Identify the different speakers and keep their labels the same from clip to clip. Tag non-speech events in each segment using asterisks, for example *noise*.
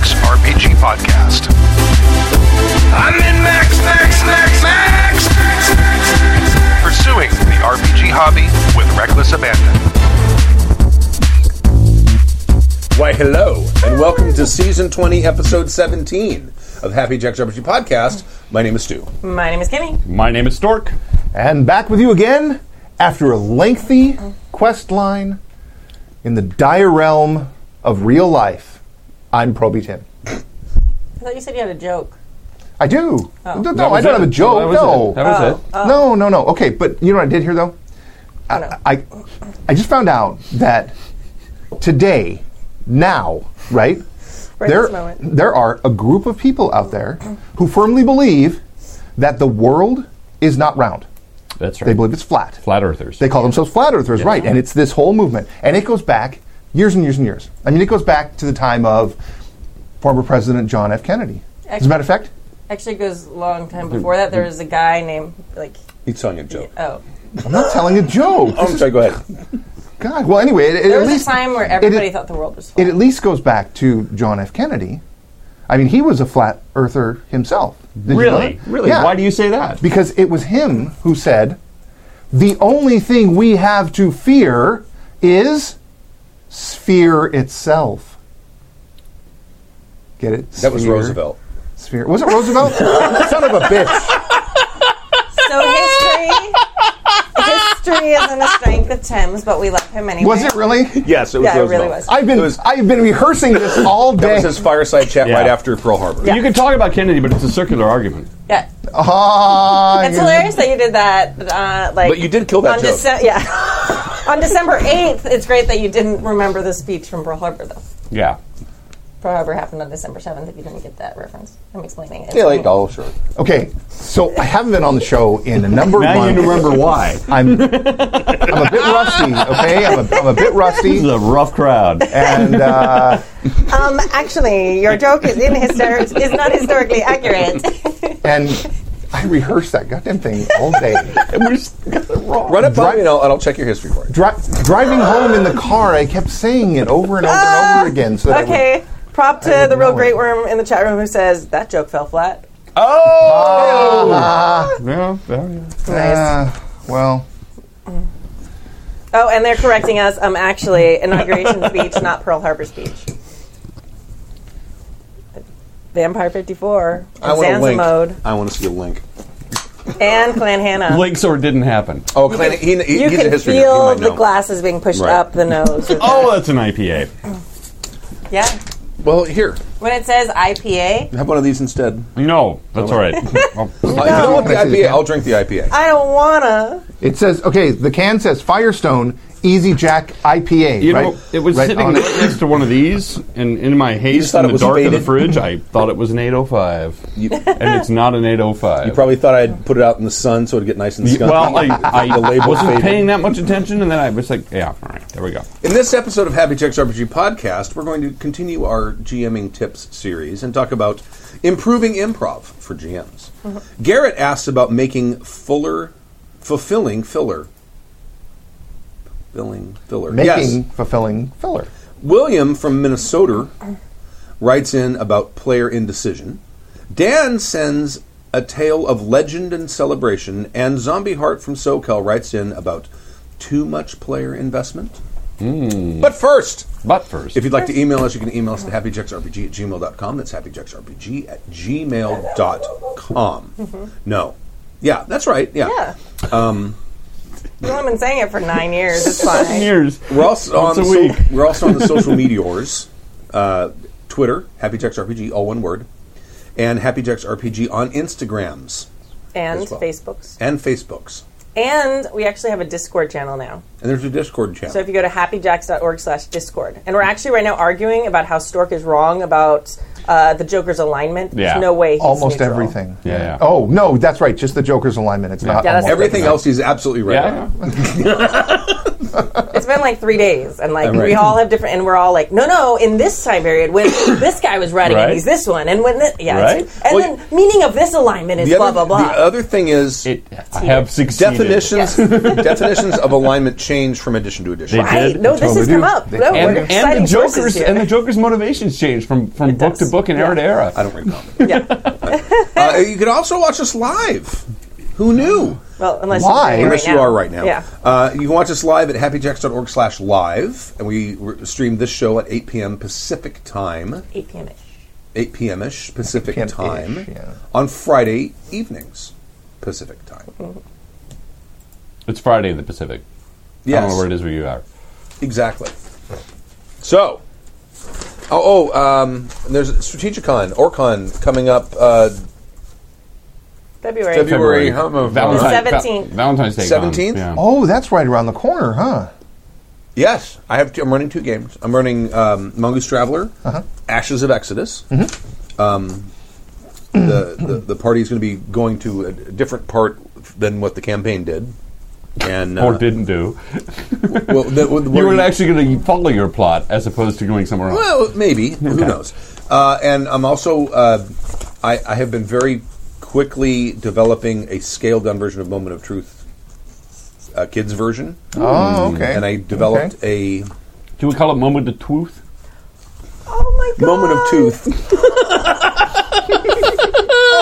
Speaker 1: MTG podcast. I'm in Max, Max, Max, Max, Max, Max, Max, Max. Pursuing the RPG hobby with reckless abandon.
Speaker 2: Why, hello, and welcome to season 20, episode 17 of Happy Jack's RPG Podcast. My name is Stu.
Speaker 3: My name is Kimmy.
Speaker 4: My name is Stork.
Speaker 5: And back with you again after a lengthy quest line in the dire realm of real life. I'm Proby Tim.
Speaker 3: I thought you said you had a joke.
Speaker 5: I do.
Speaker 3: Oh.
Speaker 5: No, no,
Speaker 4: That
Speaker 5: I
Speaker 4: was
Speaker 5: don't
Speaker 4: it.
Speaker 5: have a joke.
Speaker 4: That was
Speaker 5: no. Uh,
Speaker 4: it. That was it.
Speaker 5: no, no, no. Okay, but you know what I did here though? I, I, I just found out that today, now, right?
Speaker 3: Right
Speaker 5: there,
Speaker 3: this moment.
Speaker 5: there are a group of people out there who firmly believe that the world is not round.
Speaker 4: That's right.
Speaker 5: They believe it's flat.
Speaker 4: flat earthers.
Speaker 5: They call themselves flat earthers, right? And it's this whole movement, and it goes back years and years and years. I mean, it goes back to the time of former President John F. Kennedy. As a matter of fact,
Speaker 3: Actually, it goes a long time before that. There was a guy named like
Speaker 2: He's telling a joke.
Speaker 3: oh,
Speaker 5: I'm not telling a joke.
Speaker 2: Oh, I'm sorry, go ahead.
Speaker 5: God. Well, anyway, it, it
Speaker 3: there
Speaker 5: at
Speaker 3: was
Speaker 5: least
Speaker 3: a time where
Speaker 5: it-
Speaker 3: everybody thought the world was
Speaker 5: it
Speaker 3: flat.
Speaker 5: at least goes back to John F. Kennedy. I mean, he was a flat earther himself. Did you
Speaker 4: *laughs*
Speaker 5: know
Speaker 4: really?
Speaker 5: that?
Speaker 4: Really?
Speaker 5: Yeah.
Speaker 4: Why do you say that?
Speaker 5: Because it was him who said, the only thing we have to fear is sphere itself. Get it?
Speaker 2: That was
Speaker 5: Sphere.
Speaker 2: Roosevelt.
Speaker 5: Sphere. Was it Roosevelt? *laughs* Son of a bitch.
Speaker 3: so history, history isn't a strength of Tim's, but we love him anyway.
Speaker 5: Was it really?
Speaker 2: Yes, it was
Speaker 3: Yeah, it really was.
Speaker 5: I've been
Speaker 2: It was-
Speaker 5: I've been rehearsing this all
Speaker 2: That
Speaker 5: day.
Speaker 2: was his fireside chat
Speaker 4: Yeah.
Speaker 2: right after Pearl Harbor.
Speaker 3: Yeah.
Speaker 4: You can talk about Kennedy, but it's a circular argument.
Speaker 3: yeah,
Speaker 5: Ah,
Speaker 3: it's
Speaker 5: you-
Speaker 3: hilarious that you did that. Uh, like,
Speaker 2: But you did kill that
Speaker 3: on
Speaker 2: joke.
Speaker 3: Dece- yeah, *laughs* on December eighth. It's great that you didn't remember the speech from Pearl Harbor, though.
Speaker 4: Yeah.
Speaker 3: Pearl Harbor happened on December seventh. If you didn't get that reference, I'm explaining it.
Speaker 2: Yeah, like, oh, sure.
Speaker 5: Okay, so I haven't been on the show in a number of
Speaker 4: Now
Speaker 5: months.
Speaker 4: you remember why.
Speaker 5: I'm, I'm a bit rusty, okay? I'm a, I'm a
Speaker 4: This
Speaker 5: bit
Speaker 4: is *laughs*
Speaker 5: rusty.
Speaker 4: a rough crowd.
Speaker 5: And uh,
Speaker 3: Um, actually, your joke is in hyster- is not historically accurate.
Speaker 5: and I rehearsed that goddamn thing all day.
Speaker 4: And we just got it wrong.
Speaker 2: Run it by me and I'll, and I'll check your history for you.
Speaker 5: Dri- driving home in the car, I kept saying it over and over and over again. So that I would-
Speaker 3: okay, prop
Speaker 5: I
Speaker 3: to
Speaker 5: would
Speaker 3: the real
Speaker 5: know
Speaker 3: great
Speaker 5: it.
Speaker 3: worm in the chat room who says that joke fell flat.
Speaker 4: Oh! yeah, yeah, yeah.
Speaker 3: Nice.
Speaker 5: Uh, well,
Speaker 3: oh, and they're correcting us. Um, actually, inauguration speech, not Pearl Harbor speech. Vampire 54,
Speaker 2: I want a
Speaker 3: Zanza
Speaker 2: link.
Speaker 3: mode,
Speaker 2: I want to see a link.
Speaker 3: and Clan Hannah.
Speaker 4: Links or didn't happen.
Speaker 2: Oh, Clan, he, he-
Speaker 3: you
Speaker 2: he's a
Speaker 3: can
Speaker 2: history nerd. He
Speaker 3: feel
Speaker 2: might
Speaker 3: the
Speaker 2: know.
Speaker 3: glasses being pushed
Speaker 2: Right.
Speaker 3: up the nose. with
Speaker 4: Oh, that's an IPA.
Speaker 3: that. Yeah.
Speaker 2: Well, here,
Speaker 3: When it says IPA,
Speaker 2: have one of these instead.
Speaker 4: No, that's all right. Well,
Speaker 2: Uh, if you don't want the
Speaker 5: Can I see the
Speaker 2: IPA,
Speaker 5: can?
Speaker 2: I'll drink the IPA.
Speaker 3: I don't wanna.
Speaker 5: it says okay. The can says Firestone Easy Jack IPA.
Speaker 4: you
Speaker 5: right?
Speaker 4: know, it was
Speaker 5: Right
Speaker 4: sitting
Speaker 5: on
Speaker 4: right
Speaker 5: it.
Speaker 4: next to one of these, and in my
Speaker 2: just
Speaker 4: haste
Speaker 2: thought
Speaker 4: in
Speaker 2: it
Speaker 4: the
Speaker 2: was
Speaker 4: dark of the
Speaker 2: faded?
Speaker 4: fridge, I thought it was an 805.
Speaker 2: You-
Speaker 4: and it's not an 805.
Speaker 2: You probably thought I'd put it out in the sun so it'd get nice and skunky. *laughs*
Speaker 4: well, I,
Speaker 2: the
Speaker 4: I
Speaker 2: label
Speaker 4: wasn't
Speaker 2: faded.
Speaker 4: paying that much attention, and then I was like, yeah, all right, there we go.
Speaker 2: In this episode of Happy Checks RPG podcast, we're going to continue our GMing tips series and talk about improving improv for GMs. Garrett asks about making fuller, fulfilling filler. Filling filler.
Speaker 5: making
Speaker 2: Yes.
Speaker 5: fulfilling filler.
Speaker 2: William from Minnesota writes in about player indecision. Dan sends a tale of legend and celebration, and Zombie Heart from SoCal writes in about too much player investment. But first,
Speaker 4: Hmm. But first,
Speaker 2: if you'd like to email us, you can email us at happyjacksrpg at gmail.com. That's happyjacksrpg at gmail.com. No. Yeah, that's right. Yeah.
Speaker 3: Yeah. Um, You've only been saying it for nine years. It's fine.
Speaker 4: years.
Speaker 2: We're also on
Speaker 4: Once
Speaker 2: the
Speaker 4: a
Speaker 2: so-
Speaker 4: week.
Speaker 2: we're also on
Speaker 4: *laughs*
Speaker 2: the social meteors, uh, Twitter, Happy Jacks RPG, all one word, and Happy Jacks RPG on Instagrams
Speaker 3: And
Speaker 2: as well.
Speaker 3: Facebooks.
Speaker 2: and Facebooks.
Speaker 3: And we actually have a Discord channel now.
Speaker 2: And there's a Discord channel.
Speaker 3: So if you go to happyjacks.org slash Discord, and we're actually right now arguing about how Stork is wrong about uh, the Joker's alignment.
Speaker 4: Yeah.
Speaker 3: There's no way he's
Speaker 5: Almost
Speaker 3: neutral.
Speaker 5: everything.
Speaker 4: Yeah, yeah.
Speaker 5: Oh no, that's right. Just the Joker's alignment. It's not
Speaker 3: Yeah, that's-
Speaker 5: almost
Speaker 2: Everything else he's absolutely right.
Speaker 4: Yeah.
Speaker 2: on.
Speaker 3: it's been like three days, and like
Speaker 2: Right.
Speaker 3: we all have different, and we're all like, no, no. In this time period, when this guy was writing
Speaker 4: Right.
Speaker 3: it, he's this one, and when this, yeah,
Speaker 4: Right.
Speaker 3: it's- and
Speaker 2: Well,
Speaker 3: then meaning of this alignment is
Speaker 2: The
Speaker 3: blah
Speaker 2: other,
Speaker 3: blah blah.
Speaker 2: The other thing is
Speaker 4: It, I have succeeded.
Speaker 2: definitions. *laughs* definitions of alignment change from edition to edition.
Speaker 4: They do.
Speaker 3: right?
Speaker 4: did.
Speaker 3: No,
Speaker 5: That's
Speaker 3: this
Speaker 5: what
Speaker 3: has
Speaker 5: we
Speaker 3: come
Speaker 5: do.
Speaker 3: up.
Speaker 5: They-
Speaker 3: No,
Speaker 5: And-
Speaker 3: Oh, we're
Speaker 4: And, and
Speaker 3: exciting
Speaker 4: the
Speaker 3: sources
Speaker 4: Joker's
Speaker 3: here.
Speaker 4: and the Joker's motivations change from, from book to
Speaker 3: does.
Speaker 4: book and era to
Speaker 3: Yeah.
Speaker 4: era.
Speaker 2: I don't recall.
Speaker 4: *laughs*
Speaker 3: yeah.
Speaker 2: uh, you can also watch us live. Who knew?
Speaker 3: Well, unless
Speaker 5: Why?
Speaker 3: you're doing it
Speaker 2: Unless
Speaker 3: right
Speaker 2: you
Speaker 3: now.
Speaker 2: are right now.
Speaker 3: Yeah.
Speaker 2: Uh, you can watch us live at happyjacks.org slash live. And we re- stream this show at 8 p.m. Pacific time,
Speaker 3: 8 p.m.
Speaker 2: 8 p.m. ish Pacific
Speaker 5: 8 PM -ish,
Speaker 2: time,
Speaker 5: yeah.
Speaker 2: on Friday evenings Pacific time.
Speaker 4: It's Friday in the Pacific. I don't
Speaker 2: Yes,
Speaker 4: know where it is where you are.
Speaker 2: exactly. So, oh, oh um, there's Strategicon, OrCon coming up uh,
Speaker 3: February.
Speaker 2: February. how about-
Speaker 4: Valentine's,
Speaker 3: 17th.
Speaker 4: Valentine's Day. con,
Speaker 2: 17th?
Speaker 4: Yeah.
Speaker 5: Oh, that's right around the corner, huh?
Speaker 2: Yes, I have. Two, I'm running two games. I'm running um, Mongoose Traveler,
Speaker 4: Uh-huh.
Speaker 2: Ashes of Exodus.
Speaker 4: Mm-hmm.
Speaker 2: Um, the, the the party is going to be going to a d- different part than what the campaign did, and uh,
Speaker 4: Or didn't
Speaker 2: *laughs*
Speaker 4: do.
Speaker 2: well, the, Oh, well,
Speaker 4: You were actually going to follow your plot as opposed to going somewhere else.
Speaker 2: well, maybe who knows? Uh, and I'm also uh, I, I have been very quickly developing a scaled down version of Moment of Truth, a kids version,
Speaker 5: Oh, okay.
Speaker 2: and I developed a
Speaker 4: Do we call it moment of truth?
Speaker 3: Oh my god.
Speaker 2: Moment of Tooth.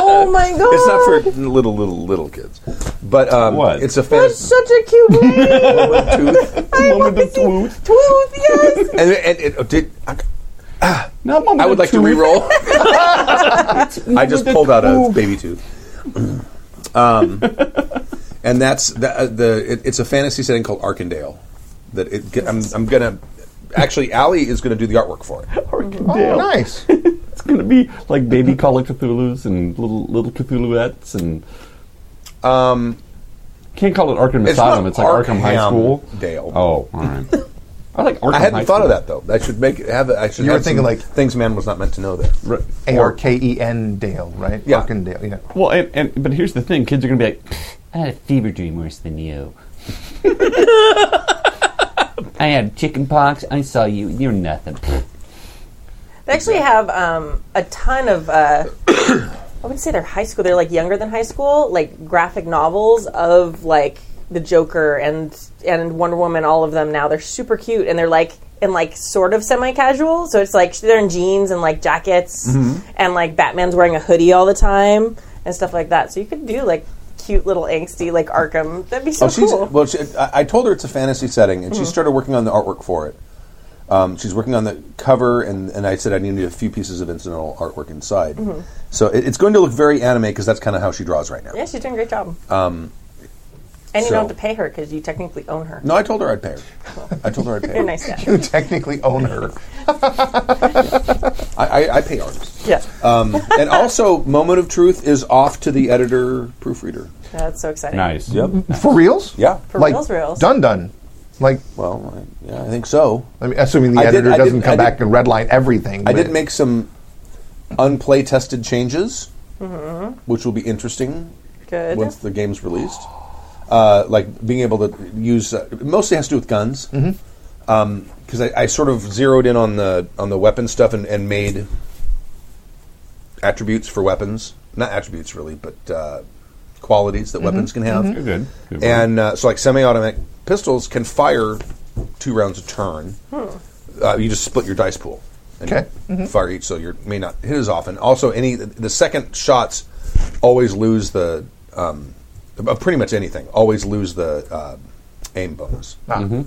Speaker 3: Oh my god.
Speaker 2: Uh, It's not for little, little, little kids, but um,
Speaker 4: Oh. What?
Speaker 2: it's a
Speaker 3: That's
Speaker 2: fantasy
Speaker 3: such a
Speaker 2: *laughs*
Speaker 3: cute name.
Speaker 2: tooth.
Speaker 4: moment of truth.
Speaker 3: Tooth, yes.
Speaker 2: And, and it, oh, did, I,
Speaker 4: Not moment
Speaker 2: I would
Speaker 4: of
Speaker 2: like to
Speaker 4: truth.
Speaker 2: re-roll.
Speaker 4: *laughs*
Speaker 2: I just pulled out a
Speaker 4: Tooth.
Speaker 2: baby tooth. Um, and that's the, uh, the it, it's a fantasy setting called Arkandale. That it, ge- I'm, I'm gonna actually Allie is gonna do the artwork for it.
Speaker 5: Oh,
Speaker 4: Dale.
Speaker 5: nice.
Speaker 4: It's going to be like baby Call of Cthulhu's and little little Cthulhuettes and.
Speaker 2: Um,
Speaker 4: Can't call it Arkham
Speaker 2: It's
Speaker 4: Asylum.
Speaker 2: not
Speaker 4: It's like Arkham High
Speaker 2: Arkham,
Speaker 4: School.
Speaker 2: Dale.
Speaker 4: Oh, all right.
Speaker 2: *laughs*
Speaker 4: I like Arkham
Speaker 2: I hadn't
Speaker 4: High
Speaker 2: thought of
Speaker 4: School.
Speaker 2: that though. That should make it have. I should.
Speaker 5: You were
Speaker 2: have some
Speaker 5: thinking like-
Speaker 2: things man was not meant to know there.
Speaker 4: Right.
Speaker 5: A R K E N Dale, right?
Speaker 2: Yeah.
Speaker 5: Arkendale, yeah.
Speaker 4: Well, and, and but here's the thing: kids are going to be like,
Speaker 6: I had a fever dream worse than you. I had chicken pox. I saw you. You're nothing.
Speaker 3: They actually have um, a ton of.
Speaker 2: *coughs*
Speaker 3: Uh, I would say they're high school. They're like younger than high school, like graphic novels of like the Joker and and Wonder Woman. All of them now. They're super cute and they're like in like sort of semi casual. So it's like they're in jeans and like jackets
Speaker 2: Mm-hmm.
Speaker 3: and like Batman's wearing a hoodie all the time and stuff like that. So you could do like cute little angsty like Arkham. That'd be so
Speaker 2: Oh, she's
Speaker 3: cool. Hmm.
Speaker 2: well. She, I I told her it's a fantasy setting, and she started working on the artwork for it. Um, she's working on the cover, and, and I said I needed a few pieces of incidental artwork inside.
Speaker 3: Mm-hmm.
Speaker 2: So it, it's going to look very anime because that's kind of how she draws right now.
Speaker 3: yeah, she's doing a great job. Um, and you
Speaker 2: so-
Speaker 3: don't have to pay her because you technically own her.
Speaker 2: No, I told her I'd pay
Speaker 3: *laughs*
Speaker 2: her. I told her I'd pay
Speaker 3: You're a
Speaker 2: her.
Speaker 3: nice guy.
Speaker 2: *laughs*
Speaker 5: You technically own her.
Speaker 2: I, I, I pay artists.
Speaker 3: Yeah.
Speaker 2: Um, and also, Moment of Truth is off to the editor proofreader.
Speaker 3: That's so exciting.
Speaker 4: "Nice."
Speaker 5: For reals?
Speaker 2: Yeah.
Speaker 3: For
Speaker 5: like,
Speaker 3: reals, reals.
Speaker 5: Dun dun. Like,
Speaker 2: Well, I, yeah, I think so.
Speaker 5: I mean, assuming the
Speaker 2: I did-
Speaker 5: editor
Speaker 2: I did-
Speaker 5: doesn't come
Speaker 2: I did-
Speaker 5: back and redline everything.
Speaker 2: I
Speaker 5: but-
Speaker 2: did make some unplay tested changes,
Speaker 3: Mm-hmm.
Speaker 2: which will be interesting
Speaker 3: Good.
Speaker 2: once the game's released. Uh, like being able to use uh, mostly has to do with guns because I, I sort of zeroed in on the on the weapon stuff and, and made attributes for weapons, not attributes really, but uh, qualities that weapons can have.
Speaker 4: You're good. Good work.
Speaker 2: And uh, so, like semi-automatic pistols can fire two rounds a turn. Uh, you just split your dice pool and
Speaker 5: Okay. Mm-hmm.
Speaker 2: fire each, so you may not hit as often. Also, any the second shots always lose the um, uh, pretty much anything always lose the uh, aim bonus.
Speaker 5: Ah.
Speaker 4: Mm-hmm.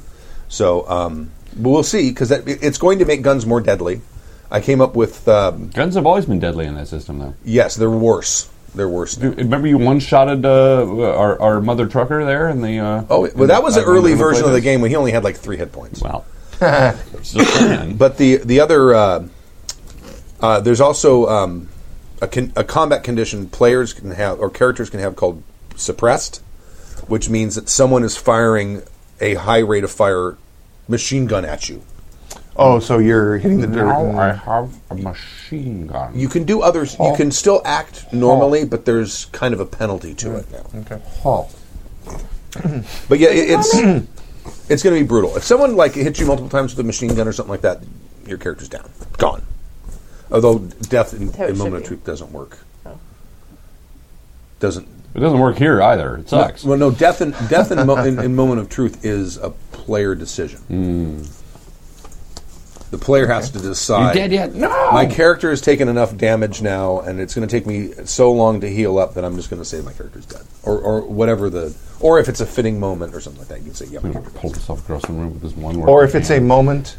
Speaker 2: So, um, but we'll see because it's going to make guns more deadly. I came up with um,
Speaker 4: guns have always been deadly in that system, though.
Speaker 2: yes, they're worse. They're worse. now.
Speaker 4: Remember, you one-shotted uh, our, our mother trucker there in the. Uh,
Speaker 2: Oh, well, that was
Speaker 4: I
Speaker 2: an early
Speaker 4: remember
Speaker 2: version of the
Speaker 4: played
Speaker 2: game when he only had like three hit points.
Speaker 4: this.
Speaker 2: *laughs*
Speaker 4: Wow. Just saying.
Speaker 2: But the the other uh, uh, there's also um, a, con- a combat condition players can have or characters can have called suppressed, which means that someone is firing a high rate of fire machine gun at you.
Speaker 5: Oh, so you're hitting the dirt. Mm.
Speaker 4: now
Speaker 5: and-
Speaker 4: I have a machine gun.
Speaker 2: You can do others. You can still act normally, but there's kind of a penalty to it now.
Speaker 5: Okay.
Speaker 4: Oh.
Speaker 2: But yeah, it, it's *clears throat* It's going to be brutal. If someone like hits you multiple times with a machine gun or something like that, your character's down, gone. Although death in,
Speaker 3: That's how it
Speaker 2: in
Speaker 3: should
Speaker 2: moment of
Speaker 3: be.
Speaker 2: truth doesn't work.
Speaker 3: Oh.
Speaker 2: Doesn't
Speaker 4: It doesn't work here either. It sucks.
Speaker 2: well, no, death in death in, mo- in, in moment of truth is a player decision.
Speaker 4: Hmm.
Speaker 2: The player has to decide.
Speaker 6: You're dead yet? No!
Speaker 2: My character has taken enough damage now, and it's going to take me so long to heal up that I'm just going to say my character's dead, or, or whatever the, or if it's a fitting moment or something like that, you can say, "Yeah, my
Speaker 4: He
Speaker 2: character's
Speaker 4: pulled himself across the room with his one word.
Speaker 5: Or if it's a moment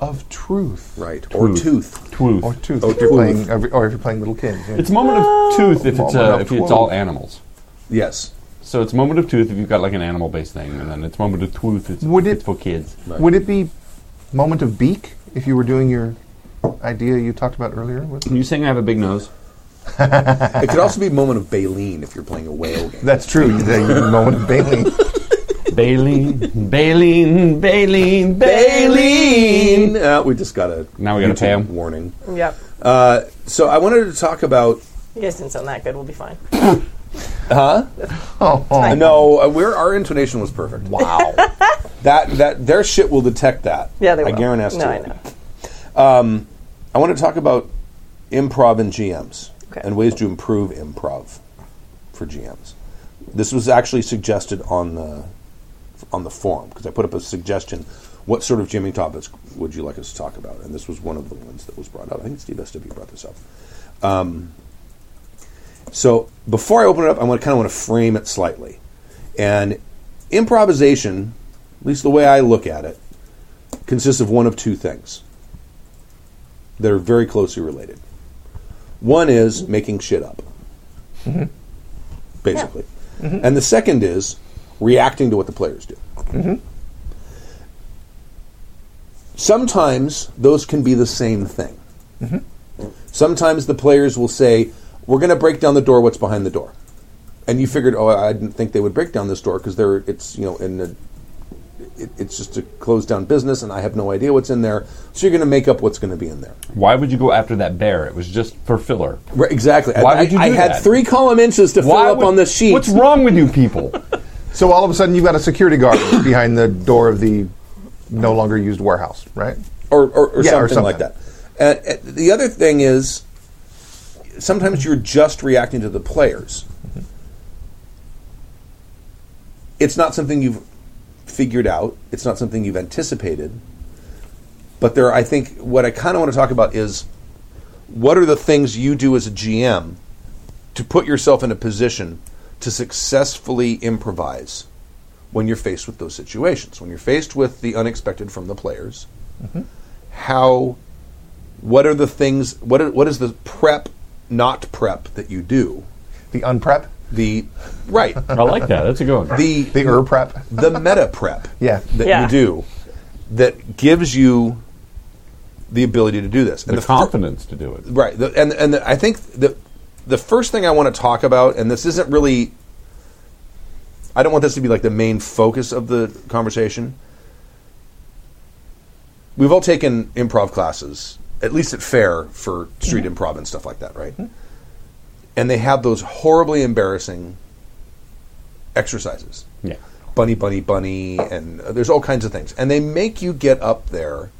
Speaker 5: of truth.
Speaker 2: right," or tooth.
Speaker 4: Tooth.
Speaker 5: Or tooth.
Speaker 2: Oh,
Speaker 5: if you're
Speaker 2: tooth.
Speaker 5: playing, or if you're playing little kids. yeah.
Speaker 4: It's moment of tooth if it's,
Speaker 5: Moment
Speaker 4: uh,
Speaker 5: of
Speaker 4: if it's
Speaker 5: twelve.
Speaker 4: all animals.
Speaker 2: Yes,
Speaker 4: So it's moment of tooth if you've got like an animal based thing, and then it's moment of tooth if it's,
Speaker 5: Would
Speaker 4: if
Speaker 5: it-
Speaker 4: it's for kids.
Speaker 5: Would it be moment of beak if you were doing your idea you talked about earlier? With?
Speaker 4: You saying I have a big nose?
Speaker 2: it could also be moment of baleen if you're playing a whale game.
Speaker 5: That's true. *laughs* The moment of bailing.
Speaker 4: *laughs*
Speaker 2: *laughs*
Speaker 4: Baleen, Baleen, Baleen, Baleen.
Speaker 2: Baleen. Uh, we just got a
Speaker 4: Now we gotta pay
Speaker 2: YouTube
Speaker 4: 'em.
Speaker 2: warning.
Speaker 3: Yep.
Speaker 2: Uh, so I wanted to talk about
Speaker 3: You guys didn't sound that good. We'll be fine.
Speaker 5: Oh,
Speaker 2: Uh, no, uh, we're, our intonation was perfect. Wow. *laughs* that that their shit will detect that.
Speaker 3: Yeah, they
Speaker 2: I
Speaker 3: will.
Speaker 2: guarantee
Speaker 3: No,
Speaker 2: you.
Speaker 3: I know.
Speaker 2: Um, I want to talk about improv and GMs
Speaker 3: Okay.
Speaker 2: and ways to improve improv for GMs. This was actually suggested on the on the forum because I put up a suggestion. What sort of jamming topics would you like us to talk about? And this was one of the ones that was brought up. I think Steve SW brought this up. Um, So before I open it up, I want to kind of want to frame it slightly. And improvisation, at least the way I look at it, consists of one of two things that are very closely related. One is making shit up, basically, and the second is reacting to what the players do. Sometimes those can be the same thing. Sometimes the players will say, "We're going to break down the door. What's behind the door?" And you figured, "Oh, I didn't think they would break down this door because they're it's you know in a, it, it's just a closed down business, and I have no idea what's in there." So you're going to make up what's going to be in there.
Speaker 4: Why would you go after that bear? It was just for filler.
Speaker 2: Right, exactly.
Speaker 4: Why
Speaker 2: I,
Speaker 4: would you
Speaker 2: I,
Speaker 4: do
Speaker 2: I had
Speaker 4: that?
Speaker 2: three column inches to
Speaker 4: Why
Speaker 2: fill up
Speaker 4: would-
Speaker 2: on the sheet.
Speaker 4: What's wrong with you people?
Speaker 5: So all of a sudden, you've got a security guard *coughs* behind the door of the no longer used warehouse, right?
Speaker 2: or, or, or,
Speaker 5: Yeah,
Speaker 2: something
Speaker 5: or
Speaker 2: like that.
Speaker 5: something.
Speaker 2: And, and the other thing is, sometimes you're just reacting to the players.
Speaker 5: Mm-hmm.
Speaker 2: It's not something you've figured out. It's not something you've anticipated. But there, I think, what I kind of want to talk about is what are the things you do as a GM to put yourself in a position to successfully improvise when you're faced with those situations, when you're faced with the unexpected from the players, how, what are the things, what, are, what is the prep, not prep that you do?
Speaker 5: The unprep,
Speaker 2: The,
Speaker 5: *laughs*
Speaker 2: right,
Speaker 4: I like that. That's a good one.
Speaker 2: the,
Speaker 5: the er prep.
Speaker 2: the meta prep
Speaker 5: *laughs* Yeah.
Speaker 2: that
Speaker 3: Yeah.
Speaker 2: you do that gives you the ability to do this.
Speaker 4: The,
Speaker 2: fir-
Speaker 4: confidence to do it.
Speaker 2: right the, and and the, i think the the first thing i want to talk about and this isn't really i don't want this to be like the main focus of the conversation we've all taken improv classes at least at fair for street improv and stuff like that right and they have those horribly embarrassing exercises
Speaker 4: Yeah.
Speaker 2: bunny, bunny, bunny, and uh, there's all kinds of things. And they make you get up there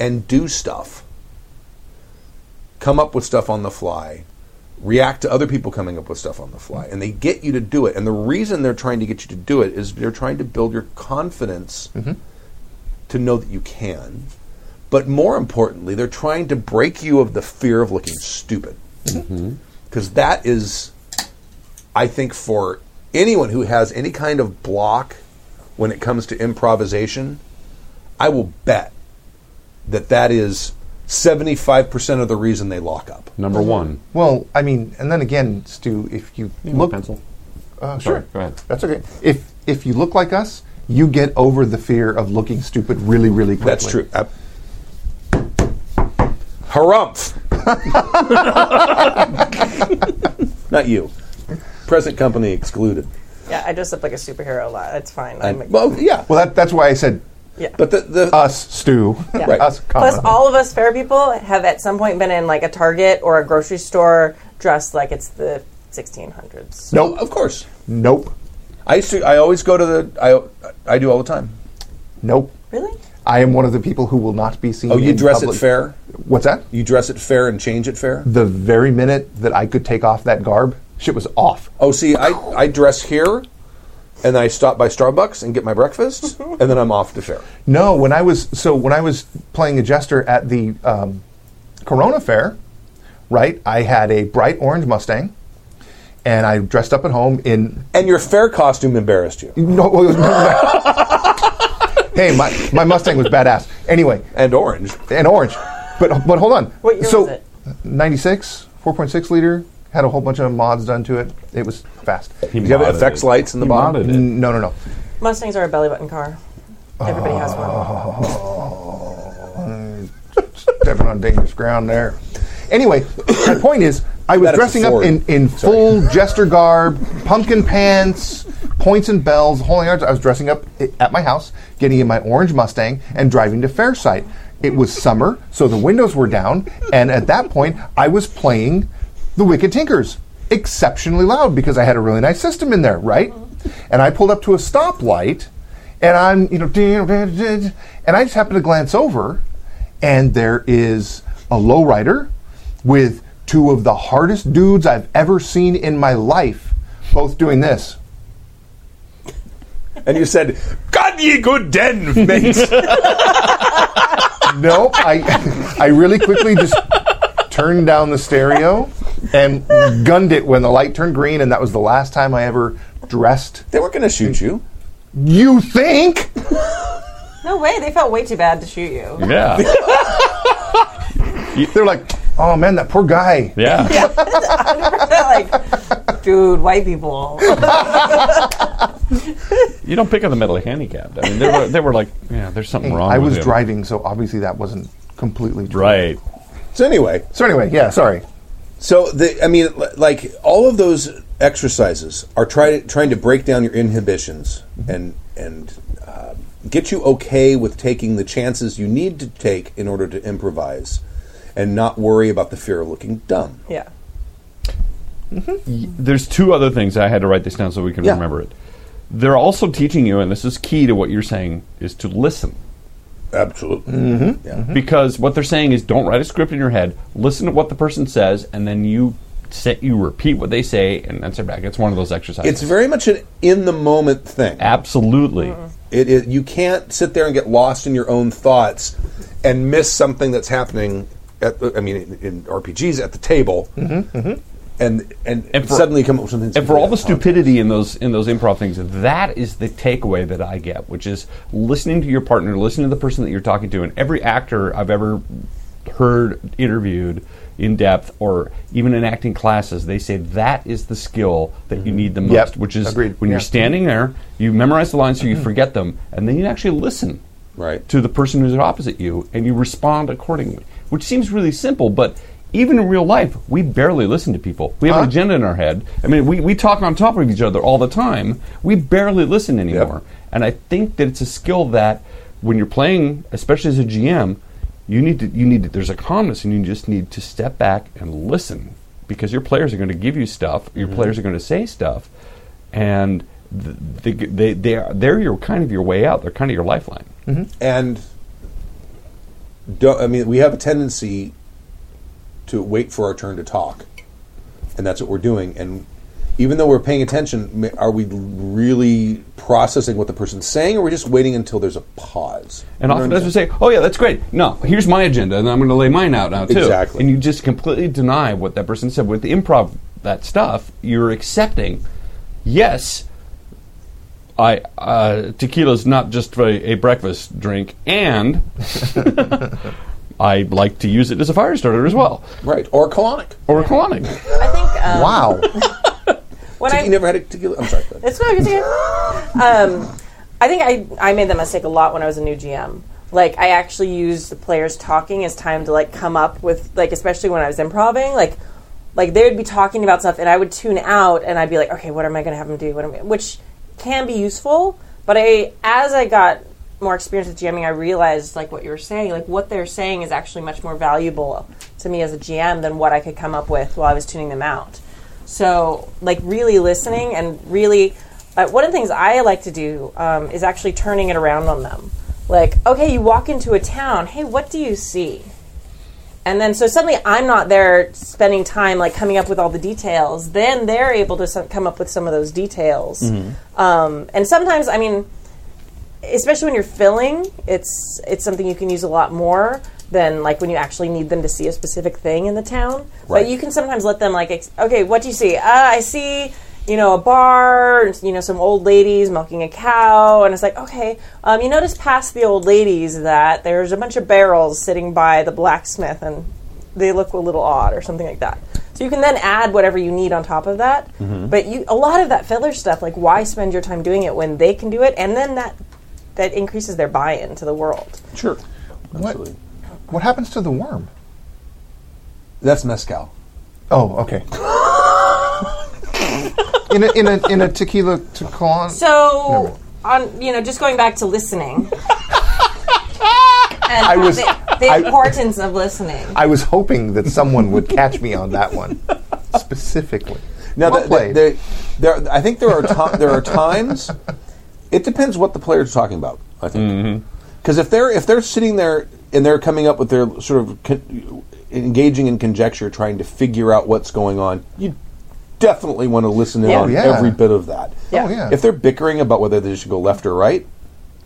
Speaker 2: and do stuff, come up with stuff on the fly, react to other people coming up with stuff on the fly, and they get you to do it. And the reason they're trying to get you to do it is they're trying to build your confidence to know that you can. But more importantly, they're trying to break you of the fear of looking stupid. Because that is I think for anyone who has any kind of block when it comes to improvisation, I will bet that that is 75% of the reason they lock up.
Speaker 4: Number one.
Speaker 5: Well, I mean, and then again, Stu, if you look,
Speaker 4: pencil.
Speaker 5: Uh,
Speaker 4: Sorry,
Speaker 5: sure,
Speaker 4: go ahead.
Speaker 5: That's okay. If if you look like us, you get over the fear of looking stupid really, really quickly.
Speaker 2: That's true. Uh,
Speaker 5: *laughs*
Speaker 2: harumph! Not you. Present company excluded.
Speaker 3: Yeah, I dress up like a superhero a lot. It's fine. I'm,
Speaker 2: Well, yeah.
Speaker 5: Well, that, that's why I said
Speaker 3: yeah.
Speaker 2: But the, the
Speaker 5: us, Stu.
Speaker 3: Yeah.
Speaker 5: *laughs*
Speaker 2: Right.
Speaker 5: Us, comma.
Speaker 3: Plus, all of us fair people have at some point been in like a Target or a grocery store dressed like it's the 1600s.
Speaker 5: Nope.
Speaker 2: of course.
Speaker 5: Nope.
Speaker 2: I used to. I always go to the. I I do all the time.
Speaker 5: Nope.
Speaker 3: Really?
Speaker 5: I am one of the people who will not be seen.
Speaker 2: Oh, you
Speaker 5: in
Speaker 2: dress
Speaker 5: public.
Speaker 2: it fair?
Speaker 5: What's that?
Speaker 2: You dress it fair and change it fair?
Speaker 5: The very minute that I could take off that garb, shit was off.
Speaker 2: Oh, see, I, I dress here, and I stop by Starbucks and get
Speaker 5: *laughs*
Speaker 2: my breakfast, and then I'm off to fair.
Speaker 5: No, when I was so when I was playing a jester at the um, Corona Fair, right? I had a bright orange Mustang, and I dressed up at home in.
Speaker 2: And your fair costume embarrassed you.
Speaker 5: No, well, it was-
Speaker 3: *laughs*
Speaker 5: hey, my my Mustang was badass. Anyway,
Speaker 2: And orange.
Speaker 5: and orange, but but hold on.
Speaker 3: What year
Speaker 5: so,
Speaker 3: was it?
Speaker 5: Ninety six, four point six liter. Had a whole bunch of mods done to it. It was fast.
Speaker 4: He
Speaker 2: Do you have
Speaker 4: modded
Speaker 2: effects
Speaker 4: it.
Speaker 2: lights in the
Speaker 4: He
Speaker 2: bottom?
Speaker 4: modded it.
Speaker 5: N- No, no, no.
Speaker 3: Mustangs are a belly button car. Everybody has
Speaker 2: Ah.
Speaker 3: one.
Speaker 5: stepping on dangerous ground there. Anyway, my point is, I was
Speaker 2: That is a
Speaker 5: dressing up
Speaker 2: Ford.
Speaker 5: in, in full jester garb, pumpkin pants, points and bells, whole nine yards. I was dressing up i- at my house, getting in my orange Mustang, and driving to Fairside. It was summer, so the windows were down, and at that point, I was playing The Wicked Tinkers exceptionally loud because I had a really nice system in there, right? And I pulled up to a stoplight, and I'm, you know, and I just happened to glance over, and there is a lowrider with two of the hardest dudes I've ever seen in my life, both doing this.
Speaker 2: And you said, God ye good den, mates.
Speaker 5: No, I, *laughs* I really quickly just turned down the stereo and gunned it when the light turned green, and that was the last time I ever dressed.
Speaker 2: they weren't going to shoot you.
Speaker 5: You think?
Speaker 3: No way. They felt way too bad to shoot you.
Speaker 2: *laughs*
Speaker 4: Yeah.
Speaker 5: They're like, oh man, that poor guy.
Speaker 4: Yeah.
Speaker 3: *laughs* like, dude, white
Speaker 2: *laughs*
Speaker 3: people.
Speaker 4: You don't pick on the mentally handicapped. I mean, they were, they were like, yeah, there's something wrong.
Speaker 5: I
Speaker 4: with
Speaker 5: was
Speaker 4: him.
Speaker 5: driving, so obviously that wasn't completely true.
Speaker 4: Right.
Speaker 2: So, anyway,
Speaker 5: So anyway, yeah, sorry.
Speaker 2: so the, I mean, l- like all of those exercises are try, trying to break down your inhibitions and, and uh, get you okay with taking the chances you need to take in order to improvise and not worry about the fear of looking dumb.
Speaker 3: Yeah.
Speaker 4: There's two other things I had to write this down so we can
Speaker 2: Yeah.
Speaker 4: remember it. They're also teaching you, and this is key to what you're saying, is to listen.
Speaker 2: Absolutely. Yeah.
Speaker 4: Because what they're saying is don't write a script in your head, listen to what the person says, and then you sit, you repeat what they say and answer back. It's one of those exercises.
Speaker 2: It's very much an in the moment thing.
Speaker 4: Absolutely.
Speaker 2: It, it you can't sit there and get lost in your own thoughts and miss something that's happening. At the, I mean, in, in RPGs at the table, and and,
Speaker 4: Mm-hmm, And for-
Speaker 2: suddenly come up with something.
Speaker 4: And for all the stupidity in those in those improv things, that is the takeaway that I get, which is listening to your partner, listening to the person that you're talking to, and every actor I've ever heard interviewed in depth or even in acting classes, they say that is the skill that you need the most,
Speaker 5: Mm-hmm. Yep.
Speaker 4: which is
Speaker 5: Agreed.
Speaker 4: when you're
Speaker 5: Yeah. Mm-hmm.
Speaker 4: standing there, you memorize the lines so you forget them, and then you actually listen
Speaker 2: Right.
Speaker 4: to the person who's opposite you and you respond accordingly, which seems really simple, but even in real life, we barely listen to people. We have an agenda in our head. I mean, we, we talk on top of each other all the time. We barely listen anymore. And I think that it's a skill that when you're playing, especially as a GM, you need to you need to, there's a calmness and you just need to step back and listen because your players are going to give you stuff, your players are going to say stuff, and th- they, they, they are, they're your kind of your way out. They're kind of your lifeline.
Speaker 2: and don't, I mean, we have a tendency to wait for our turn to talk, and that's what we're doing. And even though we're paying attention, ma- are we really processing what the person's saying, or we are we just waiting until there's a pause?
Speaker 4: And
Speaker 2: You know
Speaker 4: often
Speaker 2: what I'm
Speaker 4: oftentimes we say, "Oh yeah, that's great. No, here's my agenda, and I'm going to lay mine out now too."
Speaker 2: Exactly.
Speaker 4: And you just completely deny what that person said with the improv that stuff. You're accepting, yes. I uh, tequila's not just a, a breakfast drink, and *laughs* I like to use it as a fire starter as well,
Speaker 2: Right, or colonic.
Speaker 4: or a colonic.
Speaker 3: I think. Um,
Speaker 5: Wow.
Speaker 3: When
Speaker 2: Tiki
Speaker 3: I,
Speaker 2: never had a tequila. I'm sorry. go ahead.
Speaker 3: It's not good. Um, I think I, I made that mistake a lot when I was a new GM. Like I actually used the players talking as time to like come up with like especially when I was improving like like they would be talking about stuff and I would tune out and I'd be like okay what am I going to have them do what am I, which can be useful but I as I got more experience with GMing I realized like what you were saying like what they're saying is actually much more valuable to me as a GM than what I could come up with while I was tuning them out so, like, really listening and really Uh, one of the things I like to do um, is actually turning it around on them. Like, okay, you walk into a town. Hey, what do you see? And then, so suddenly I'm not there spending time like coming up with all the details. Then they're able to some, come up with some of those details. Um, and sometimes, I mean, especially when you're filling, it's it's something you can use a lot more than like when you actually need them to see a specific thing in the town.
Speaker 2: Right.
Speaker 3: But you can sometimes let them like, ex- okay, what do you see? Uh, I see, you know, a bar, and, you know, some old ladies milking a cow, and it's like, okay, um, you notice past the old ladies that there's a bunch of barrels sitting by the blacksmith, and they look a little odd or something like that. So you can then add whatever you need on top of that. But you a lot of that filler stuff, like why spend your time doing it when they can do it, and then that that increases their buy-in to the world.
Speaker 2: Sure.
Speaker 5: What,
Speaker 2: Absolutely.
Speaker 5: what happens to the worm?
Speaker 2: That's mezcal.
Speaker 5: Oh, okay. in a in a in a tequila tequila.
Speaker 3: So on you know, just going back to
Speaker 2: *laughs*
Speaker 3: listening. and
Speaker 5: I was-
Speaker 3: the, the
Speaker 5: I-
Speaker 3: importance of listening.
Speaker 2: Uh,
Speaker 5: I was hoping that someone would catch me on that one specifically.
Speaker 2: Now,
Speaker 5: Well
Speaker 2: the- the-
Speaker 5: played.
Speaker 2: the- there, I think there are ti there are times. It depends what the player's talking about. I
Speaker 3: Mm-hmm.
Speaker 2: think because if they're if they're sitting there and they're coming up with their sort of con- engaging in conjecture, trying to figure out what's going on, you definitely want to listen in
Speaker 3: Yeah.
Speaker 2: on
Speaker 5: Yeah.
Speaker 2: every bit of that.
Speaker 3: Yeah.
Speaker 5: Oh, yeah.
Speaker 2: If they're bickering about whether they should go left or right,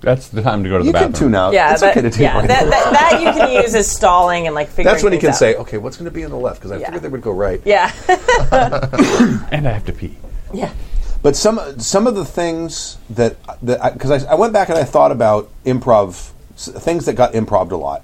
Speaker 4: That's the time to go to the
Speaker 2: you
Speaker 4: bathroom.
Speaker 2: can tune out.
Speaker 3: Yeah,
Speaker 2: it's
Speaker 3: that,
Speaker 2: okay to tune
Speaker 3: yeah
Speaker 2: out.
Speaker 3: that, that, that you can use as stalling and like figuring.
Speaker 2: That's when he
Speaker 3: things
Speaker 2: can
Speaker 3: out.
Speaker 2: say, "Okay, what's going to be on the left?" Because I
Speaker 3: Yeah.
Speaker 2: figured they would go right.
Speaker 3: yeah, *laughs*
Speaker 4: And I have to pee.
Speaker 3: yeah.
Speaker 2: But some some of the things that that because I, I went back and I thought about improv s- things that got improved a lot,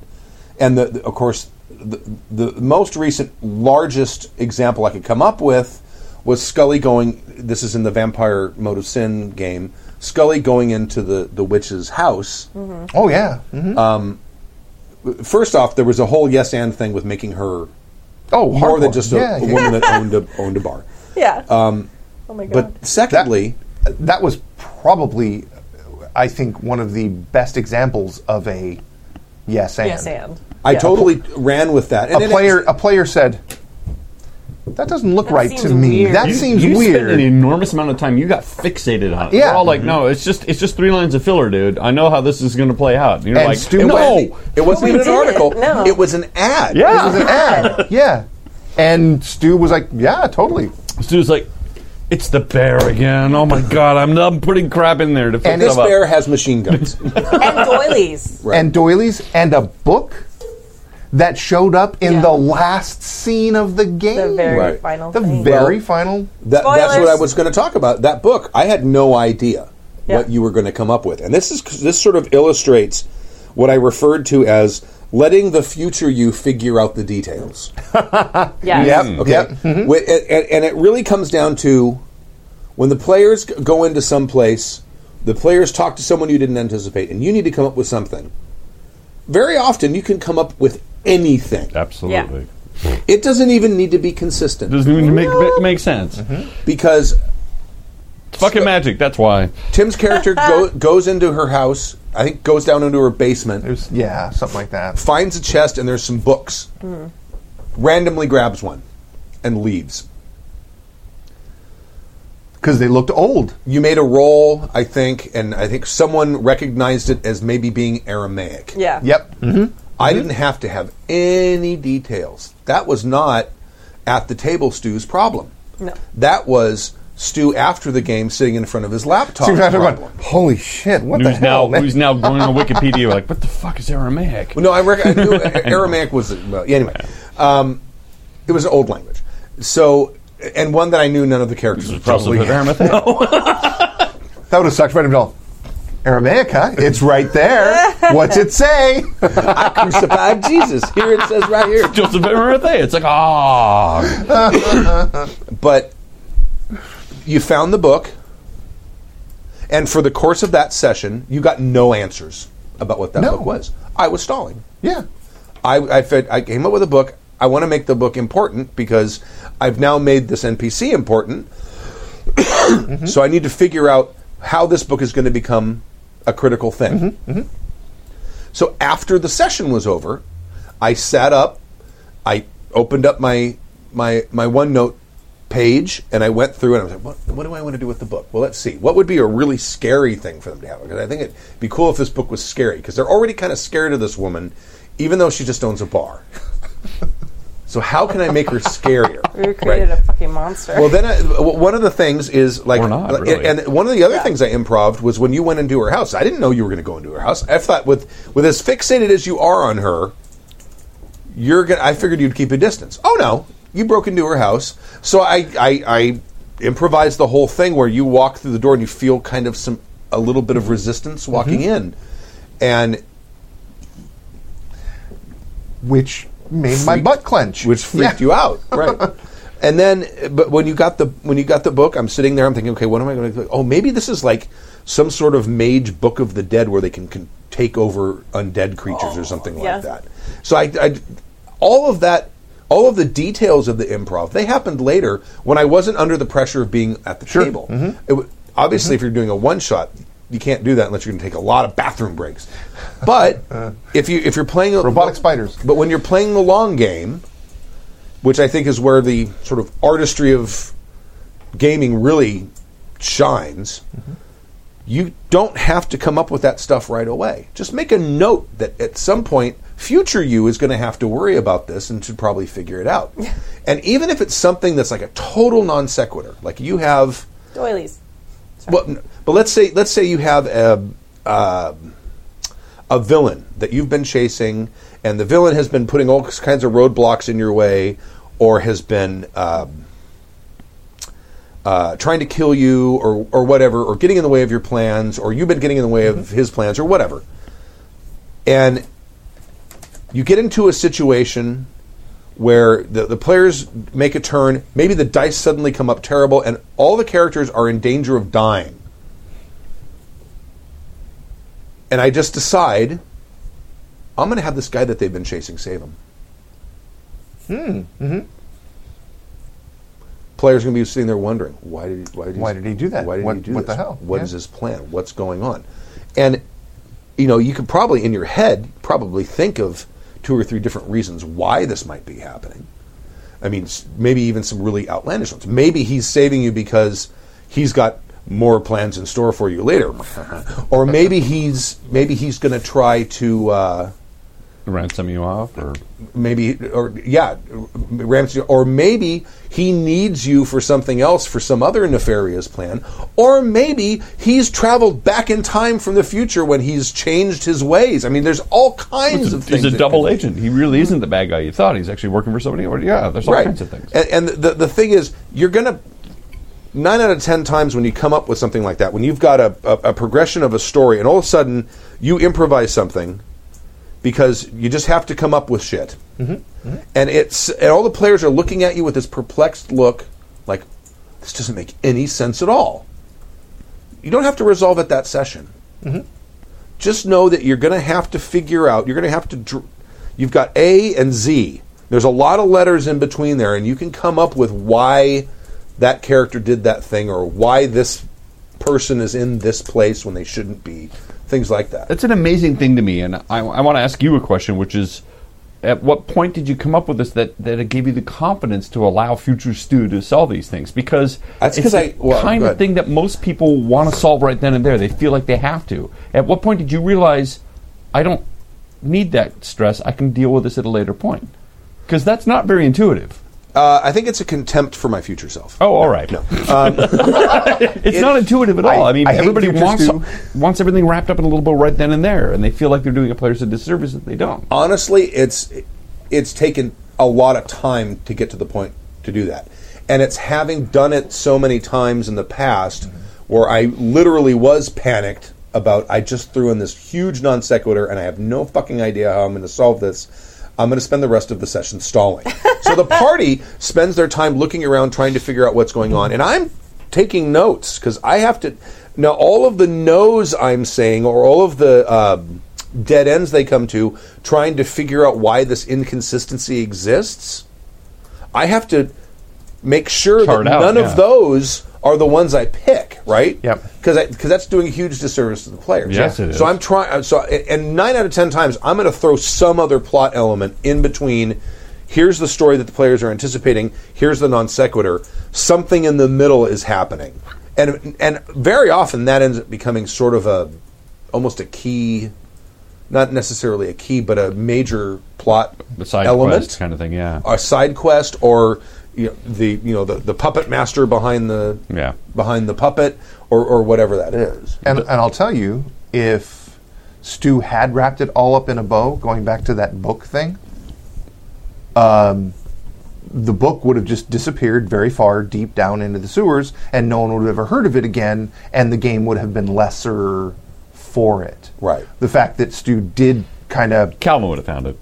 Speaker 2: and the, the- of course the, the most recent largest example I could come up with was Scully going. This is in the Vampire Mode of Sin game. Scully going into the the witch's house.
Speaker 5: oh yeah. Mhm.
Speaker 2: Uh, First off, there was a whole yes and thing with making her
Speaker 5: oh,
Speaker 2: more than
Speaker 5: hardcore.
Speaker 2: just a,
Speaker 5: yeah,
Speaker 2: a
Speaker 5: yeah.
Speaker 2: woman that owned a owned a bar.
Speaker 3: Yeah. oh my god.
Speaker 2: Um, But secondly.
Speaker 5: that was probably, I think, one of the best examples of a yes and.
Speaker 3: yes, and
Speaker 2: I
Speaker 3: Yeah.
Speaker 2: totally ran with that. And
Speaker 5: A
Speaker 2: it-
Speaker 5: player, a player said, "That doesn't look right to
Speaker 3: seems
Speaker 5: me.
Speaker 3: weird."
Speaker 5: That
Speaker 3: You-
Speaker 5: seems
Speaker 4: you
Speaker 5: weird."
Speaker 4: spent an enormous amount of time. You got fixated on it.
Speaker 5: Yeah. Mm-hmm.
Speaker 4: We're all like, no, it's just it's just three lines of filler, dude. I know how this is going to play out. And you're
Speaker 5: And
Speaker 4: like,
Speaker 5: Stu
Speaker 4: no,
Speaker 5: Wendy-
Speaker 2: It wasn't
Speaker 3: we
Speaker 2: even an
Speaker 3: did it.
Speaker 2: article.
Speaker 3: No.
Speaker 2: It was an ad.
Speaker 4: Yeah.
Speaker 5: It was an ad. Yeah. And Stu was like, "Yeah, totally."
Speaker 4: Stu's like, it's the bear again. Oh my god, I'm not putting crap in there to fix
Speaker 5: And
Speaker 2: This
Speaker 4: stuff
Speaker 2: bear
Speaker 4: up.
Speaker 2: has machine guns.
Speaker 3: and doilies.
Speaker 2: Right.
Speaker 5: and doilies and a book that showed up in
Speaker 3: Yeah.
Speaker 5: the last scene of the game.
Speaker 3: The very
Speaker 2: Right.
Speaker 3: final
Speaker 5: The
Speaker 3: thing.
Speaker 5: very final.
Speaker 2: That, that's what I
Speaker 3: Spoilers.
Speaker 2: was going to talk about. That book, I had no idea what
Speaker 3: Yeah.
Speaker 2: you were going to come up with, and this is this sort of illustrates what I referred to as letting the future you figure out the details.
Speaker 3: yes.
Speaker 5: Yep.
Speaker 2: Okay,
Speaker 5: Yep.
Speaker 3: Mm-hmm.
Speaker 2: Wh- and- and, and it really comes down to when the players g- go into some place, the players talk to someone you didn't anticipate, and you need to come up with something. Very often, you can come up with anything.
Speaker 4: Absolutely.
Speaker 3: Yeah.
Speaker 2: It doesn't even need to be consistent.
Speaker 4: Doesn't even make make, make sense.
Speaker 5: Mm-hmm.
Speaker 2: because
Speaker 4: It's fucking magic. That's why.
Speaker 2: Tim's
Speaker 3: *laughs*
Speaker 2: character go, goes into her house. I think goes down into her basement,
Speaker 5: There's yeah, something like that.
Speaker 2: finds a chest, and there's some books.
Speaker 3: Hmm.
Speaker 2: Randomly grabs one and leaves.
Speaker 5: Because they looked old.
Speaker 2: You made a roll, I think, and I think someone recognized it as maybe being Aramaic.
Speaker 3: Yeah.
Speaker 2: *laughs*
Speaker 5: Yep. Mm-hmm.
Speaker 2: I didn't have to have any details. That was not at the table Stu's problem.
Speaker 3: No.
Speaker 2: That was Stu after the game sitting in front of his laptop. problem.
Speaker 5: Holy shit! What the
Speaker 4: Who's now?
Speaker 5: hell? man?"
Speaker 4: Who's now going on Wikipedia? Like, what the fuck is Aramaic?
Speaker 2: Well, no, I, rec- I knew Aramaic was well, yeah, anyway. Um, it was an old language, so and one that I knew none of the characters would
Speaker 4: Probably
Speaker 5: *laughs*
Speaker 2: probably.
Speaker 4: Aramaic.
Speaker 5: that would have sucked right in the middle. Aramaic, huh? It's right
Speaker 3: *laughs*
Speaker 5: there. What's it say? *laughs*
Speaker 2: I crucified Jesus. Here it says
Speaker 4: *laughs*
Speaker 2: right here.
Speaker 4: Joseph Aramaic. It's like ah.
Speaker 2: But you found the book, and for the course of that session, you got no answers about what that
Speaker 5: No.
Speaker 2: book was. I was stalling.
Speaker 5: yeah.
Speaker 2: I, I, fed, I came up with a book. I want to make the book important because I've now made this NPC important. So I need to figure out how this book is going to become a critical thing. So after the session was over, I sat up, I opened up my my my OneNote page and I went through and I was like, what, what do I want to do with the book? Well, let's see. What would be a really scary thing for them to have? Because I think it'd be cool if this book was scary because they're already kind of scared of this woman, even though she just owns a bar. so how can I make
Speaker 3: *laughs*
Speaker 2: her scarier?
Speaker 3: We created
Speaker 2: Right.
Speaker 3: a fucking monster.
Speaker 2: Well, then I, w- one of the things is like,
Speaker 4: Or not,
Speaker 2: like,
Speaker 4: really.
Speaker 2: and one of the other things I improved was when you went into her house. I didn't know you were going to go into her house. I thought with with as fixated as you are on her, you're gonna. I figured you'd keep a distance. Oh no, you broke into her house. So I I, I improvised the whole thing where you walk through the door and you feel kind of some a little bit of resistance walking
Speaker 4: Mm-hmm.
Speaker 2: in, and
Speaker 5: which made my butt clench.
Speaker 2: which freaked
Speaker 5: Yeah. *laughs*
Speaker 2: you out, right? and then, but when you got the when you got the book, I'm sitting there, I'm thinking, okay, what am I going to? do? Oh, maybe this is like some sort of mage book of the dead where they can, can take over undead creatures or something
Speaker 3: yeah.
Speaker 2: like that. So I, I, all of that. All of the details of the improv they happened later when I wasn't under the pressure of being at the table.
Speaker 5: Mm-hmm.
Speaker 2: It w- obviously, if you're doing a one shot, you can't do that unless you're going to take a lot of bathroom breaks.
Speaker 5: *laughs*
Speaker 2: But
Speaker 5: Uh.
Speaker 2: if you if you're playing a,
Speaker 5: Robotic spiders.
Speaker 2: but when you're playing the long game, which I think is where the sort of artistry of gaming really shines,
Speaker 5: Mm-hmm.
Speaker 2: you don't have to come up with that stuff right away. Just make a note that at some point, future you is going to have to worry about this and should probably figure it out. and even if it's something that's like a total non sequitur, like you have,
Speaker 3: Doilies.
Speaker 2: well, n- but let's say let's say you have a um a villain that you've been chasing, and the villain has been putting all kinds of roadblocks in your way, or has been um, uh, trying to kill you, or or whatever, or getting in the way of your plans, or you've been getting in the way of his plans, or whatever. And you get into a situation where the, the players make a turn, maybe the dice suddenly come up terrible, and all the characters are in danger of dying. And I just decide I'm going to have this guy that they've been chasing save him. Hmm. Mm-hmm.
Speaker 5: Hmm, mm-hmm.
Speaker 2: Players going to be sitting there wondering why did he, why did he,
Speaker 5: Why did he do that?
Speaker 2: Why did
Speaker 5: What-
Speaker 2: he do
Speaker 5: what
Speaker 2: this?
Speaker 5: the hell?
Speaker 2: What
Speaker 5: Yeah.
Speaker 2: is his plan? What's going on? And you know, you could probably in your head probably think of two or three different reasons why this might be happening. I mean, s- maybe even some really outlandish ones. Maybe he's saving you because he's got more plans in store for you later, or maybe he's maybe he's going to try to. Uh,
Speaker 4: ransom you off or
Speaker 2: maybe or yeah Ramsey or maybe he needs you for something else for some other nefarious plan or maybe he's traveled back in time from the future when he's changed his ways I mean there's all kinds of things
Speaker 4: he's a
Speaker 2: that
Speaker 4: double
Speaker 2: could be.
Speaker 4: agent. He really isn't the bad guy you thought. He's actually working for somebody. Or yeah, there's all
Speaker 2: right
Speaker 4: kinds of things.
Speaker 2: and, and the the thing is you're gonna nine out of ten times when you come up with something like that when you've got a, a, a progression of a story and all of a sudden you improvise something because you just have to come up with shit.
Speaker 4: Mm-hmm.
Speaker 2: And it's and all the players are looking at you with this perplexed look, like this doesn't make any sense at all. You don't have to resolve it that session. Just know that you're going to have to figure out. You're going to have to. Dr- you've got A and Z. There's a lot of letters in between there, and you can come up with why that character did that thing or why this person is in this place when they shouldn't be. Things like that.
Speaker 4: That's an amazing thing to me, and I, I want to ask you a question, which is, at what point did you come up with this that, that it gave you the confidence to allow future Stu to solve these things? Because
Speaker 2: That's
Speaker 4: it's
Speaker 2: 'cause
Speaker 4: the
Speaker 2: I- well,
Speaker 4: kind
Speaker 2: go
Speaker 4: of
Speaker 2: ahead.
Speaker 4: thing that most people want to solve right then and there. They feel like they have to. At what point did you realize I don't need that stress? I can deal with this at a later point. Because that's not very intuitive.
Speaker 2: Uh, I think it's a contempt for my future self.
Speaker 4: Oh, all *laughs* right. it's not intuitive at all. I,
Speaker 5: Um, I-
Speaker 4: mean,
Speaker 5: I hate
Speaker 4: everybody
Speaker 5: futures
Speaker 4: wants
Speaker 5: too.
Speaker 4: wants everything wrapped up in a little bow right then and there, and they feel like they're doing a players a disservice if they don't.
Speaker 2: honestly, it's it's taken a lot of time to get to the point to do that, and it's having done it so many times in the past where I literally was panicked about I just threw in this huge non sequitur and I have no fucking idea how I'm going to solve this. I'm going to spend the rest of the session stalling. so the party spends their time looking around trying to figure out what's going on, and I'm taking notes because I have to. Now, all of the no's I'm saying, or all of the um dead ends they come to, trying to figure out why this inconsistency exists, I have to make sure
Speaker 4: Chart
Speaker 2: that
Speaker 4: out,
Speaker 2: none
Speaker 4: yeah.
Speaker 2: of those are the ones I pick, right?
Speaker 5: Yep.
Speaker 2: Because because that's doing a huge disservice to the players.
Speaker 4: Yes, it is.
Speaker 2: So I'm trying. So and nine out of ten times, I'm going to throw some other plot element in between Here's the story that the players are anticipating. Here's the non sequitur. Something in the middle is happening, and and very often that ends up becoming sort of a almost a key, not necessarily a key, but a major plot
Speaker 4: The side
Speaker 2: element
Speaker 4: quest kind of thing, yeah.
Speaker 2: a side quest or you know, the you know the, the puppet master behind the
Speaker 4: Yeah.
Speaker 2: behind the puppet or, or whatever that is.
Speaker 5: And, and I'll tell you, if Stu had wrapped it all up in a bow, going back to that book thing, um, the book would have just disappeared very far deep down into the sewers, and no one would have ever heard of it again, and the game would have been lesser for it.
Speaker 2: Right.
Speaker 5: The fact that Stu did kind of
Speaker 4: Calvin would have found it.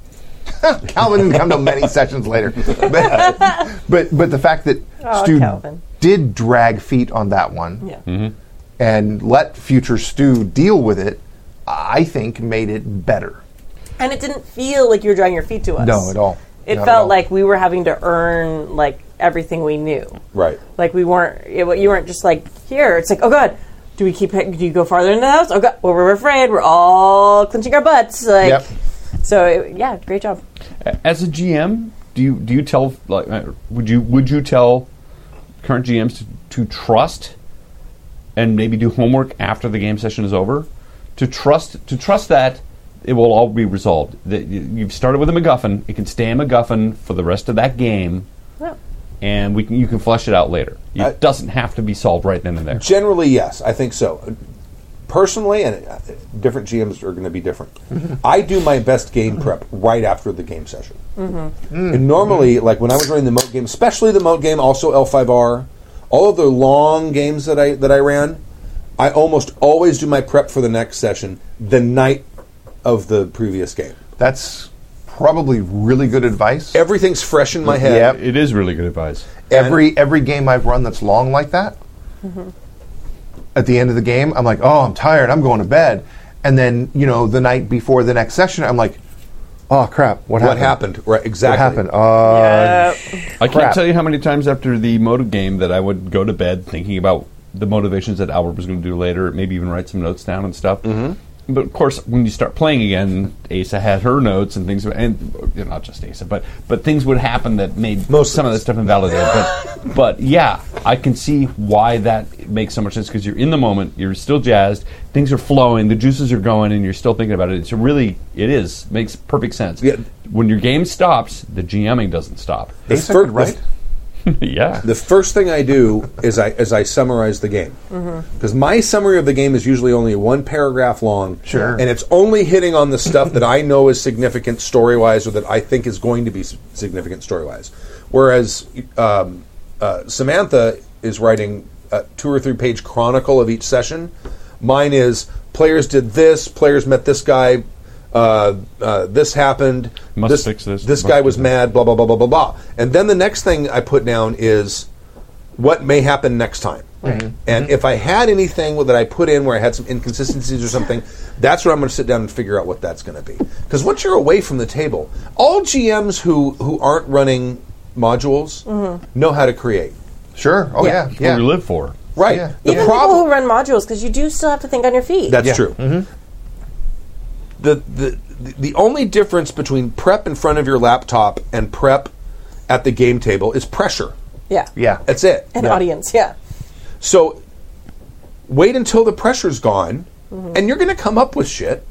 Speaker 5: Calvin didn't come to
Speaker 2: *laughs*
Speaker 5: many sessions later. But, but but the fact that
Speaker 3: Oh,
Speaker 5: Stu
Speaker 3: Calvin.
Speaker 5: did drag feet on that one
Speaker 3: Yeah.
Speaker 2: Mm-hmm.
Speaker 5: and let future Stu deal with it, I think made it better.
Speaker 3: And it didn't feel like you were dragging your feet to us.
Speaker 5: No, at all.
Speaker 3: It
Speaker 5: Not at all.
Speaker 3: felt like we were having to earn like everything we knew.
Speaker 2: Right.
Speaker 3: Like we weren't. It, you weren't just like here. It's like oh god. Do we keep? Do you go farther into the house? Oh god. Well, we're afraid. We're all clenching our butts. Like.
Speaker 5: Yep.
Speaker 3: So it, yeah, great job.
Speaker 4: As a GM, do you do you tell like uh, would you would you tell current GMs to, to trust and maybe do homework after the game session is over to trust to trust that it will all be resolved. That you- you've started with a MacGuffin, it can stay a MacGuffin for the rest of that game,
Speaker 3: Well,
Speaker 4: and we can, you can flesh it out later. It
Speaker 2: I-
Speaker 4: doesn't have to be solved right then and there.
Speaker 2: Generally, yes, I think so. Personally, and uh, different GMs are going to be different. I do my best game prep right after the game session. And normally, like when I was running the moat game, especially the moat game, also L5R, all of the long games that I that I ran, I almost always do my prep for the next session the night of the previous game.
Speaker 5: That's probably really good advice.
Speaker 2: Everything's fresh in my head.
Speaker 5: Yep.
Speaker 4: It is really good advice.
Speaker 5: Every every game I've run that's long like that,
Speaker 3: Mm-hmm.
Speaker 5: at the end of the game, I'm like, oh, I'm tired. I'm going to bed. And then you know, the night before the next session, I'm like, oh crap, what,
Speaker 2: What happened? Right,
Speaker 5: What
Speaker 2: exactly.
Speaker 5: happened? Uh,
Speaker 4: I
Speaker 5: Crap.
Speaker 4: can't tell you how many times after the motive game that I would go to bed thinking about the motivations that Albert was going to do later, maybe even write some notes down and stuff. Mm-hmm. But of course, when you start playing again, Asa had her notes and things, and you know, not just Asa, but but things would happen that made
Speaker 2: Most
Speaker 4: some
Speaker 2: of
Speaker 4: of
Speaker 2: us.
Speaker 4: that stuff invalidated. but but yeah, I can see why that makes so much sense because you're in the moment, you're still jazzed, things are flowing, the juices are going, and you're still thinking about it. It's really, it is makes perfect sense.
Speaker 2: Yeah.
Speaker 4: When your game stops, the GMing doesn't stop.
Speaker 2: The
Speaker 5: Asa
Speaker 2: fir-
Speaker 5: could write?
Speaker 4: yeah.
Speaker 2: the first thing I do is I is I summarize the game because my summary of the game is usually only one paragraph long,
Speaker 5: Sure.
Speaker 2: and it's only hitting on the stuff that I know is significant story wise or that I think is going to be s- significant story wise. Whereas um, uh, Samantha is writing a two or three page chronicle of each session. Mine is players did this, players met this guy. Uh, uh, this happened.
Speaker 4: Must
Speaker 2: this,
Speaker 4: fix this.
Speaker 2: This
Speaker 4: Must
Speaker 2: guy
Speaker 4: fix
Speaker 2: was
Speaker 4: that.
Speaker 2: mad. Blah blah blah blah blah blah. And then the next thing I put down is what may happen next time. And
Speaker 4: Mm-hmm.
Speaker 2: if I had anything that I put in where I had some inconsistencies or something, that's where I'm going to sit down and figure out what that's going to be. Because once you're away from the table, all GMs who who aren't running modules
Speaker 3: Mm-hmm.
Speaker 2: know how to create.
Speaker 5: Sure. Oh yeah.
Speaker 4: That's
Speaker 5: Yeah.
Speaker 4: what we live for.
Speaker 2: Right.
Speaker 5: Yeah.
Speaker 2: The
Speaker 3: even people who
Speaker 2: problem
Speaker 3: run modules because you do still have to think on your feet.
Speaker 2: that's
Speaker 5: Yeah.
Speaker 2: true. The, the the the only difference between prep in front of your laptop and prep at the game table is pressure.
Speaker 3: yeah.
Speaker 5: Yeah.
Speaker 2: That's it.
Speaker 3: An audience. Yeah.
Speaker 2: So wait until the pressure's gone, and you're going to come up with shit.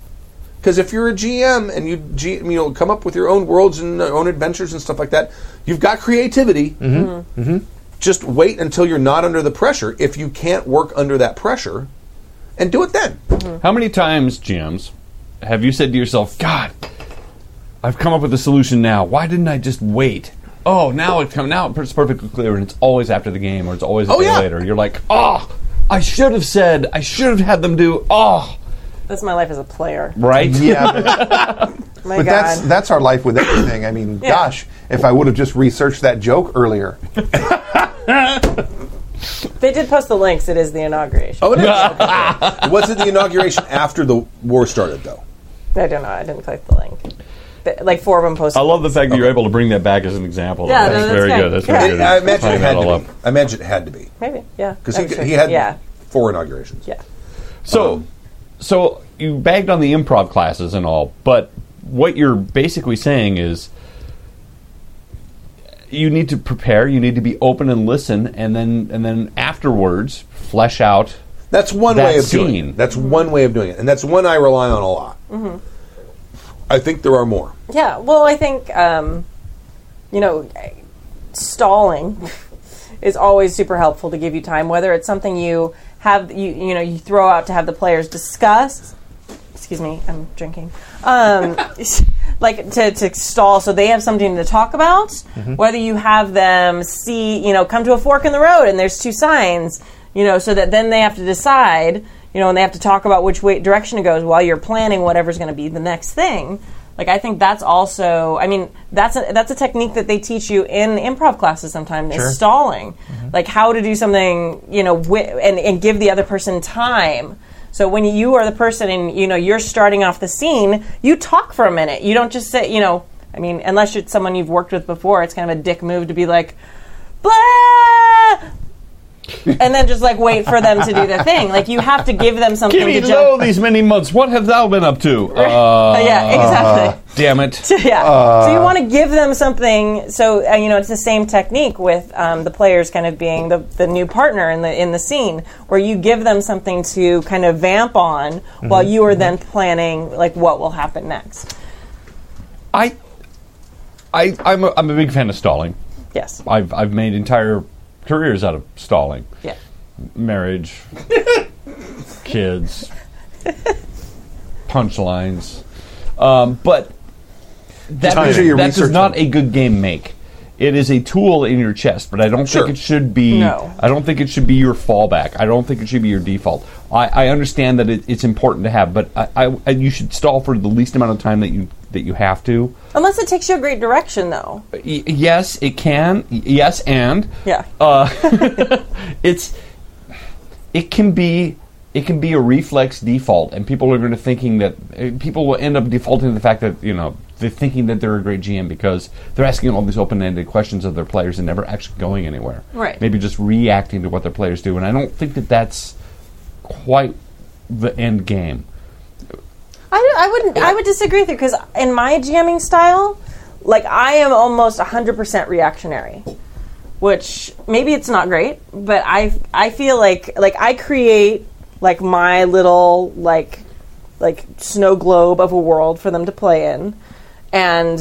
Speaker 2: Because if you're a GM and you G, you know come up with your own worlds and uh, own adventures and stuff like that, you've got creativity. Mm-hmm. Just wait until you're not under the pressure. If you can't work under that pressure, and do it then.
Speaker 4: How many times, GMs, have you said to yourself, God, I've come up with a solution now. Why didn't I just wait? Oh, now it's come now it's perfectly clear, and it's always after the game, or it's always a
Speaker 2: Oh,
Speaker 4: day
Speaker 2: yeah.
Speaker 4: later. You're like, oh, I should have said, I should have had them do, oh,
Speaker 3: That's my life as a player.
Speaker 4: right?
Speaker 5: Yeah. *laughs* But,
Speaker 3: My
Speaker 5: but
Speaker 3: God.
Speaker 5: that's that's our life with everything. I mean,
Speaker 3: Yeah.
Speaker 5: gosh, if I would have just researched that joke
Speaker 2: *laughs*
Speaker 5: earlier.
Speaker 3: they did post the links. It is the inauguration.
Speaker 2: Oh,
Speaker 3: *laughs*
Speaker 2: it is. Okay. Was it the inauguration after the war started, though?
Speaker 3: I don't know. I didn't click the link. But, like four of them posted.
Speaker 4: *laughs* I love the fact that you're able to bring that back as an example.
Speaker 3: Yeah,
Speaker 4: that's
Speaker 3: no, that's
Speaker 4: very
Speaker 3: good.
Speaker 4: good. That's very
Speaker 3: Yeah.
Speaker 4: good.
Speaker 2: I imagine
Speaker 4: Tying
Speaker 2: it
Speaker 4: that
Speaker 2: had
Speaker 4: all
Speaker 2: to
Speaker 4: up.
Speaker 2: be. I imagine it had to be
Speaker 3: Maybe. Yeah.
Speaker 2: because he,
Speaker 3: I'm sure.
Speaker 2: he had
Speaker 3: Yeah.
Speaker 2: four inaugurations.
Speaker 3: Yeah.
Speaker 4: So, so you bagged on the improv classes and all, but what you're basically saying is you need to prepare. You need to be open and listen, and then and then afterwards flesh out.
Speaker 2: That's one
Speaker 4: That
Speaker 2: way of doing
Speaker 4: scene.
Speaker 2: it. That's one way of doing it. And that's one I rely on a lot.
Speaker 3: Mm-hmm.
Speaker 2: I think there are more.
Speaker 3: Yeah, well, I think um, you know, stalling is always super helpful to give you time. Whether it's something you have, you you know, you throw out to have the players discuss. Excuse me, I'm drinking. Um, *laughs* like to, to stall so they have something to talk about. Whether you have them see, you know, come to a fork in the road and there's two signs, you know, so that then they have to decide, you know, and they have to talk about which way direction it goes while you're planning whatever's going to be the next thing. Like I think that's also, I mean, that's a, that's a technique that they teach you in improv classes sometimes is stalling, like how to do something, you know, wi- and and give the other person time. So when you are the person and you know you're starting off the scene, you talk for a minute. You don't just say, you know, I mean, unless it's someone you've worked with before, it's kind of a dick move to be like, blah. and then just like wait for them to do their thing. Like you have to give them something
Speaker 4: Give me
Speaker 3: to jump.
Speaker 4: lo these many months. What have thou been up to? Uh,
Speaker 3: yeah, exactly.
Speaker 4: damn it.
Speaker 3: *laughs* yeah. so you want to give them something. So uh, you know, it's the same technique with um, the players kind of being the, the new partner in the in the scene, where you give them something to kind of vamp on while you are then planning like what will happen next.
Speaker 4: I, I, I'm a, I'm a big fan of stalling.
Speaker 3: Yes.
Speaker 4: I've I've made entire careers out of stalling.
Speaker 3: Yeah. *laughs*
Speaker 4: marriage, kids, punchlines. Um, but that,
Speaker 5: Timing.
Speaker 4: does-
Speaker 5: Do your
Speaker 4: that does
Speaker 5: research
Speaker 4: not
Speaker 5: on
Speaker 4: a good game make. It is a tool in your chest, but I don't
Speaker 2: Sure.
Speaker 4: think it should be.
Speaker 3: No.
Speaker 4: I don't think it should be your fallback. I don't think it should be your default. I, I understand that it, it's important to have, but I, I, I, you should stall for the least amount of time that you that you have to.
Speaker 3: Unless it takes you a great direction, though.
Speaker 4: Y- yes, it can. Y- yes, and
Speaker 3: Yeah.
Speaker 4: it's it can be it can be a reflex default, and people are going to thinking that uh, people will end up defaulting to the fact that you know they're thinking that they're a great GM because they're asking all these open-ended questions of their players and never actually going anywhere.
Speaker 3: Right.
Speaker 4: Maybe just reacting to what their players do, and I don't think that that's quite the
Speaker 3: *laughs*
Speaker 4: end game.
Speaker 3: I, don't- I wouldn't. I would disagree with you because in my jamming style, like I am almost 100% reactionary, which maybe it's not great, but I I feel like like I create like my little like like snow globe of a world for them to play in, and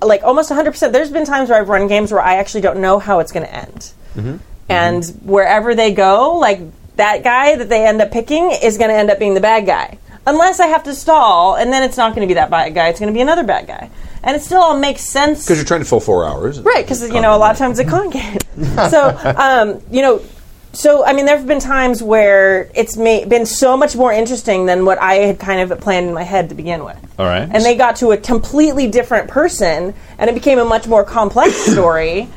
Speaker 3: like almost 100%. There's been times where I've run games where I actually don't know how it's going to end
Speaker 2: Mm-hmm.
Speaker 3: and wherever they go, like that guy that they end up picking is going to end up being the bad guy. Unless I have to stall, and then it's not going to be that bad guy. It's going to be another bad guy, and it still all makes sense.
Speaker 2: Because you're trying to fill four hours.
Speaker 3: Right, because you know a lot of times it's a con game.
Speaker 4: *laughs*
Speaker 3: so um, you know, so I mean, there have been times where it's ma- been so much more interesting than what I had kind of planned in my head to begin with.
Speaker 4: All right.
Speaker 3: and they got to a completely different person, and it became a much more
Speaker 4: *coughs*
Speaker 3: complex story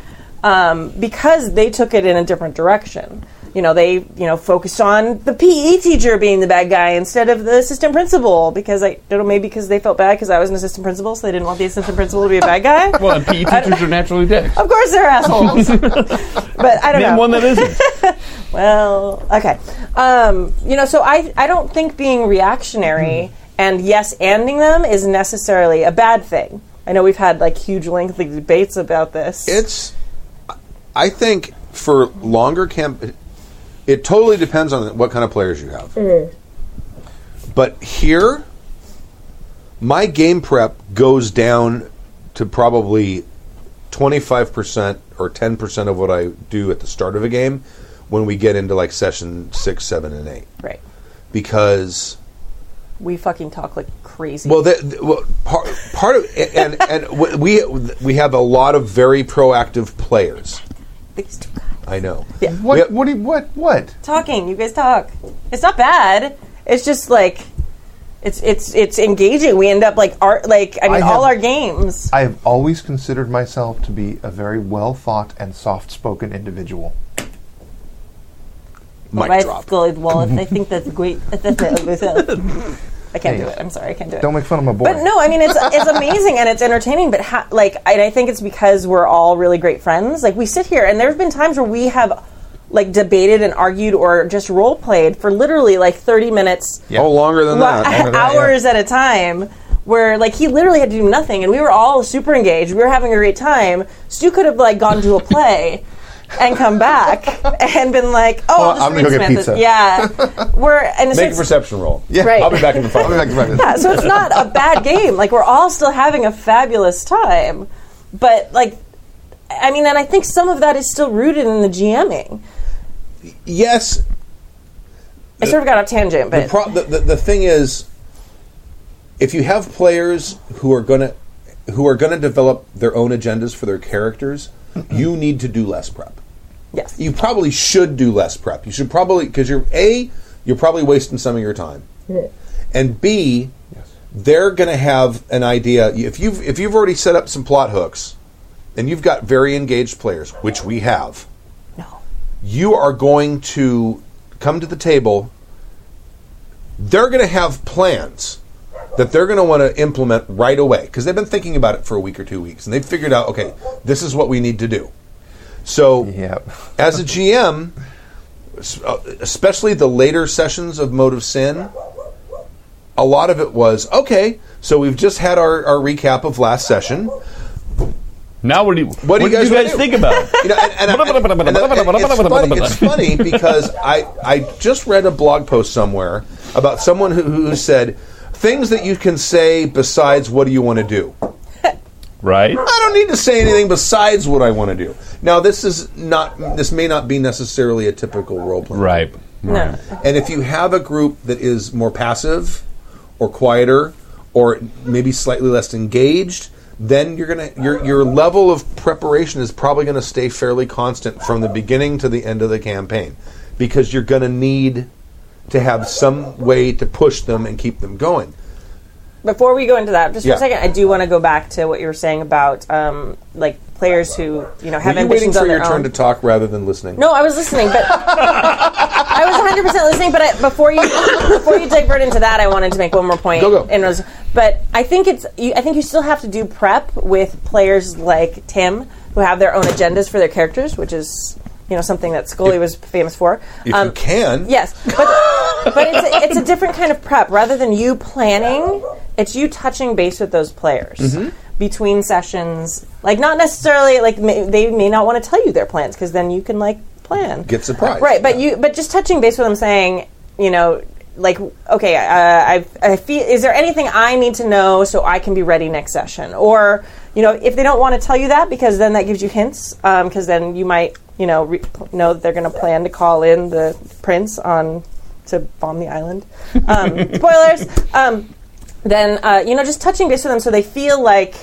Speaker 3: um, because they took it in a different direction. You know, they you know focused on the PE teacher being the bad guy instead of the assistant principal because I don't know maybe because they felt bad because I was an assistant principal, so they didn't want the assistant principal to be a bad guy.
Speaker 4: *laughs* Well, and PE E teachers are
Speaker 3: *laughs*
Speaker 4: naturally dicks.
Speaker 3: Of course they're assholes. but I don't
Speaker 4: Name
Speaker 3: know.
Speaker 4: one that isn't.
Speaker 3: well, okay. Um, you know, so I, I don't think being reactionary and yes anding them is necessarily a bad thing. I know we've had like huge lengthy debates about this.
Speaker 2: It's, I think, for longer camp, it totally depends on what kind of players you have. But here, my game prep goes down to probably 25% or 10% of what I do at the start of a game when we get into like session six, seven, and eight.
Speaker 3: right.
Speaker 2: Because.
Speaker 3: We fucking talk like crazy.
Speaker 2: Well, the, the, well part, part of and and w- we we have a lot of very proactive players.
Speaker 3: These two guys.
Speaker 2: I know.
Speaker 5: What?
Speaker 2: Yeah.
Speaker 5: What? do you- What? What?
Speaker 3: Talking, you guys talk. It's not bad. It's just like it's it's it's engaging. We end up like art like I mean
Speaker 5: have-
Speaker 3: all our games.
Speaker 5: I have always considered myself to be a very well thought and soft spoken individual.
Speaker 2: Mic
Speaker 3: Right,
Speaker 2: drop.
Speaker 3: good. Well, if
Speaker 5: *laughs*
Speaker 3: they think that's great, that's it. I can't do it. I'm sorry, I can't do it.
Speaker 5: Don't make fun of my boy.
Speaker 3: But no, I mean it's it's amazing and it's entertaining. But ha- like, and I think it's because we're all really great friends. Like we sit here, and there have been times where we have like debated and argued or just role played for literally like 30 minutes,
Speaker 2: Oh, longer than
Speaker 3: lo- *laughs*
Speaker 2: that.
Speaker 5: that, yeah.
Speaker 3: hours at a time. where like he literally had to do nothing, and we were all super engaged. We were having a great time. Stu could have like gone to a play. And come back and been like, oh,
Speaker 5: Well,
Speaker 3: I'll just
Speaker 5: I'm gonna go
Speaker 3: read Samantha's-
Speaker 5: get pizza.
Speaker 3: Yeah, we're and it's
Speaker 2: Make a perception roll. Yeah.
Speaker 3: Right.
Speaker 2: I'll be back in the
Speaker 5: I'll be
Speaker 2: phone.
Speaker 5: back to breakfast.
Speaker 3: yeah, so it's not a bad game. Like we're all still having a fabulous time, but like, I mean, and I think some of that is still rooted in the GMing.
Speaker 2: yes.
Speaker 3: I sort of got off tangent,
Speaker 2: The,
Speaker 3: but
Speaker 2: pro- the, the, the thing is, if you have players who are gonna who are gonna develop their own agendas for their characters, you need to do less prep.
Speaker 3: yes,
Speaker 2: you probably should do less prep. You should probably because you're a you're probably wasting some of your time, and b they're going to have an idea if you've if you've already set up some plot hooks, and you've got very engaged players, which we have.
Speaker 3: no,
Speaker 2: You are going to come to the table. They're going to have plans that they're going to want to implement right away because they've been thinking about it for a week or two weeks, and they've figured out okay, this is what we need to do. So
Speaker 5: Yep.
Speaker 2: as a GM, s- uh, especially the later sessions of Mode of Sin, a lot of it was okay. So we've just had our, our recap of last session.
Speaker 4: *laughs* Now what do you,
Speaker 2: What do you guys
Speaker 4: did you
Speaker 2: wanna
Speaker 4: guys
Speaker 2: do?
Speaker 4: think about?
Speaker 2: You know, and, and, I- and, and it's, funny, it's funny because I I just read a blog post somewhere about someone who, who said things that you can say besides what do you want to do.
Speaker 3: *laughs*
Speaker 4: right?
Speaker 2: I don't need to say anything besides what I want to do. Now this is not this may not be necessarily a typical role play.
Speaker 4: Right.
Speaker 3: no.
Speaker 2: And if you have a group that is more passive or quieter or maybe slightly less engaged, then you're gonna your your level of preparation is probably gonna stay fairly constant from the beginning to the end of the campaign. Because you're gonna need to have some way to push them and keep them going.
Speaker 3: Before we go into that, just
Speaker 2: Yeah.
Speaker 3: for a second, I do want to go back to what you were saying about um, like players who you know have
Speaker 2: Are you waiting
Speaker 3: ambitions
Speaker 2: for
Speaker 3: on their
Speaker 2: your
Speaker 3: own.
Speaker 2: turn to talk rather than listening?
Speaker 3: No, I was listening,
Speaker 2: *laughs*
Speaker 3: but I was 100 percent listening. But I, before you before you divert into that, I wanted to make one more point.
Speaker 2: Go, go.
Speaker 3: And it was, but I think it's you, I think you still have to do prep with players like Tim who have their own agendas for their characters, which is you know something that Scully was famous for. Um,
Speaker 2: If you can.
Speaker 3: Yes, but, but it's, a, it's a different kind of prep. Rather than you planning, it's you touching base with those players
Speaker 2: Mm-hmm.
Speaker 3: between sessions. Like not necessarily like may, they may not want to tell you their plans because then you can like plan.
Speaker 2: Get surprised.
Speaker 3: Right, but you but just touching base with them, saying you know like okay, uh, I I feel is there anything I need to know so I can be ready next session or you know if they don't want to tell you that because then that gives you hints because then you might you know re- know that they're going to plan to call in the prince on to bomb the island. Um, *laughs* spoilers. Um, then uh, you know just touching base with them so they feel like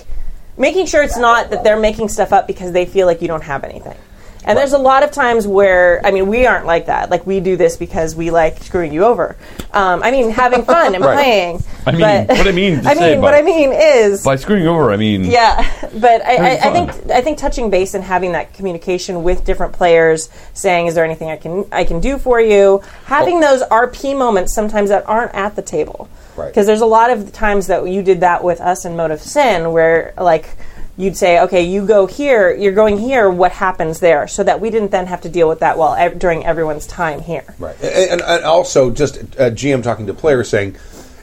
Speaker 3: making sure it's not that they're making stuff up because they feel like you don't have anything and there's a lot of times where i mean we aren't like that like we do this because we like screwing you over um, i mean having fun
Speaker 4: *laughs*
Speaker 3: and
Speaker 2: Right.
Speaker 3: playing
Speaker 4: I mean,
Speaker 3: but
Speaker 4: what I mean
Speaker 3: *laughs*
Speaker 4: to
Speaker 3: i
Speaker 4: say
Speaker 3: mean what
Speaker 4: about-
Speaker 3: i mean is
Speaker 4: By screwing over, I mean.
Speaker 3: yeah, *laughs* but I, I, I
Speaker 4: Having
Speaker 3: think I think touching base and having that communication with different players, saying, "Is there anything I can I can do for you?" Having those RP moments sometimes that aren't at the table,
Speaker 2: Right.
Speaker 3: Because there's a lot of times that you did that with us in Mode of Sin, where like you'd say, "Okay, you go here, you're going here. What happens there?" So that we didn't then have to deal with that while ev- during everyone's time here.
Speaker 2: Right. And, and- and also, just uh, GM talking to players saying,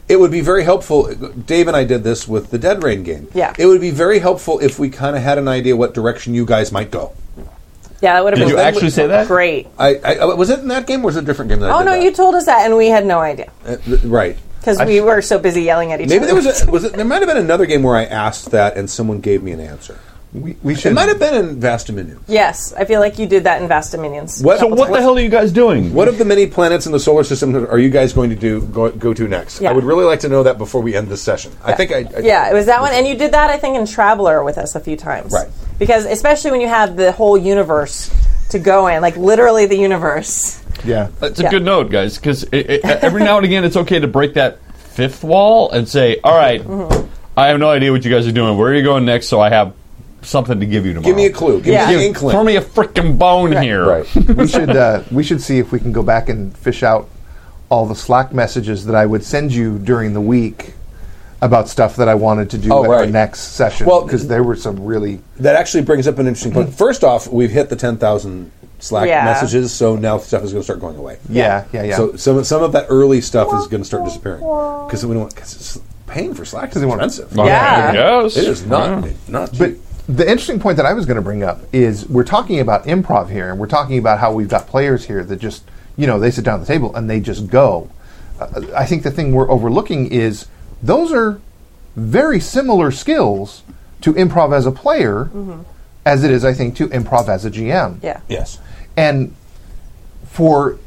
Speaker 2: it would be very helpful. Dave and I did this with the Dead Rain game.
Speaker 3: Yeah.
Speaker 2: It would be very helpful if we kind of had an idea what direction you guys might go.
Speaker 3: Yeah, that would have
Speaker 4: Did
Speaker 3: been
Speaker 4: you actually say that?
Speaker 3: great.
Speaker 2: I, I uh, was it in that game or was it a different game? That I
Speaker 3: Oh
Speaker 2: did
Speaker 3: no,
Speaker 2: that?
Speaker 3: you told us that, and we had no idea
Speaker 2: Uh, th- right.
Speaker 3: because we were so busy yelling at each
Speaker 2: Maybe
Speaker 3: other.
Speaker 2: there was a, was it, there might have been another game where I asked that and someone gave me an answer.
Speaker 5: We, we should.
Speaker 2: It might have been in Vasta Menu.
Speaker 3: Yes, I feel like you did that in Vast Dominions.
Speaker 2: What-
Speaker 4: So what the hell are you guys doing?
Speaker 2: What of the many planets in the solar system are you guys going to do go, go to next?
Speaker 3: Yeah.
Speaker 2: I would really like to know that before we end this session. I think I, I
Speaker 3: Yeah, it was that one, and you did that I think in Traveler with us a few times,
Speaker 2: Right.
Speaker 3: Because especially when you have the whole universe to go in, like literally the universe.
Speaker 5: yeah.
Speaker 4: That's a
Speaker 3: Yeah.
Speaker 4: good note, guys, because e, every now and again it's okay to break that fifth wall and say, all right,
Speaker 3: Mm-hmm.
Speaker 4: I have no idea what you guys are doing. Where are you going next? So I have something to give you tomorrow.
Speaker 2: Give me a clue. Give
Speaker 3: Yeah.
Speaker 2: me
Speaker 4: Give-
Speaker 2: an inkling.
Speaker 4: Throw me a freaking bone here.
Speaker 5: *laughs*
Speaker 2: Right.
Speaker 5: we should uh, we should see if we can go back and fish out all the Slack messages that I would send you during the week about stuff that I wanted to do
Speaker 2: Oh,
Speaker 5: at
Speaker 2: right.
Speaker 5: the next session.
Speaker 2: Well,
Speaker 5: because there were some really
Speaker 2: That actually brings up an interesting point. First off, we've hit the 10,000 Slack
Speaker 3: Yeah.
Speaker 2: messages, so now stuff is going to start going away.
Speaker 5: yeah yeah yeah.
Speaker 2: So some, some of that early stuff is going to start disappearing because we don't cause it's paying for slacks is
Speaker 5: Doesn't want-
Speaker 2: expensive.
Speaker 3: Yeah.
Speaker 4: I guess.
Speaker 2: It is not,
Speaker 4: Yeah.
Speaker 2: not cheap.
Speaker 5: But the interesting point that I was going to bring up is we're talking about improv here, and we're talking about how we've got players here that just, you know, they sit down at the table and they just go. Uh, I think the thing we're overlooking is those are very similar skills to improv as a player, as it is, I think, to improv as a GM.
Speaker 3: Yeah.
Speaker 2: yes.
Speaker 5: And for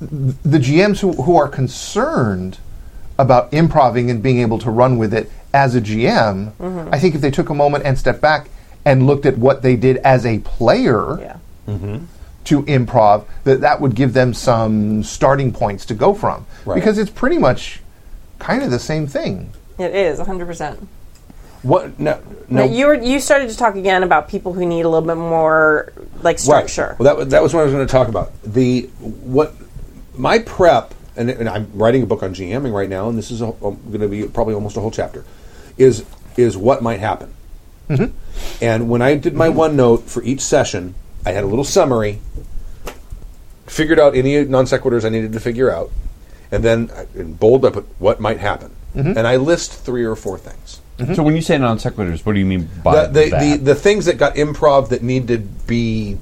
Speaker 5: the GMs who, who are concerned about improving and being able to run with it as a GM, I think if they took a moment and stepped back and looked at what they did as a player
Speaker 3: Yeah.
Speaker 5: to improv, that that would give them some starting points to go from.
Speaker 2: Right.
Speaker 5: Because it's pretty much kind of the same thing.
Speaker 3: It is 100%.
Speaker 2: What?
Speaker 3: Now,
Speaker 2: No. no
Speaker 3: you were you started to talk again about people who need a little bit more like structure.
Speaker 2: Right. Well, that, wa- that was what I was going to talk about. The what my prep, and, and I'm writing a book on GMing right now, and this is going to be probably almost a whole chapter, is is what might happen. And when I did my OneNote for each session, I had a little summary, figured out any non sequiturs I needed to figure out, and then I- in bold I put what might happen, and I list three or four things
Speaker 4: So when you say non sequiturs, what do you mean by
Speaker 2: the, the,
Speaker 4: that?
Speaker 2: the the things that got improv that need to be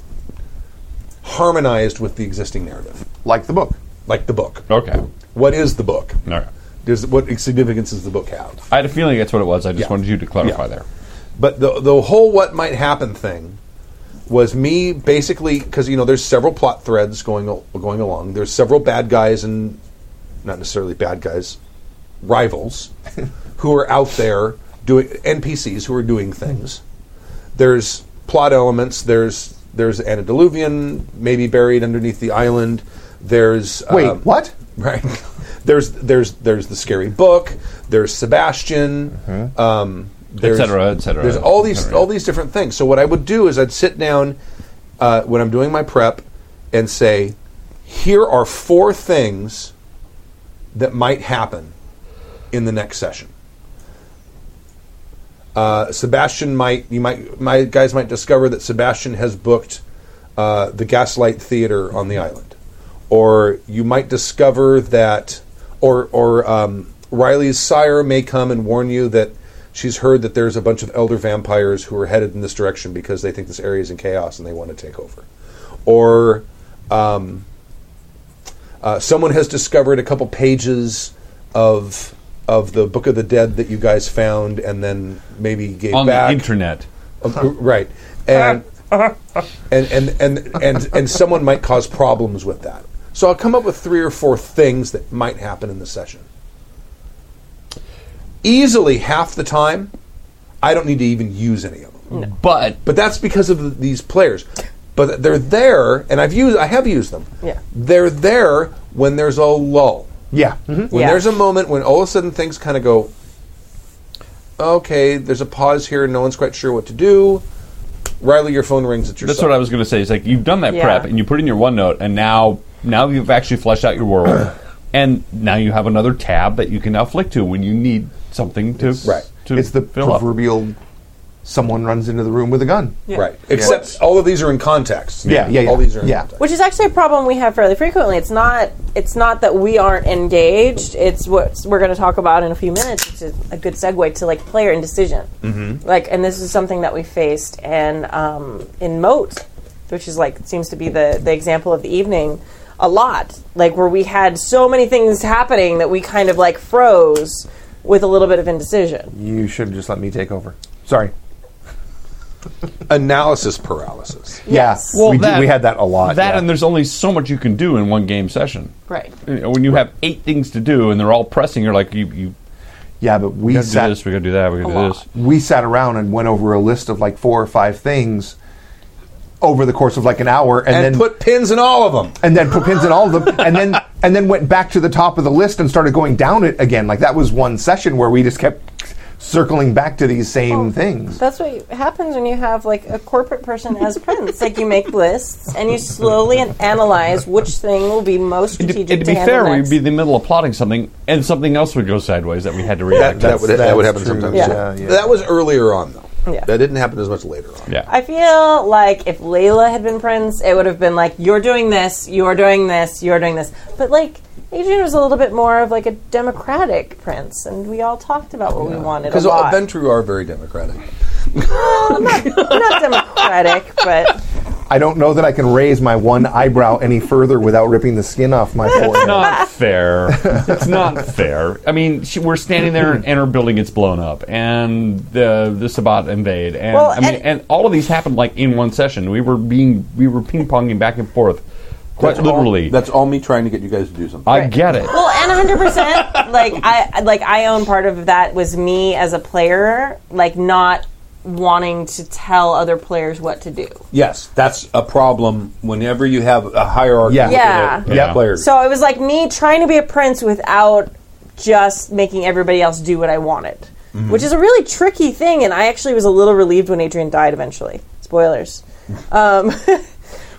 Speaker 2: harmonized with the existing narrative,
Speaker 5: Like the book.
Speaker 2: like the book.
Speaker 4: okay. All
Speaker 2: What is the book?
Speaker 4: right.
Speaker 2: Does what significance does the book have?
Speaker 4: I had a feeling that's what it was. I just
Speaker 2: Yeah.
Speaker 4: wanted you to clarify
Speaker 2: Yeah.
Speaker 4: there.
Speaker 2: But the the whole what might happen thing was me basically because you know there's several plot threads going al- going along. There's several bad guys and not necessarily bad guys, rivals who are out there doing NPCs who are doing things. There's plot elements. There's there's antediluvian maybe buried underneath the island. There's
Speaker 5: Wait,
Speaker 2: um,
Speaker 5: what?
Speaker 2: Right. There's there's there's the scary book. There's Sebastian. Um, there's,
Speaker 4: cetera, Mm-hmm. et cetera,
Speaker 2: There's all these
Speaker 4: et cetera.
Speaker 2: all these different things. So what I would do is I'd sit down uh, when I'm doing my prep and say, here are four things that might happen in the next session. Uh, Sebastian might you might my guys might discover that Sebastian has booked uh, the Gaslight Theater on the island, or you might discover that, or or um, Riley's sire may come and warn you that she's heard that there's a bunch of elder vampires who are headed in this direction because they think this area is in chaos and they want to take over, or um, uh, someone has discovered a couple pages of of the Book of the Dead that you guys found and then maybe gave
Speaker 4: On
Speaker 2: back
Speaker 4: the internet.
Speaker 2: Uh, right, and and and and and and someone might cause problems with that. So I'll come up with three or four things that might happen in the session. Easily half the time, I don't need to even use any of them.
Speaker 4: But
Speaker 2: But that's because of th- these players. But they're there, and I've used, I have used them.
Speaker 3: Yeah.
Speaker 2: They're there when there's a lull.
Speaker 5: Yeah. Mhm.
Speaker 2: When
Speaker 3: Yeah.
Speaker 2: there's a moment when all of a sudden things kind of go, okay, there's a pause here, no one's quite sure what to do. Riley, your phone rings at your.
Speaker 4: that's
Speaker 2: side.
Speaker 4: what I was going to say. It's like you've done that
Speaker 3: Yeah.
Speaker 4: prep and you put in your OneNote, and now now you've actually fleshed out your
Speaker 3: *clears throat*
Speaker 4: world, and now you have another tab that you can now flick to when you need something to
Speaker 2: right.
Speaker 4: To
Speaker 5: it's the
Speaker 4: fill up.
Speaker 5: proverbial someone runs into the room with a gun.
Speaker 2: Right. Except all of these are in context.
Speaker 5: Yeah, yeah, yeah.
Speaker 2: All these are in
Speaker 5: Yeah.
Speaker 2: context.
Speaker 3: Which is actually a problem we have fairly frequently. It's not it's not that we aren't engaged. It's what we're going to talk about in a few minutes. It's a, a good segue to like player indecision. Mm-hmm. Like, and this is something that we faced and um, in Moat, which is like seems to be the the example of the evening a lot. Like where we had so many things happening that we kind of like froze with a little bit of indecision.
Speaker 5: You should have just let me take over. Sorry.
Speaker 2: Analysis paralysis.
Speaker 5: Yes.
Speaker 4: Well,
Speaker 5: we, do-
Speaker 4: that-
Speaker 5: we had that a lot.
Speaker 4: that,
Speaker 5: yeah.
Speaker 4: and there's only so much you can do in one game session.
Speaker 3: Right.
Speaker 4: You know, when you have eight things to do and they're all pressing, you're like, you, you
Speaker 5: Yeah, but we
Speaker 4: gotta do
Speaker 5: sat
Speaker 4: this, we gotta do that, we gotta do this.
Speaker 5: we sat around and went over a list of like four or five things over the course of like an hour, and,
Speaker 2: And,
Speaker 5: then
Speaker 2: put pins in all of them.
Speaker 5: and then put pins in all of them, and then and then went back to the top of the list and started going down it again. Like that was one session where we just kept circling back to these
Speaker 2: Oh.
Speaker 5: same things.
Speaker 3: That's what happens when you have like a corporate person as prince. like you make lists and you slowly an- analyze which thing will be most
Speaker 4: And
Speaker 3: strategic.
Speaker 4: to, and to be
Speaker 3: handle
Speaker 4: fair,
Speaker 3: next.
Speaker 4: we'd be in the middle of plotting something and something else would go sideways that we had to
Speaker 2: That,
Speaker 4: react to.
Speaker 2: that would, that
Speaker 5: that's
Speaker 2: would happen
Speaker 5: true.
Speaker 2: sometimes.
Speaker 5: Yeah. Yeah, yeah.
Speaker 2: That was earlier on, though.
Speaker 3: Yeah.
Speaker 2: That didn't happen as much later on.
Speaker 4: Yeah.
Speaker 3: I feel like if Layla had been Prince, it would have been like, you're doing this, you're doing this, you're doing this. But like, Adrian was a little bit more of like a democratic prince, and we all talked about what we wanted a
Speaker 2: Because
Speaker 3: lot.
Speaker 2: Ventru are very democratic.
Speaker 3: Not democratic, but
Speaker 5: I don't know that I can raise my one eyebrow any further without ripping the skin off my
Speaker 3: *laughs*
Speaker 5: forehead.
Speaker 4: not fair. It's not fair. I mean, she, we're standing there, and, and her building gets blown up, and the the Sabbat invade, and
Speaker 3: Well,
Speaker 4: I mean,
Speaker 3: and-
Speaker 4: and, all of these happened like in one session. We were being we were ping ponging back and forth, quite
Speaker 2: That's all-
Speaker 4: literally.
Speaker 2: that's all me trying to get you guys to do something.
Speaker 4: I get it.
Speaker 3: Well, and 100 percent. Like I, like I own part of that was me as a player, like not wanting to tell other players what to do.
Speaker 2: yes, that's a problem whenever you have a hierarchy.
Speaker 5: Yeah.
Speaker 2: of
Speaker 3: Yeah.
Speaker 2: the- of
Speaker 4: Yeah.
Speaker 2: Players.
Speaker 3: So it was like me trying to be a prince without just making everybody else do what I wanted,
Speaker 5: Mm-hmm.
Speaker 3: which is a really tricky thing. And I actually was a little relieved when Adrian died eventually. Spoilers. Um *laughs* 'cause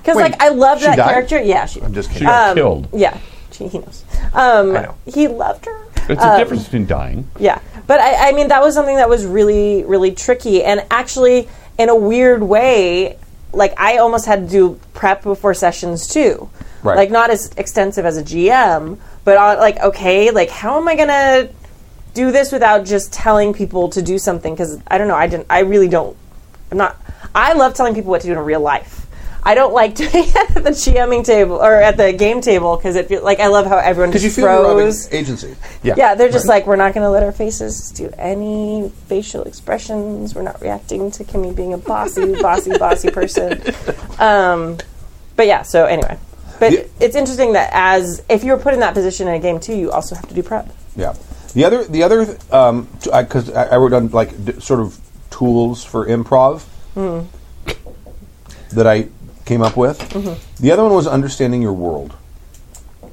Speaker 3: because like I loved
Speaker 5: she
Speaker 3: that
Speaker 5: died?
Speaker 3: character. Yeah, she.
Speaker 5: I'm just
Speaker 4: She
Speaker 5: kidding.
Speaker 4: got killed.
Speaker 3: Um, Yeah, she, he knows. Um,
Speaker 5: I know.
Speaker 3: He loved her.
Speaker 4: It's a difference between dying.
Speaker 3: Yeah, but I, I mean that was something that was really really tricky, and actually in a weird way, like I almost had to do prep before sessions too,
Speaker 2: Right.
Speaker 3: like not as extensive as a GM, but on, like okay, like how am I gonna do this without just telling people to do something? Because I don't know, I didn't, I really don't, I'm not, I love telling people what to do in real life. I don't like *laughs* doing it at the GMing table or at the game table because it feel, like I love how everyone
Speaker 2: Because
Speaker 3: just
Speaker 2: you feel you're robbing
Speaker 3: froze.
Speaker 2: agency.
Speaker 3: Yeah, they're just like, we're not going to let our faces do any facial expressions. We're not reacting to Kimmy being a bossy, bossy, bossy person. Um, but yeah, so anyway. But
Speaker 2: Yeah.
Speaker 3: it's interesting that as if you were put in that position in a game too, you also have to do prep.
Speaker 2: Yeah. The other, the other, because um, t- I, 'cause I, I wrote down like d- sort of tools for improv that I came up with. The other one was understanding your world.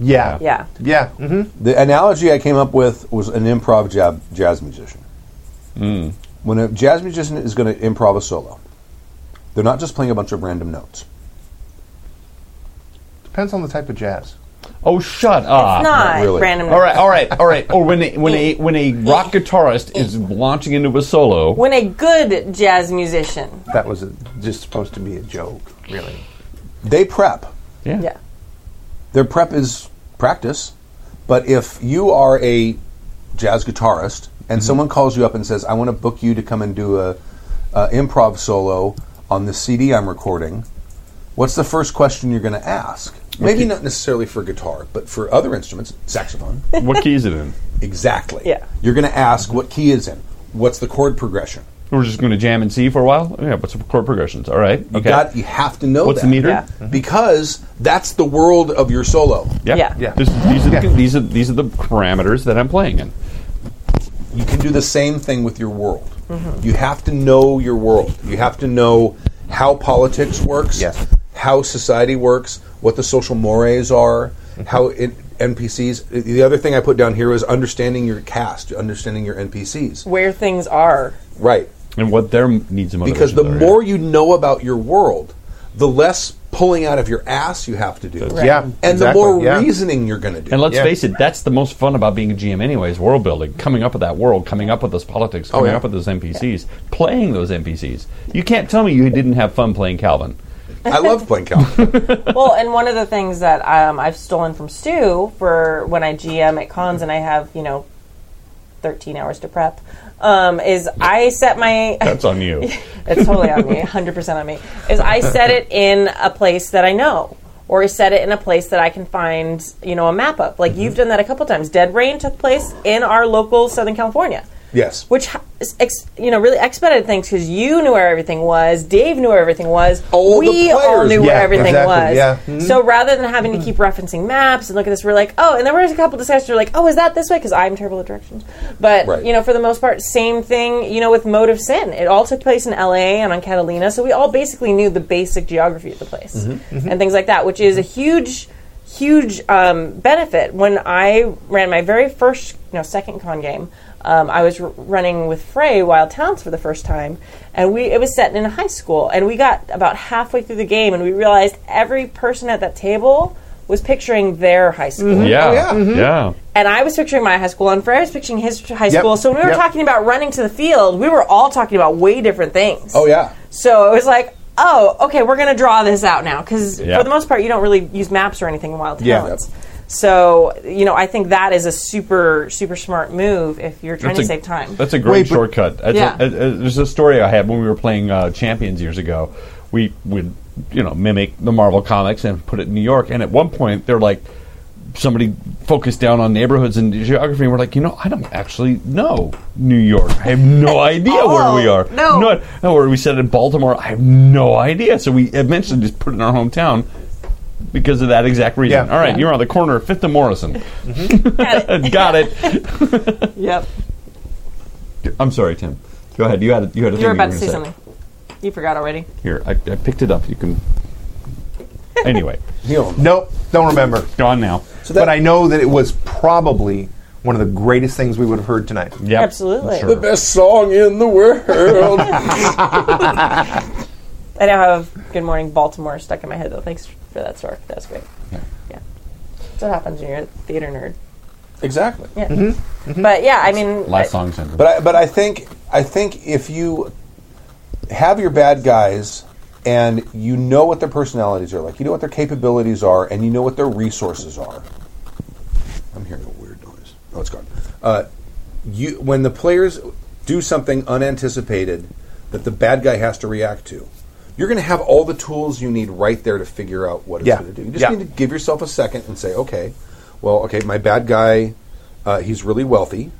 Speaker 5: Yeah.
Speaker 3: Yeah.
Speaker 5: Yeah. hmm
Speaker 2: The analogy I came up with was an improv jab, jazz musician. When a jazz musician is going to improv a solo, they're not just playing a bunch of random notes.
Speaker 5: Depends on the type of jazz.
Speaker 4: Oh, shut up!
Speaker 3: not
Speaker 2: really.
Speaker 3: random.
Speaker 4: All right, all right, all right. Or when a,
Speaker 3: *laughs*
Speaker 4: when a when a rock guitarist is launching into a solo.
Speaker 3: When a good jazz musician.
Speaker 5: That was a, just supposed to be a joke, really.
Speaker 2: They prep.
Speaker 3: Yeah.
Speaker 2: Their prep is practice, but if you are a jazz guitarist and
Speaker 4: Mm-hmm.
Speaker 2: someone calls you up and says, "I want to book you to come and do a, a improv solo on the CD I'm recording," what's the first question you're going to ask? Maybe not necessarily for guitar, but for other instruments,
Speaker 4: *laughs*
Speaker 2: saxophone.
Speaker 4: What key is it in?
Speaker 2: Exactly.
Speaker 3: Yeah.
Speaker 2: You're going to ask what key is in. What's the chord progression?
Speaker 4: We're just going to jam and see for a while. Yeah, what's the chord progressions? All right.
Speaker 2: You
Speaker 4: okay.
Speaker 2: got. You have to know
Speaker 4: What's
Speaker 2: that.
Speaker 4: the meter?
Speaker 3: Yeah.
Speaker 2: Because that's the world of your solo.
Speaker 4: Yeah.
Speaker 3: Yeah.
Speaker 5: Yeah.
Speaker 4: This- these, are the,
Speaker 5: Yeah.
Speaker 4: these, are, these are the parameters that I'm playing in.
Speaker 2: you can do the same thing with your world.
Speaker 4: Mm-hmm.
Speaker 2: You have to know your world. You have to know how politics works,
Speaker 5: Yes.
Speaker 2: how society works, what the social mores are,
Speaker 4: Mm-hmm.
Speaker 2: how it, NPCs. The other thing I put down here is understanding your cast, understanding your NPCs.
Speaker 3: Where things are.
Speaker 2: Right.
Speaker 4: And what their m- needs and
Speaker 2: Because
Speaker 4: motivations
Speaker 2: the
Speaker 4: are,
Speaker 2: more you know about your world, the less pulling out of your ass you have to do.
Speaker 5: Yeah.
Speaker 2: And
Speaker 5: exactly,
Speaker 2: the more
Speaker 5: yeah.
Speaker 2: reasoning you're going to do.
Speaker 4: And let's
Speaker 5: Yeah.
Speaker 4: face it, that's the most fun about being a GM, anyways. World building, coming up with that world, coming up with those politics, coming
Speaker 2: yeah.
Speaker 4: up with those NPCs, playing those NPCs. You can't tell me you didn't have fun playing Calvin.
Speaker 2: I love
Speaker 4: *laughs*
Speaker 2: playing Calvin.
Speaker 3: well, and one of the things that um, I've stolen from Stu for when I GM at cons and I have, you know, 13 hours to prep, um, is I set my. *laughs*
Speaker 4: That's on you.
Speaker 3: it's totally on me, 100% on me, is I set it in a place that I know. Or I set it in a place that I can find, you know, a map up. Like you've done that a couple times. Dead Rain took place in our local Southern California
Speaker 2: yes.
Speaker 3: which ha- s- ex- you know really expedited things because you knew where everything was. Dave knew where everything was.
Speaker 2: All the
Speaker 3: we all
Speaker 2: players
Speaker 3: knew where
Speaker 5: Yeah,
Speaker 3: everything
Speaker 5: exactly,
Speaker 3: was.
Speaker 5: yeah.
Speaker 3: So
Speaker 2: Mm-hmm.
Speaker 3: rather than having to keep referencing maps and look at this, we're like, oh, and then we're a couple discussions. We're like, oh, is that this way? Because I'm terrible at directions. But
Speaker 2: Right.
Speaker 3: you know, for the most part, same thing. You know, with Mode of Sin, it all took place in L.A. and on Catalina, so we all basically knew the basic geography of the place and things like that, which is a huge. Huge um, benefit when I ran my very first, no, second con game. Um, I was r- running with Frey Wild Towns for the first time, and we it was set in a high school, and we got about halfway through the game, and we realized every person at that table was picturing their high school.
Speaker 4: Mm-hmm. Yeah.
Speaker 5: yeah. Mhm.
Speaker 4: Yeah.
Speaker 3: And I was picturing my high school, and Fred was picturing his high
Speaker 5: Yep.
Speaker 3: school. So when we were
Speaker 5: Yep.
Speaker 3: talking about running to the field, we were all talking about way different things.
Speaker 2: Oh yeah.
Speaker 3: So it was like, oh, okay, we're going to draw this out now because
Speaker 4: Yeah.
Speaker 3: for the most part, you don't really use maps or anything in Wild
Speaker 5: Yeah.
Speaker 3: Talents. So you know, I think that is a super super smart move if you're trying to
Speaker 4: a-
Speaker 3: save time.
Speaker 4: That's a great
Speaker 5: Wait, but-
Speaker 4: shortcut. That's
Speaker 3: Yeah.
Speaker 4: a, a- a- there's a story I had when we were playing uh, Champions years ago. We would, you know, mimic the Marvel comics and put it in New York. And at one point, they're like, somebody focused down on neighborhoods and geography, and we're like, you know, I don't actually know New York. I
Speaker 3: *laughs*
Speaker 4: have no idea where we are.
Speaker 3: Oh, no.
Speaker 4: no, no, where we said in Baltimore, I have no idea. So we eventually just put it in our hometown. Because of that exact reason.
Speaker 5: Yeah.
Speaker 4: All right, you're on the corner of Fifth and Morrison.
Speaker 3: Mm-hmm. *laughs*
Speaker 4: *laughs* Got it.
Speaker 3: yep,
Speaker 4: I'm sorry, Tim. Go ahead. You had a, you had a
Speaker 3: you were
Speaker 4: thing
Speaker 3: about to
Speaker 4: you
Speaker 3: say
Speaker 4: were gonna
Speaker 3: something. You forgot already.
Speaker 4: Here, I, I picked it up.
Speaker 3: *laughs*
Speaker 4: You can. Anyway,
Speaker 2: Heal 'em.
Speaker 5: Nope, Oh, don't remember.
Speaker 4: gone now.
Speaker 2: that-
Speaker 5: but I know that it was probably one of the greatest things we would have heard tonight.
Speaker 4: Yep.
Speaker 3: Absolutely.
Speaker 4: Sure.
Speaker 2: Best song in the world.
Speaker 3: I now have "Good Morning Baltimore" stuck in my head though. Thanks for that, Sork. That was great. Yeah, That's what happens when you're a theater nerd.
Speaker 2: exactly.
Speaker 3: Yeah. But yeah, I mean,
Speaker 4: Last song sentence.
Speaker 2: But I, but I think I think if you have your bad guys and you know what their personalities are like, you know what their capabilities are, and you know what their resources are. I'm hearing a weird noise. Oh, it's gone. Uh, you when the players do something unanticipated that the bad guy has to react to. You're going to have all the tools you need right there to figure out what it's
Speaker 5: Yeah.
Speaker 2: going to do. You just
Speaker 5: Yeah.
Speaker 2: need to give yourself a second and say, okay, well, okay, my bad guy, uh, he's really wealthy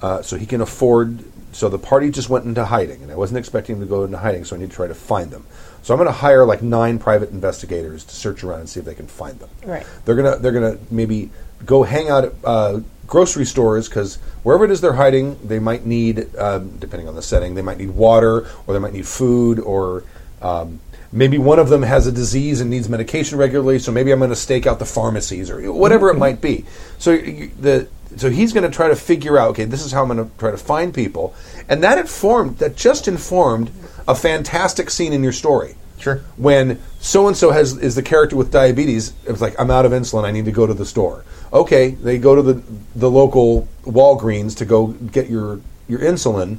Speaker 2: uh, so he can afford. So the party just went into hiding, and I wasn't expecting them to go into hiding, so I need to try to find them. So I'm going to hire like nine private investigators to search around and see if they can find them.
Speaker 3: Right.
Speaker 2: They're gonna they're gonna maybe go hang out at uh, grocery stores because wherever it is they're hiding, they might need um, depending on the setting, they might need water or they might need food or um, maybe one of them has a disease and needs medication regularly. So maybe I'm going to stake out the pharmacies or whatever it might be. So you, the so he's going to try to figure out okay this is how i'm going to try to find people and that informed that just informed a fantastic scene in your story
Speaker 5: Sure.
Speaker 2: when so and so has is the character with diabetes, it was like I'm out of insulin. I need to go to the store. Okay, they go to the the local Walgreens to go get your your insulin.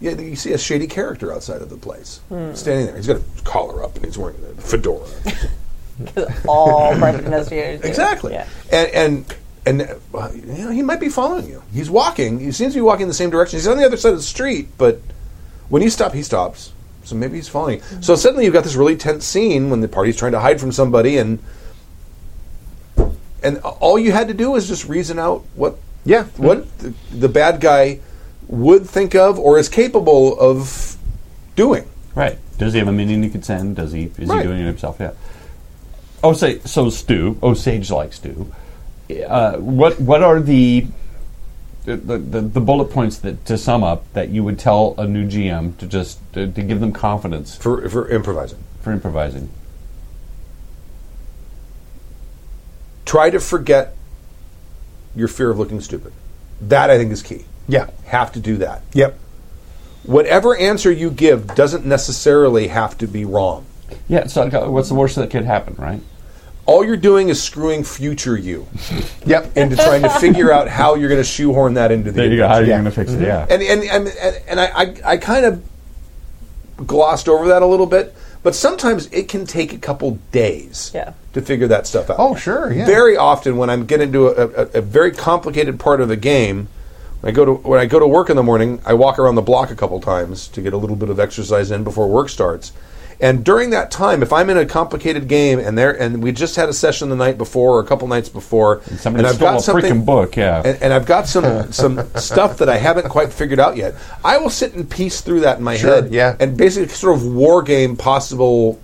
Speaker 2: Yeah, you see a shady character outside of the place, standing there. He's got a collar up and he's wearing a fedora.
Speaker 3: all private investigators. do.
Speaker 2: *laughs* exactly.
Speaker 3: Yeah.
Speaker 2: And and and uh, well, you know, he might be following you. He's walking. He seems to be walking in the same direction. He's on the other side of the street, but when you stop, he stops. So maybe he's following. you.
Speaker 3: Mm-hmm.
Speaker 2: So suddenly you've got this really tense scene when the party's trying to hide from somebody, and and all you had to do was just reason out what
Speaker 5: Yeah.
Speaker 2: what the, the bad guy would think of or is capable of doing.
Speaker 4: right. Does he have a minion he could send? Does he? Is
Speaker 2: Right.
Speaker 4: he doing it himself? Yeah. Oh, say so. Stu. Osage like Stu. Uh, what What are the the, the, the bullet points that to sum up that you would tell a new GM to just to, to give them confidence
Speaker 2: for for improvising.
Speaker 4: for improvising.
Speaker 2: Try to forget your fear of looking stupid. That I think is key.
Speaker 5: Yeah.
Speaker 2: Have to do that.
Speaker 5: Yep.
Speaker 2: Whatever answer you give doesn't necessarily have to be wrong.
Speaker 4: Yeah. So uh, what's the worst that could happen? Right.
Speaker 2: All you're doing is screwing future you
Speaker 5: Yep.
Speaker 2: into trying to figure out how you're going to shoehorn that into the.
Speaker 4: There you go. How are you
Speaker 5: Yeah.
Speaker 4: going to fix it? Yeah.
Speaker 2: Mm-hmm. and and and, and, and I, I, I kind of glossed over that a little bit, but sometimes it can take a couple days
Speaker 3: Yeah.
Speaker 2: to figure that stuff out.
Speaker 5: Oh, sure, yeah.
Speaker 2: Very often when I'm getting into a, a, a very complicated part of a game, when I go to when I go to work in the morning, I walk around the block a couple times to get a little bit of exercise in before work starts. And during that time, if I'm in a complicated game and there and we just had a session the night before or a couple nights before, and,
Speaker 4: somebody stole a freaking book, yeah.
Speaker 2: and, and I've
Speaker 5: *laughs*
Speaker 2: got some some stuff that I haven't quite figured out yet. I will sit and piece through that in my
Speaker 5: Sure,
Speaker 2: head,
Speaker 5: yeah.
Speaker 2: and basically sort of war game possible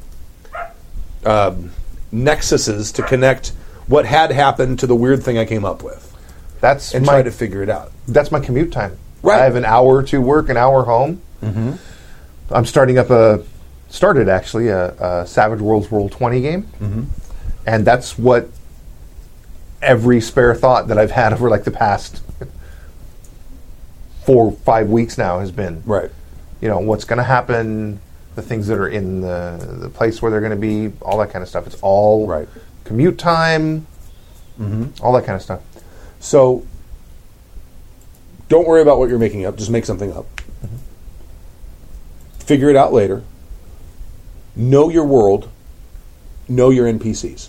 Speaker 2: um, nexuses to connect what had happened to the weird thing I came up with,
Speaker 5: That's
Speaker 2: and
Speaker 5: my
Speaker 2: try to figure it out.
Speaker 5: that's my commute time.
Speaker 2: Right.
Speaker 5: I have an hour to work, an hour home. Mm-hmm. I'm starting up a started actually a, a Savage Worlds World 20 game,
Speaker 2: Mm-hmm.
Speaker 5: and that's what every spare thought that I've had *laughs* over like the past four five weeks now has been
Speaker 2: Right.
Speaker 5: You know what's going to happen, the things that are in the the place where they're going to be, all that kind of stuff. It's all
Speaker 2: Right. Mm-hmm.
Speaker 5: commute time, all that kind of stuff.
Speaker 2: So don't worry about what you're making up. Just make something up.
Speaker 4: Mm-hmm.
Speaker 2: Figure it out later. Know your world. Know your NPCs.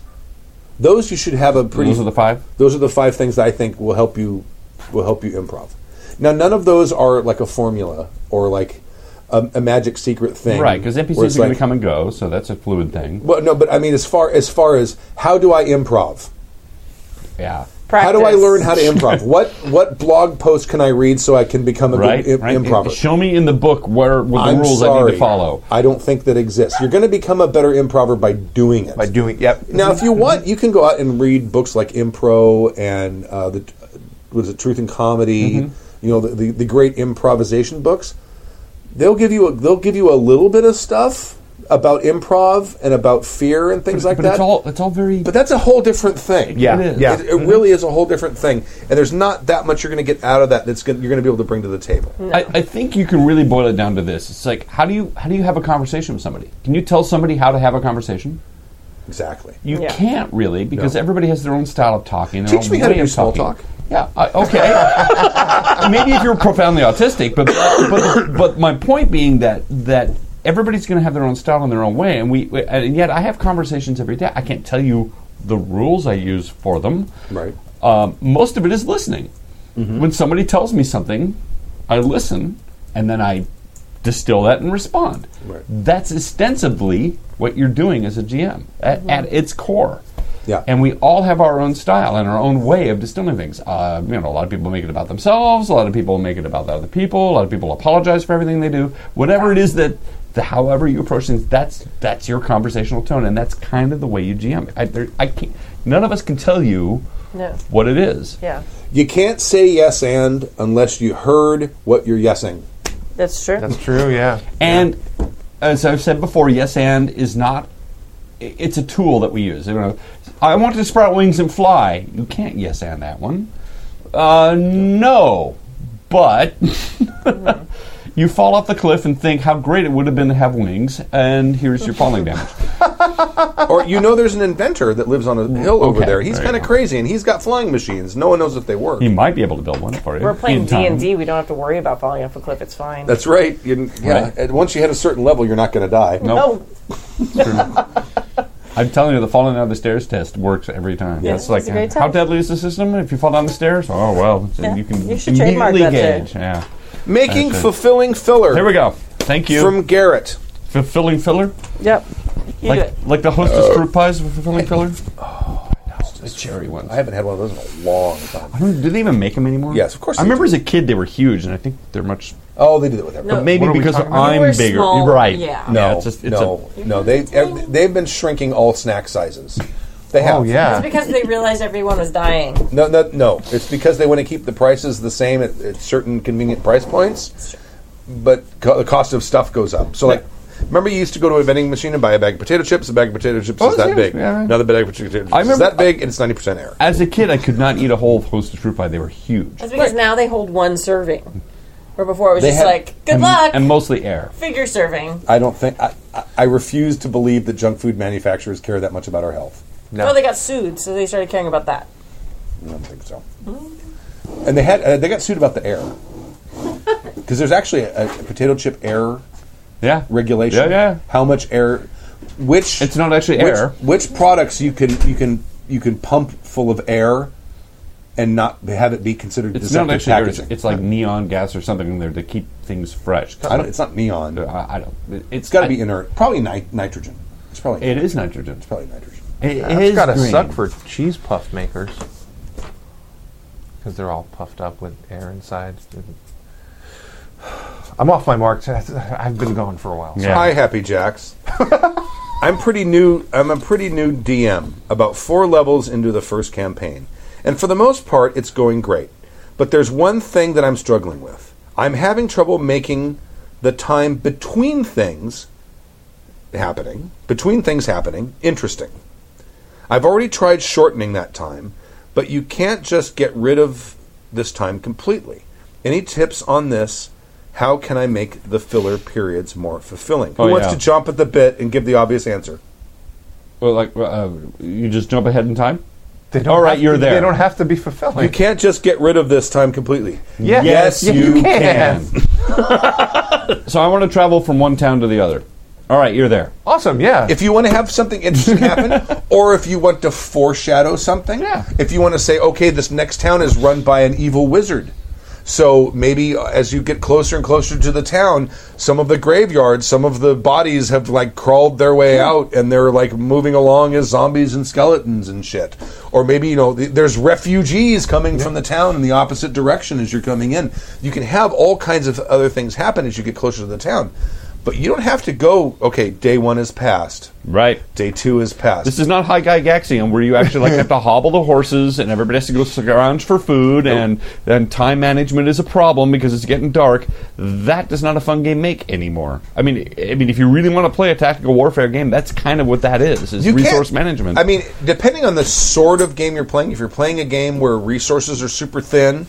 Speaker 2: Those you should have a pretty.
Speaker 4: Those are the five?
Speaker 2: Those are the five things that I think will help you will help you improv. Now, none of those are like a formula or like a, a magic secret thing,
Speaker 4: Right, because NPCs are
Speaker 2: where it's
Speaker 4: going
Speaker 2: like-
Speaker 4: to come and go, so that's a fluid thing.
Speaker 2: Well, no, but I mean, as far as far as how do I improv?
Speaker 4: Yeah.
Speaker 2: How
Speaker 3: Practice.
Speaker 2: do I learn how
Speaker 4: *laughs*
Speaker 2: to improv? what what blog post can I read so I can become a
Speaker 4: Right,
Speaker 2: good
Speaker 4: right.
Speaker 2: Im- improver?
Speaker 4: Show me in the book where what the
Speaker 2: I'm
Speaker 4: rules I need
Speaker 2: sorry.
Speaker 4: to follow.
Speaker 2: I don't think that exists. You're going to become a better improver by doing it.
Speaker 5: By doing, yep.
Speaker 2: now, if you
Speaker 4: mm-hmm.
Speaker 2: want, you can go out and read books like Impro and uh, the was it Truth and Comedy.
Speaker 4: Mm-hmm.
Speaker 2: You know the, the the great improvisation books. They'll give you a, they'll give you a little bit of stuff about improv and about fear and things like
Speaker 4: but
Speaker 2: that.
Speaker 4: it's all it's all very
Speaker 2: But that's a whole different thing.
Speaker 5: Yeah,
Speaker 4: It is.
Speaker 5: yeah.
Speaker 2: It, it really is a whole different thing, and there's not that much you're going to get out of that. That's gonna, you're going to be able to bring to the table.
Speaker 4: I, I think you can really boil it down to this. It's like how do you how do you have a conversation with somebody? Can you tell somebody how to have a conversation?
Speaker 2: Exactly.
Speaker 4: You
Speaker 3: Yeah.
Speaker 4: can't really because
Speaker 2: No.
Speaker 4: everybody has their own style of talking. Their
Speaker 2: Teach
Speaker 4: own
Speaker 2: me how to
Speaker 4: way
Speaker 2: do
Speaker 4: of
Speaker 2: small
Speaker 4: talking.
Speaker 2: talk.
Speaker 4: Yeah. I, okay. *laughs* Maybe if you're profoundly autistic, but but but my point being that that everybody's going to have their own style and their own way, and we and yet I have conversations every day. I can't tell you the rules I use for them.
Speaker 2: Right.
Speaker 4: Um, most of it is listening.
Speaker 2: Mm-hmm.
Speaker 4: When somebody tells me something, I listen and then I distill that and respond.
Speaker 2: Right.
Speaker 4: That's ostensibly what you're doing as a GM at, at its core.
Speaker 2: Yeah.
Speaker 4: And we all have our own style and our own way of distilling things. Uh, you know, a lot of people make it about themselves. A lot of people make it about other people. A lot of people apologize for everything they do. Whatever it is that, the, however you approach things, that's that's your conversational tone, and that's kind of the way you GM. I, there, I can't. None of us can tell you
Speaker 3: No.
Speaker 4: what it is.
Speaker 3: Yeah,
Speaker 2: You can't say yes and unless you heard what you're yesing.
Speaker 3: that's true.
Speaker 5: That's true, yeah.
Speaker 4: And as I've said before, yes and is not. i- It's a tool that we use. You know, I want to sprout wings and fly. You can't yes and that one. Uh, no, but *laughs* you fall off the cliff and think how great it would have been to have wings, and here's your falling damage.
Speaker 2: or you know, there's an inventor that lives on a hill over
Speaker 4: okay,
Speaker 2: there. He's
Speaker 4: there you
Speaker 2: kind of
Speaker 4: go.
Speaker 2: crazy, and he's got flying machines. No one knows if they work.
Speaker 4: You might be able to build one for you.
Speaker 3: We're playing
Speaker 4: in
Speaker 3: D
Speaker 4: time.
Speaker 3: and D. We don't have to worry about falling off a cliff. It's fine.
Speaker 2: That's right. You, yeah.
Speaker 4: Right.
Speaker 2: and Once you hit a certain level, you're not going to die.
Speaker 4: Nope.
Speaker 3: oh, *laughs*
Speaker 4: I'm telling you, the falling down the stairs test works every time.
Speaker 3: Yeah,
Speaker 4: That's like
Speaker 3: it's a great
Speaker 4: how
Speaker 3: test.
Speaker 4: deadly is the system? If you fall down the stairs, oh well, so you can
Speaker 3: you should trademark
Speaker 4: immediately
Speaker 3: that shit.
Speaker 4: gauge. Yeah.
Speaker 2: *laughs* Making
Speaker 4: That's right.
Speaker 2: fulfilling filler.
Speaker 4: Here we go. Thank you.
Speaker 2: From Garrett.
Speaker 4: fulfilling filler,
Speaker 3: yep. You do
Speaker 4: like
Speaker 3: it.
Speaker 4: like the hostess fruit pies with fulfilling filler. Uh, Oh, no, the cherry ones.
Speaker 2: I haven't had one of those in a long time.
Speaker 4: Do they even make them anymore?
Speaker 2: Yes, of course
Speaker 4: I
Speaker 2: they
Speaker 4: remember
Speaker 2: do.
Speaker 4: as a kid they were huge, and I think they're much.
Speaker 2: Oh, they do that with everything.
Speaker 3: No.
Speaker 4: Maybe
Speaker 5: What are we
Speaker 4: because
Speaker 5: talking about?
Speaker 4: I'm
Speaker 3: They were
Speaker 4: bigger,
Speaker 3: small,
Speaker 4: right?
Speaker 3: yeah.
Speaker 2: No,
Speaker 4: it's just, it's
Speaker 2: no, no. They ev- they've been shrinking all snack sizes. They have.
Speaker 5: Oh, yeah.
Speaker 3: It's because they realized everyone was dying.
Speaker 2: No, no, no. It's because they want to keep the prices the same at, at certain convenient price points, but co- the cost of stuff goes up. So, like, remember you used to go to a vending machine and buy a bag of potato chips. A bag of potato chips
Speaker 4: Oh,
Speaker 2: is that
Speaker 4: yeah,
Speaker 2: big.
Speaker 4: yeah, right.
Speaker 2: Another bag of potato chips
Speaker 4: I
Speaker 2: is
Speaker 4: remember-
Speaker 2: that big, and it's ninety percent air.
Speaker 4: A, as a kid, I could not eat a whole hostess fruit pie. They were huge.
Speaker 3: That's because now they hold one serving, where before it was
Speaker 2: They
Speaker 3: just
Speaker 2: had- Oh,
Speaker 3: like good
Speaker 4: and,
Speaker 3: luck
Speaker 4: and mostly air.
Speaker 3: figure serving.
Speaker 2: I don't think I, I, I refuse to believe that junk food manufacturers care that much about our health.
Speaker 3: Well, they got sued, so they started caring about that.
Speaker 2: I don't think so. And they had uh, they got sued about the air because there's actually a, a potato chip air
Speaker 4: Yeah.
Speaker 2: regulation.
Speaker 4: Yeah, yeah.
Speaker 2: How much air? Which
Speaker 4: It's not actually
Speaker 2: which-
Speaker 4: air.
Speaker 2: Which products you can you can you can pump full of air and not have it be considered
Speaker 4: It's
Speaker 2: deceptive
Speaker 4: not actually air. It's,
Speaker 2: packaging.
Speaker 4: it's like neon gas or something in there to keep things fresh.
Speaker 2: I don't, it's not neon. It's
Speaker 4: I, I don't. it- It's
Speaker 2: got to
Speaker 4: I-
Speaker 2: be inert. Probably ni- nitrogen. It's probably
Speaker 4: It is nitrogen.
Speaker 2: It's probably nitrogen.
Speaker 4: It
Speaker 5: That's
Speaker 4: is
Speaker 5: got to
Speaker 4: green.
Speaker 5: suck for cheese puff makers. Because they're all puffed up with air inside. I'm off my mark. *laughs* I've been gone for a while.
Speaker 4: Yeah.
Speaker 2: Hi, Happy Jacks. *laughs* I'm pretty new. I'm a pretty new DM, about four levels into the first campaign, and for the most part, it's going great. But there's one thing that I'm struggling with. I'm having trouble making the time between things happening, between things happening, interesting. I've already tried shortening that time, but you can't just get rid of this time completely. Any tips on this? How can I make the filler periods more fulfilling? Who
Speaker 4: Oh,
Speaker 2: wants
Speaker 4: yeah.
Speaker 2: to jump at the bit and give the obvious answer?
Speaker 4: well, like uh, you just jump ahead in time.
Speaker 5: They don't
Speaker 4: All right,
Speaker 5: have
Speaker 4: you're
Speaker 5: to-
Speaker 4: there.
Speaker 5: They don't have to be fulfilling.
Speaker 2: You can't just get rid of this time completely.
Speaker 5: Yeah.
Speaker 2: Yes,
Speaker 5: Yeah,
Speaker 2: you
Speaker 5: you can.
Speaker 4: so I want to travel from one town to the other. All right, you're there.
Speaker 5: Awesome, yeah.
Speaker 2: If you want to have something interesting happen, or if you want to foreshadow something,
Speaker 5: Yeah.
Speaker 2: if you want to say, okay, this next town is run by an evil wizard. So maybe uh, as you get closer and closer to the town, some of the graveyards, some of the bodies have like crawled their way out and they're like moving along as zombies and skeletons and shit. Or maybe, you know, th- there's refugees coming from the town in the opposite direction as you're coming in. You can have all kinds of other things happen as you get closer to the town. But you don't have to go, okay, day one is passed.
Speaker 4: Right.
Speaker 2: Day two is passed.
Speaker 4: This is not High Guy Gaxium, where you actually like have to hobble the horses, and everybody has to go scrounge for food, and and time management is a problem because it's getting dark. That does not a fun game make anymore. I mean, I mean, if you really want to play a tactical warfare game, that's kind of what that is: is
Speaker 2: can't-
Speaker 4: resource management.
Speaker 2: I mean, depending on the sort of game you're playing, if you're playing a game where resources are super thin,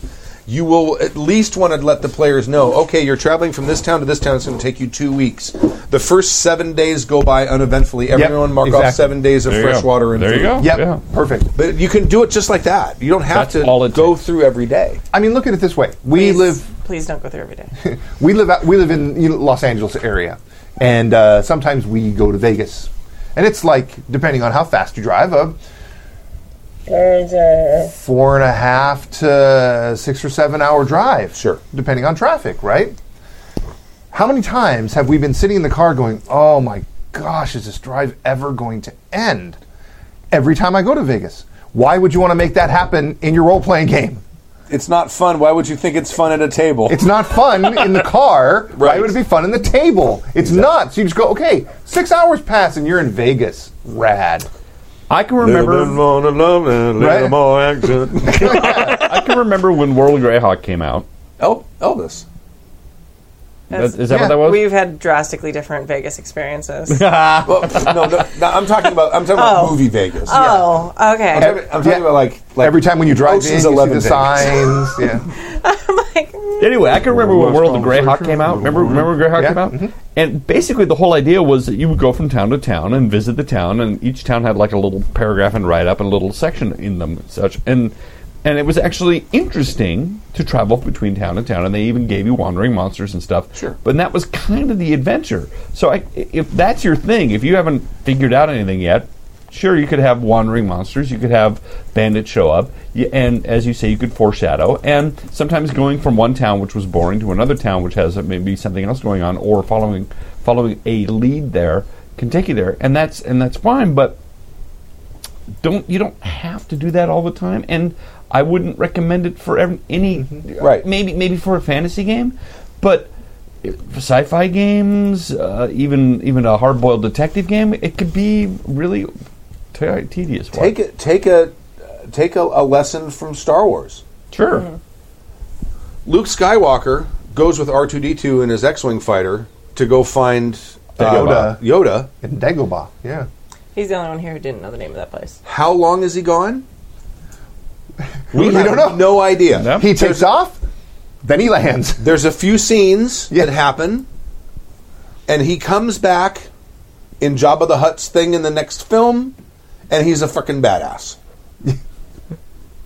Speaker 2: you will at least want to let the players know, okay, you're traveling from this town to this town. It's going to take you two weeks. The first seven days go by uneventfully. Everyone mark
Speaker 5: exactly.
Speaker 2: off seven days of
Speaker 4: There you
Speaker 2: fresh
Speaker 4: go.
Speaker 2: water and
Speaker 4: there
Speaker 2: food.
Speaker 4: you go.
Speaker 5: Yep,
Speaker 4: Yeah.
Speaker 5: perfect.
Speaker 2: But you can do it just like that. You don't have
Speaker 4: That's
Speaker 2: to
Speaker 4: all it
Speaker 2: go
Speaker 4: takes.
Speaker 2: through every day.
Speaker 5: I mean, look at it this way. We
Speaker 3: please,
Speaker 5: live
Speaker 3: Please don't go through every
Speaker 2: *laughs*
Speaker 3: day.
Speaker 5: we live out, we live in you know, Los Angeles area, and uh, sometimes we go to Vegas, and it's like depending on how fast you drive, a four and a half to six or seven hour drive.
Speaker 2: Sure.
Speaker 5: depending on traffic, right? How many times have we been sitting in the car going, "Oh my gosh, is this drive ever going to end?" Every time I go to Vegas, why would you want to make that happen in your role playing game?
Speaker 2: It's not fun. Why would you think it's fun at a table?
Speaker 5: It's not fun in the car.
Speaker 2: *laughs*
Speaker 5: Why
Speaker 2: Right.
Speaker 5: would it be fun in the table? It's nuts. You just go, okay, six hours pass and you're in Vegas. Rad.
Speaker 4: I can
Speaker 2: *laughs*
Speaker 4: remember.
Speaker 5: Right?
Speaker 4: I can remember when World of Greyhawk came out.
Speaker 2: El- Elvis.
Speaker 4: That- Is that
Speaker 5: yeah,
Speaker 4: what that was?
Speaker 3: We've had drastically different Vegas
Speaker 2: *laughs*
Speaker 3: experiences.
Speaker 2: Well, no, no, no, I'm talking about I'm talking about
Speaker 3: Oh.
Speaker 2: movie Vegas.
Speaker 3: oh,
Speaker 2: I'm
Speaker 3: okay.
Speaker 2: talking, I'm talking
Speaker 5: Yeah.
Speaker 2: about like, like
Speaker 5: Every time when you drive
Speaker 2: Ocean's
Speaker 5: in, you see
Speaker 2: 11
Speaker 5: the
Speaker 2: Vegas. *laughs*
Speaker 5: signs. yeah.
Speaker 3: Like,
Speaker 4: Anyway, I can remember when World of Greyhawk came out. Remember, remember when Greyhawk
Speaker 5: Yeah.
Speaker 4: came out? And basically, the whole idea was that you would go from town to town and visit the town, and each town had like a little paragraph and write up and a little section in them, and such. And and it was actually interesting to travel between town and town, and they even gave you wandering monsters and stuff.
Speaker 2: Sure.
Speaker 4: But that was kind of the adventure. So I, if that's your thing, if you haven't figured out anything yet, sure, you could have wandering monsters, you could have bandits show up, y- and as you say, you could foreshadow. And sometimes going from one town, which was boring, to another town, which has uh, maybe something else going on, or following following a lead there, can take you there, and that's and that's fine. But don't you don't have to do that all the time and i wouldn't recommend it for ev- any
Speaker 2: Right.
Speaker 4: maybe maybe for a fantasy game but i- for sci-fi games uh, even even a hard-boiled detective game it could be really te- tedious
Speaker 2: take a, take a take a, a lesson from Star Wars.
Speaker 4: sure
Speaker 2: Luke Skywalker goes with R two D two and his X wing fighter to go find uh,
Speaker 5: Dagobah.
Speaker 2: Yoda.
Speaker 5: In Dagobah. Yeah.
Speaker 3: he's the only one here who didn't know the name of that place.
Speaker 2: How long is he gone?
Speaker 5: We
Speaker 2: have
Speaker 5: don't know.
Speaker 2: No idea.
Speaker 4: No.
Speaker 5: He takes off, then
Speaker 3: *laughs*
Speaker 5: he lands.
Speaker 2: There's a few scenes
Speaker 5: Yeah.
Speaker 2: that happen, and he comes back in Jabba the Hutt's thing in the next film, and he's a freaking
Speaker 4: *laughs*
Speaker 2: badass.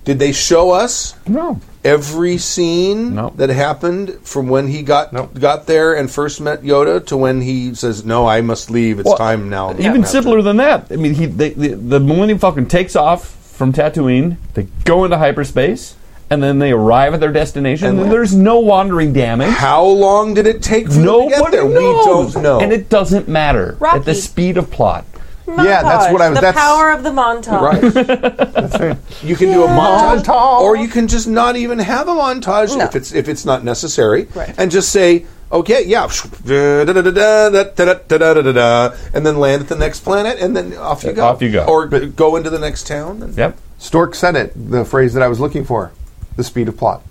Speaker 2: Did they show us
Speaker 4: no
Speaker 2: every scene
Speaker 4: No.
Speaker 2: that happened from when he got
Speaker 5: Nope.
Speaker 2: got there and first met Yoda to when he says, "No, I must leave. It's
Speaker 4: Well,
Speaker 2: time now."
Speaker 4: Even simpler than that. I mean, he they, the, the Millennium Falcon takes off from Tatooine. They go into hyperspace, and then they arrive at their destination.
Speaker 2: And-
Speaker 4: And there's no wandering damage.
Speaker 2: How long did it take for them to
Speaker 4: Nobody
Speaker 2: get there?
Speaker 4: knows.
Speaker 2: We don't know.
Speaker 4: and it doesn't matter at
Speaker 3: Rocky.
Speaker 4: the speed of plot.
Speaker 5: Yeah, that's what I was-
Speaker 3: The
Speaker 5: that's-
Speaker 3: power of the montage.
Speaker 2: *laughs* right. you can do a montage,
Speaker 5: Montage.
Speaker 2: or you can just not even have a montage
Speaker 3: No.
Speaker 2: if it's if it's not necessary,
Speaker 3: Right.
Speaker 2: and just say. Okay, yeah, da-da-da-da-da-da-da-da-da-da-da, and then land at the next planet, and then off you go.
Speaker 4: Uh, Off you go.
Speaker 2: or go into the next town. And
Speaker 4: Yep.
Speaker 5: Stork said it, the phrase that I was looking for the speed of plot.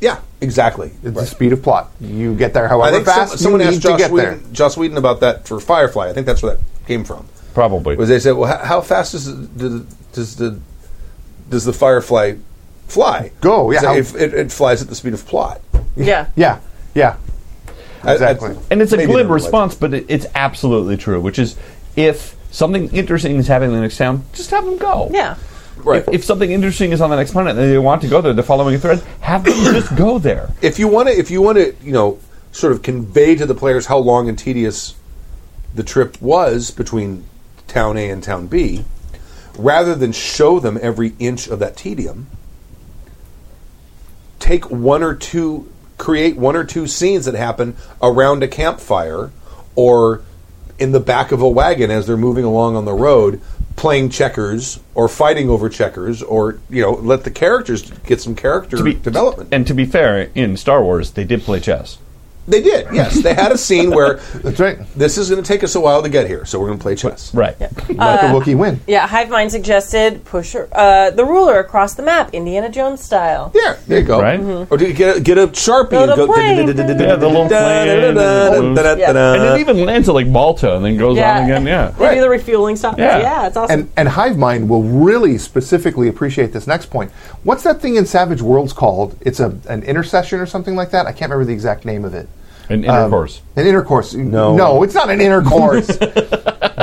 Speaker 2: yeah, exactly.
Speaker 5: It's the speed of plot. You get there however
Speaker 2: I think
Speaker 5: fast
Speaker 2: some, someone
Speaker 5: you
Speaker 2: asked
Speaker 5: need to
Speaker 2: Josh
Speaker 5: get there.
Speaker 2: Whedon, Joss Whedon about that for Firefly. I think that's where that came from.
Speaker 4: Probably.
Speaker 2: Was they said, "Well, how, how fast does the, does the does the Firefly fly?
Speaker 5: Go, yeah,
Speaker 2: It's
Speaker 5: how-
Speaker 2: like if it, it flies at the speed of plot.
Speaker 3: Yeah.
Speaker 5: *laughs* Yeah, yeah.
Speaker 2: I- I-
Speaker 5: Exactly.
Speaker 4: and it's a
Speaker 2: maybe
Speaker 4: glib
Speaker 2: they're right.
Speaker 4: response, but it, it's absolutely true, which is if something interesting is happening in the next town, just have them go.
Speaker 3: Yeah.
Speaker 2: Right.
Speaker 4: If, if something interesting is on the next planet and they want to go there, they're following a thread, have
Speaker 2: *coughs*
Speaker 4: them just go there.
Speaker 2: if you want to, if you want to, you know, sort of convey to the players how long and tedious the trip was between town A and town B, rather than show them every inch of that tedium, take one or two, create one or two scenes that happen around a campfire or in the back of a wagon as they're moving along on the road playing checkers or fighting over checkers or you know let the characters get some character development
Speaker 4: And to be fair, in Star Wars, they did play chess.
Speaker 2: they did, yes. They had a scene where
Speaker 5: That's right.
Speaker 2: this is going to take us a while to get here, so we're going to play chess.
Speaker 4: Right.
Speaker 5: Let the Wookiee win.
Speaker 3: Uh, Yeah, Hive Mind suggested push uh, the ruler across the map, Indiana Jones style.
Speaker 2: Yeah, there you
Speaker 4: *laughs*
Speaker 2: go.
Speaker 4: Right.
Speaker 2: Or do you get a, get a sharpie
Speaker 3: Build
Speaker 2: and
Speaker 3: a
Speaker 2: go?
Speaker 3: plane.
Speaker 4: Yeah, the little plane. And it even lands at like Malta and then goes on again. Yeah.
Speaker 3: *laughs* They do the refueling stop.
Speaker 4: Yeah.
Speaker 3: Yeah, it's awesome.
Speaker 5: And and Hive Mind will really specifically appreciate this next point. What's that thing in Savage Worlds called? It's a an intercession or something like that. I can't remember the exact name of it.
Speaker 4: And intercourse.
Speaker 5: An intercourse.
Speaker 2: No.
Speaker 5: no, it's not an
Speaker 2: *laughs*
Speaker 5: intercourse.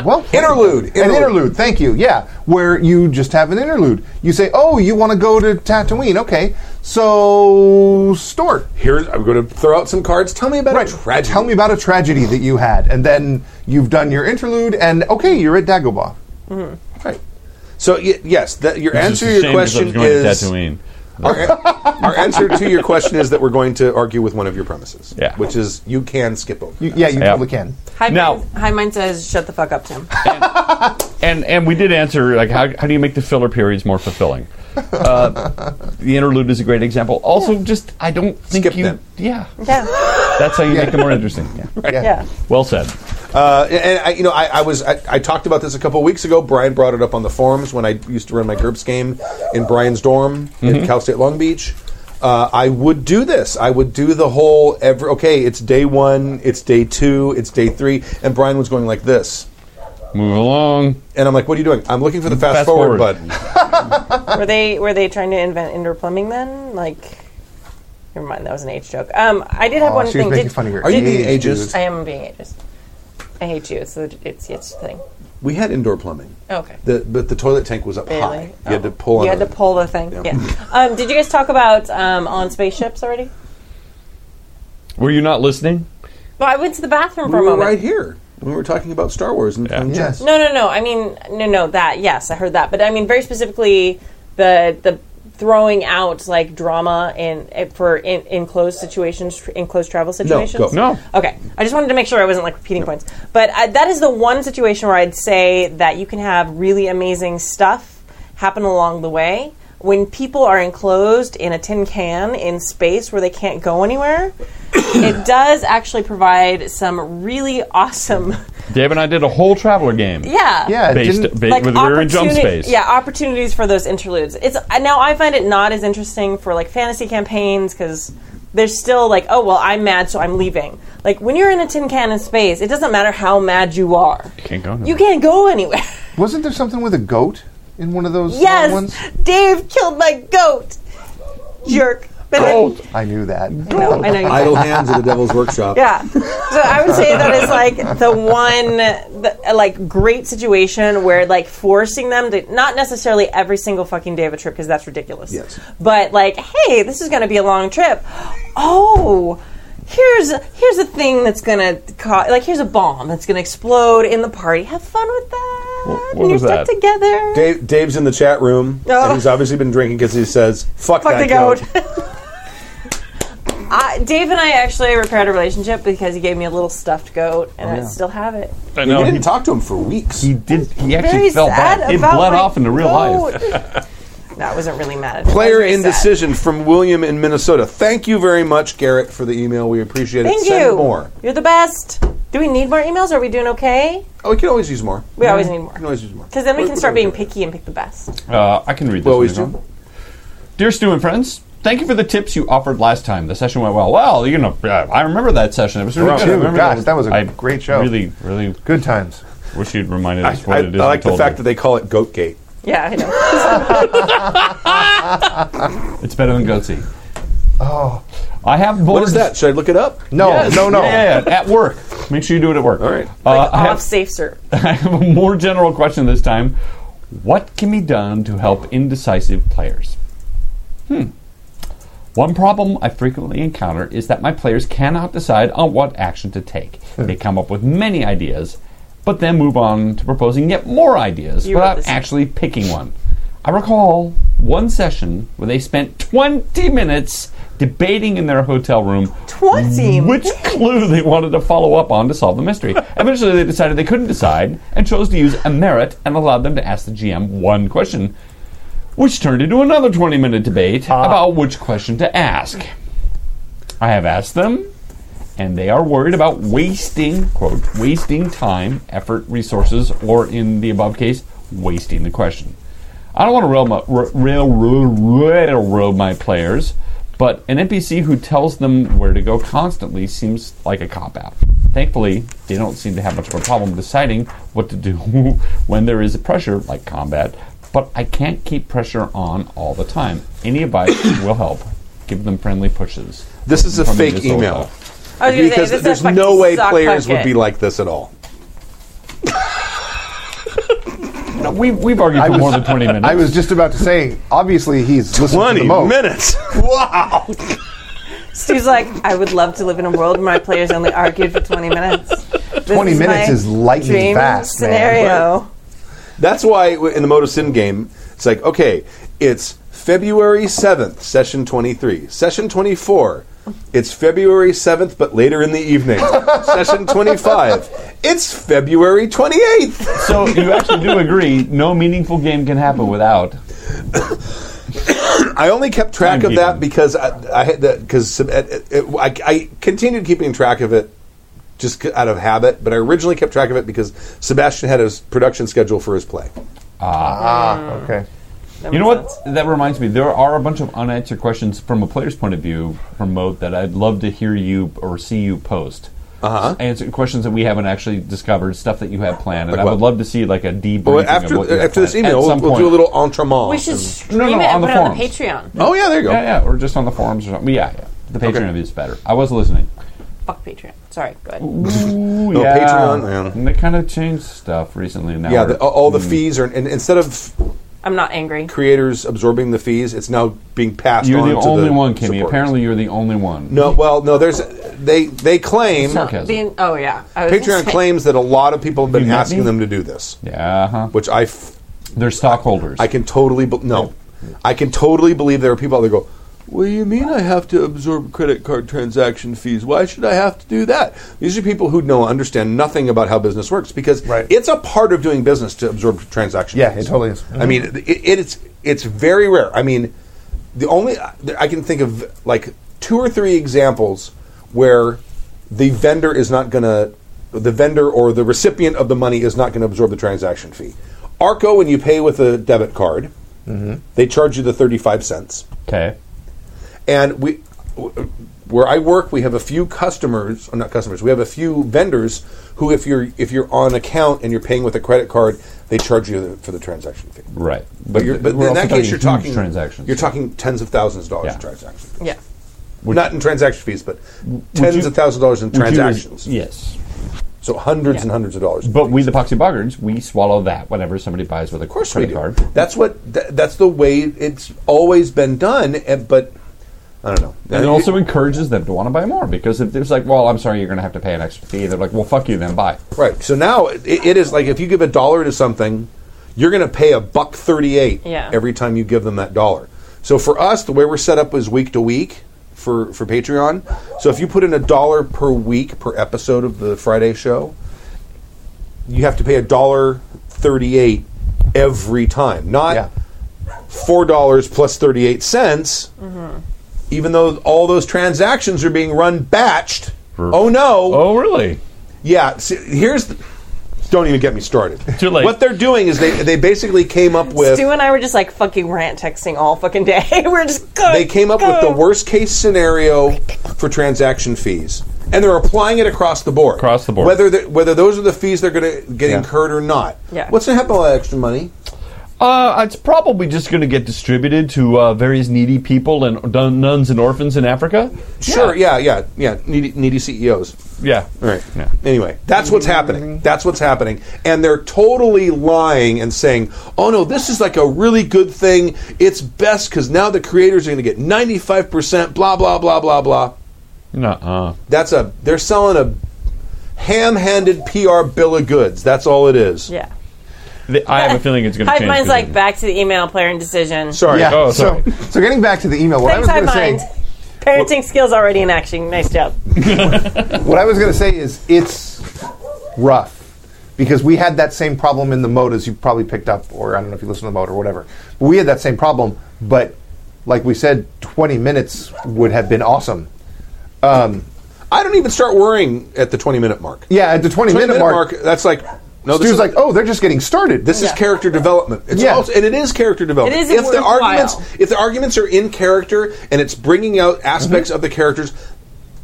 Speaker 5: well,
Speaker 2: Interlude.
Speaker 5: An interlude. Thank you. Yeah, where you just have an interlude. You say, "Oh, you want to go to Tatooine? Okay, so Stork,
Speaker 2: Here's I'm going to throw out some cards. Tell me about
Speaker 5: right?
Speaker 2: a tragedy.
Speaker 5: Tell me about a tragedy that you had, and then you've done your interlude, and okay, you're at Dagobah.
Speaker 2: Right. So y- yes, that, your
Speaker 4: It's
Speaker 2: answer
Speaker 4: a
Speaker 2: to your
Speaker 4: shame 'cause I was
Speaker 2: question
Speaker 4: going
Speaker 2: is
Speaker 4: to Tatooine.
Speaker 2: our, our answer to your question is that we're going to argue with one of your premises,
Speaker 4: Yeah.
Speaker 2: which is you can skip over.
Speaker 5: You, yeah, you
Speaker 4: Yeah.
Speaker 5: totally can.
Speaker 3: Hive,
Speaker 4: now-
Speaker 3: Mind, Hive Mind says, shut the fuck up,
Speaker 5: *laughs*
Speaker 3: Tim.
Speaker 4: and and we did answer like how, how do you make the filler periods more fulfilling?
Speaker 2: *laughs*
Speaker 4: Uh, the interlude is a great example. Also, just I don't think
Speaker 2: Skip
Speaker 4: you.
Speaker 2: them.
Speaker 4: Yeah,
Speaker 3: yeah.
Speaker 4: that's how you make
Speaker 2: *laughs*
Speaker 4: them more interesting. Yeah.
Speaker 5: *laughs*
Speaker 3: Yeah.
Speaker 4: Well said.
Speaker 2: Uh, and I, you know, I, I was I, I talked about this a couple weeks ago. Brian brought it up on the forums when I used to run my GURPS game in Brian's dorm
Speaker 4: Mm-hmm.
Speaker 2: in Cal State Long Beach. Uh, I would do this. I would do the whole every. Okay, it's day one. It's day two. It's day three. And Brian was going like this,
Speaker 4: Move along.
Speaker 2: and I'm like, "What are you doing? I'm looking for the fast,
Speaker 4: Fast
Speaker 2: forward,
Speaker 4: forward.
Speaker 2: button."
Speaker 3: Were they were they trying to invent indoor plumbing then? Like, never mind. That was an age joke. Um, I did have
Speaker 5: Aw,
Speaker 3: one
Speaker 5: Oh, she was
Speaker 3: thing.
Speaker 5: making
Speaker 3: Did-
Speaker 5: fun of your
Speaker 2: Are you
Speaker 5: age,
Speaker 2: being ageist?
Speaker 5: dude.
Speaker 3: I am being ageist. I hate you. It's the it's it's the thing.
Speaker 2: We had indoor plumbing.
Speaker 3: Oh, Okay.
Speaker 2: The, but the toilet tank was up high. You
Speaker 3: Really?
Speaker 2: had to
Speaker 3: Oh.
Speaker 2: pull. on
Speaker 3: You had
Speaker 2: it.
Speaker 3: to pull the thing.
Speaker 2: Yeah.
Speaker 3: Yeah. um, did you guys talk about um, on spaceships already?
Speaker 4: Were you not listening?
Speaker 3: Well, I went to the bathroom
Speaker 2: We
Speaker 3: for a
Speaker 2: were
Speaker 3: moment.
Speaker 2: right here when we were talking about Star Wars and playing chess.
Speaker 5: Yes.
Speaker 3: No, no, no. I mean, no, no. That yes, I heard that, but I mean very specifically the the throwing out like drama in eh, for in, enclosed situations, tr- enclosed travel situations.
Speaker 2: go.
Speaker 4: No.
Speaker 3: Okay, I just wanted to make sure I wasn't like repeating points, but I, that is the one situation where I'd say that you can have really amazing stuff happen along the way. When people are enclosed in a tin can in space where they can't go anywhere, *coughs* it does actually provide some really awesome,
Speaker 4: Dave and I did a whole traveler game.
Speaker 3: *laughs* yeah,
Speaker 5: Yeah, it
Speaker 4: Based,
Speaker 5: didn't-
Speaker 4: ba- with- we were in jump
Speaker 3: opportuni-
Speaker 4: space.
Speaker 3: Yeah, opportunities for those interludes. It's uh, now I find it not as interesting for like fantasy campaigns because there's still like, oh well, I'm mad, so I'm leaving. Like when you're in a tin can in space, it doesn't matter how mad you are. You
Speaker 4: can't go
Speaker 3: You
Speaker 4: nowhere.
Speaker 3: can't go anywhere. *laughs*
Speaker 5: Wasn't there something with a goat in one of those long
Speaker 3: yes,
Speaker 5: ones?
Speaker 3: Dave killed my goat. Jerk. But I-
Speaker 5: I knew that.
Speaker 3: I know, I know you did.
Speaker 2: Idle hands at the
Speaker 3: *laughs*
Speaker 2: Devil's Workshop.
Speaker 3: Yeah. So I would say that is like the one, the, like great situation where like forcing them to not necessarily every single fucking day of a trip because that's ridiculous.
Speaker 2: Yes.
Speaker 3: But like, hey, this is going to be a long trip. Oh. Here's here's a thing that's gonna ca like here's a bomb that's gonna explode in the party. Have fun with that.
Speaker 4: Wh- what
Speaker 3: and you're
Speaker 4: was
Speaker 3: stuck
Speaker 4: that?
Speaker 3: together.
Speaker 2: Dave, Dave's in the chat room, and
Speaker 3: Oh.
Speaker 2: he's obviously been drinking because he says, "Fuck,
Speaker 3: Fuck
Speaker 2: that
Speaker 3: the goat. *laughs* I, Dave and I actually repaired a relationship because he gave me a little stuffed goat,
Speaker 4: Oh,
Speaker 3: and I still have it.
Speaker 4: I
Speaker 2: I
Speaker 4: know.
Speaker 2: didn't
Speaker 4: He,
Speaker 2: talk to him for weeks.
Speaker 4: he did. He actually
Speaker 3: very
Speaker 4: fell
Speaker 3: sad
Speaker 4: back. It
Speaker 3: about
Speaker 4: bled
Speaker 3: my
Speaker 4: off into real life.
Speaker 3: vote.
Speaker 4: *laughs*
Speaker 3: no, I wasn't really mad at it. *laughs* I was
Speaker 2: Player
Speaker 3: really sad.
Speaker 2: indecision from William in Minnesota. Thank you very much, Garrett, for the email. We appreciate it.
Speaker 3: Thank
Speaker 2: Send
Speaker 3: you.
Speaker 2: more.
Speaker 3: You're the best. Do we need more emails? Are we doing okay?
Speaker 2: Oh, we can always use more.
Speaker 3: We always need
Speaker 2: We
Speaker 3: more.
Speaker 2: can always use more.
Speaker 3: Because then we can start being picky and pick the best.
Speaker 4: Uh, I can read this.
Speaker 2: We always
Speaker 4: one if you
Speaker 2: do.
Speaker 4: want. Dear Stu and friends, thank you for the tips you offered last time. The session went well. Well, you know, uh, I remember that session. It was
Speaker 2: Oh,
Speaker 4: really
Speaker 5: Me
Speaker 4: good.
Speaker 5: too.
Speaker 4: I remember
Speaker 5: Gosh, that was a
Speaker 4: I
Speaker 5: great show.
Speaker 4: Really, really
Speaker 5: Good times.
Speaker 4: wish you'd reminded
Speaker 2: I,
Speaker 4: us what
Speaker 2: I-
Speaker 4: it is.
Speaker 2: I like
Speaker 4: we
Speaker 2: the
Speaker 4: told
Speaker 2: fact
Speaker 4: you.
Speaker 2: that they call it Goat Gate.
Speaker 3: *laughs*
Speaker 4: Uh,
Speaker 3: Yeah, I know.
Speaker 4: It's better than Goatsy. I have boards.
Speaker 2: Oh. What is that? Should I look it up?
Speaker 5: No,
Speaker 4: Yes.
Speaker 5: no, no.
Speaker 4: Yeah, yeah, yeah. at work. Make sure you do it at work.
Speaker 2: All right.
Speaker 4: Uh,
Speaker 3: Like
Speaker 4: I,
Speaker 3: off
Speaker 4: have,
Speaker 3: safe
Speaker 4: *laughs*
Speaker 3: serve.
Speaker 4: I have a more general question this time. What can be done to help indecisive players? Hmm. One problem I frequently encounter is that my players cannot decide on what action to take. They come up with many ideas, but then move on to proposing yet more ideas
Speaker 3: You wrote
Speaker 4: without
Speaker 3: this.
Speaker 4: actually picking one. I recall one session where they spent 20 minutes debating in their hotel room
Speaker 3: 20
Speaker 4: which clue they wanted to follow up on to solve the mystery. Eventually, they decided they couldn't decide and chose to use a merit and allowed them to ask the GM one question, which turned into another 20 minute debate about which question to ask. I have asked them, and they are worried about wasting, quote, wasting time, effort, resources, or in the above case, wasting the question. I don't want to rail my, r- railroad, railroad my players, but an NPC who tells them where to go constantly seems like a cop out. Thankfully, they don't seem to have much of a problem deciding what to do *laughs* when there is a pressure, like combat, but I can't keep pressure on all the time. Any advice *coughs* will help. Give them friendly pushes.
Speaker 2: This is a
Speaker 4: From
Speaker 2: fake
Speaker 4: Minnesota.
Speaker 2: email.
Speaker 3: I was gonna say,
Speaker 2: Because
Speaker 3: this is
Speaker 2: there's
Speaker 3: a fucking
Speaker 2: no way
Speaker 3: sock
Speaker 2: players would
Speaker 3: puppet.
Speaker 2: be like this at all.
Speaker 4: No, we, we've argued for more than
Speaker 2: *laughs*
Speaker 4: 20 minutes.
Speaker 5: I was just about to say, obviously he's listening to the most.
Speaker 2: minutes. Wow.
Speaker 3: Steve's like, I would love to live in a world where my players only argued for 20
Speaker 2: *laughs*
Speaker 3: minutes. This
Speaker 5: 20 minutes
Speaker 3: my
Speaker 5: is lightning
Speaker 3: dream
Speaker 5: fast, man.
Speaker 3: scenario.
Speaker 2: That's why w- in the Moto Sin game, it's like, okay, it's February 7th, session 23. Session 24, it's February 7th, but later in
Speaker 4: *laughs*
Speaker 2: the evening. session 25, it's February 28th.
Speaker 4: so you actually do agree no meaningful game can happen
Speaker 2: Mm-hmm.
Speaker 4: without.
Speaker 2: I only kept track of
Speaker 4: Timekeeping.
Speaker 2: that because I, I had that because I, I continued keeping track of it just c- out of habit, but I originally kept track of it because Sebastian had his production schedule for his play.
Speaker 5: Ah, okay.
Speaker 3: That
Speaker 4: You know
Speaker 3: makes
Speaker 4: what? That reminds me. There are a bunch of unanswered questions from a player's point of view from Moat that I'd love to hear you or see you post. Uh-huh. Answer questions that we haven't actually discovered, stuff that you have planned, and I would
Speaker 2: what?
Speaker 4: love sense. to see like a debriefing
Speaker 2: But
Speaker 4: of what you
Speaker 2: after
Speaker 4: have
Speaker 2: after this
Speaker 4: planned
Speaker 2: email,
Speaker 4: at
Speaker 2: we'll,
Speaker 4: some
Speaker 2: we'll
Speaker 4: point.
Speaker 2: do a little entremet.
Speaker 3: We should
Speaker 2: and-
Speaker 3: stream
Speaker 4: No, no,
Speaker 3: it
Speaker 4: on
Speaker 3: and
Speaker 4: the
Speaker 3: put it on the
Speaker 4: forums.
Speaker 3: Patreon.
Speaker 2: oh yeah, there you go.
Speaker 4: Yeah, yeah, or just on the forums or something. Yeah, yeah. The Patreon
Speaker 2: Okay.
Speaker 4: of is better. I was listening.
Speaker 2: *laughs*
Speaker 3: Fuck Patreon. Sorry, go ahead.
Speaker 4: Ooh,
Speaker 2: No, Oh, Patreon, man.
Speaker 4: And they kind of changed stuff recently. Now
Speaker 2: Yeah,
Speaker 4: we're-
Speaker 2: the, oh, all- all
Speaker 4: Hmm.
Speaker 2: the fees are, and instead of
Speaker 3: I'm not angry.
Speaker 2: creators absorbing the fees, it's now being passed.
Speaker 4: You're
Speaker 2: on
Speaker 4: the
Speaker 2: to
Speaker 4: only
Speaker 2: the
Speaker 4: one, Kimmy.
Speaker 2: supporters.
Speaker 4: Apparently, you're the only one.
Speaker 2: no. Well, no. There's they they claim
Speaker 4: Sarcasm.
Speaker 3: Being- oh, yeah. I was gonna *laughs*
Speaker 2: Patreon
Speaker 3: say-
Speaker 2: claims that a lot of people have
Speaker 4: You
Speaker 2: been
Speaker 4: met me?
Speaker 2: asking them to do this,
Speaker 4: Yeah, huh?
Speaker 2: which I f-
Speaker 4: They're stockholders.
Speaker 2: I can totally be- no, I can totally believe there are people out there who go. What do you mean I have to absorb credit card transaction fees? Why should I have to do that? These are people who know understand nothing about how business works because
Speaker 5: Right.
Speaker 2: it's a part of doing business to absorb transaction.
Speaker 5: Yeah,
Speaker 2: fees.
Speaker 5: it totally is.
Speaker 2: I mean, it, it- it's it's very rare. I mean, the only I can think of like two or three examples where the vendor is not going to the vendor or the recipient of the money is not going to absorb the transaction fee. Arco, when you pay with a debit card, they charge you the thirty-five cents.
Speaker 4: Okay.
Speaker 2: And we, w- where I work, we have a few customers, or not customers, we have a few vendors who, if you're if you're on account and you're paying with a credit card, they charge you the, for the transaction fee.
Speaker 4: Right.
Speaker 2: But, you're,
Speaker 4: th-
Speaker 2: but
Speaker 4: we're
Speaker 2: in
Speaker 4: also
Speaker 2: that case, you're
Speaker 4: huge
Speaker 2: talking
Speaker 4: transactions.
Speaker 2: You're talking tens of thousands of dollars
Speaker 4: Yeah.
Speaker 2: in transactions.
Speaker 3: Yeah.
Speaker 2: Not in transaction fees, but
Speaker 4: Would
Speaker 2: tens
Speaker 4: you-
Speaker 2: of thousands of dollars in
Speaker 4: would you-
Speaker 2: transactions.
Speaker 4: yes.
Speaker 2: So hundreds and hundreds of dollars.
Speaker 4: But we, the Poxy Boggards, we swallow that whenever somebody buys with a
Speaker 2: Of course we
Speaker 4: credit
Speaker 2: do.
Speaker 4: card.
Speaker 2: That's what. Th- that's the way it's always been done. And, but I don't know.
Speaker 4: And it also encourages them to want to buy more because if there's like, well, I'm sorry, you're going to have to pay an extra fee, they're like, well, fuck you, then buy.
Speaker 2: Right. So now it, it is like if you give a dollar to something, you're going to pay a buck thirty-eight
Speaker 3: Yeah.
Speaker 2: every time you give them that dollar. So for us, the way we're set up is week to week for for Patreon. So if you put in a dollar per week per episode of the Friday show, you have to pay a dollar thirty-eight every time, not
Speaker 5: Yeah.
Speaker 2: four dollars plus thirty-eight cents. Even though all those transactions are being run batched. Oh no!
Speaker 4: Oh, really?
Speaker 2: Yeah, see, here's. The, don't even get me started.
Speaker 4: Too late.
Speaker 2: What they're doing is they they basically came up with
Speaker 3: Stu and I were just like fucking rant texting all fucking day. *laughs* We we're just go,
Speaker 2: they came up with
Speaker 3: go.
Speaker 2: the worst case scenario for transaction fees, and they're applying it across the board.
Speaker 4: Across the board.
Speaker 2: whether the, whether those are the fees they're going to get
Speaker 5: Yeah.
Speaker 2: incurred or not.
Speaker 3: Yeah.
Speaker 2: What's going to happen with all that extra money?
Speaker 4: Uh, it's probably just going to get distributed to uh, various needy people and dun- nuns and orphans in Africa.
Speaker 2: Sure, yeah, yeah, yeah. Needy, needy E CEOs.
Speaker 4: Yeah.
Speaker 2: All right.
Speaker 4: Yeah.
Speaker 2: Anyway, that's what's
Speaker 5: Mm-hmm.
Speaker 2: happening. That's what's happening. And they're totally lying and saying, oh no, this is like a really good thing. It's best because now the creators are going to get 95%, blah, blah, blah, blah, blah.
Speaker 4: Nuh-uh.
Speaker 2: That's a, they're selling a ham handed PR bill of goods. That's all it is.
Speaker 3: Yeah.
Speaker 4: The- I have a feeling it's going to
Speaker 3: Hive
Speaker 4: change.
Speaker 3: mind's
Speaker 4: 'cause
Speaker 3: like
Speaker 4: of-
Speaker 3: back to the email player and decision.
Speaker 2: Sorry.
Speaker 5: Yeah.
Speaker 4: Oh,
Speaker 5: so,
Speaker 4: sorry.
Speaker 5: so getting back to the email, what
Speaker 3: Thanks,
Speaker 5: I
Speaker 3: hive
Speaker 5: was going
Speaker 3: mind.
Speaker 5: to say,
Speaker 3: Parenting skills already in action. Nice job.
Speaker 5: what I was going to say is it's rough because we had that same problem in the mode as you probably picked up, or I don't know if you listened to the mode or whatever. But we had that same problem, but like we said, 20 minutes would have been awesome. Um,
Speaker 2: I don't even start worrying at the 20 minute mark.
Speaker 5: Yeah, at the 20,
Speaker 2: 20
Speaker 5: minute, mark,
Speaker 2: that's like, no, this
Speaker 5: Stu's
Speaker 2: is
Speaker 5: like, oh, they're just getting started.
Speaker 2: This is character development. It's
Speaker 5: Yeah.
Speaker 2: also, and it is character development.
Speaker 3: It is
Speaker 2: if the
Speaker 3: worthwhile.
Speaker 2: arguments if the arguments are in character and it's bringing out aspects of the characters,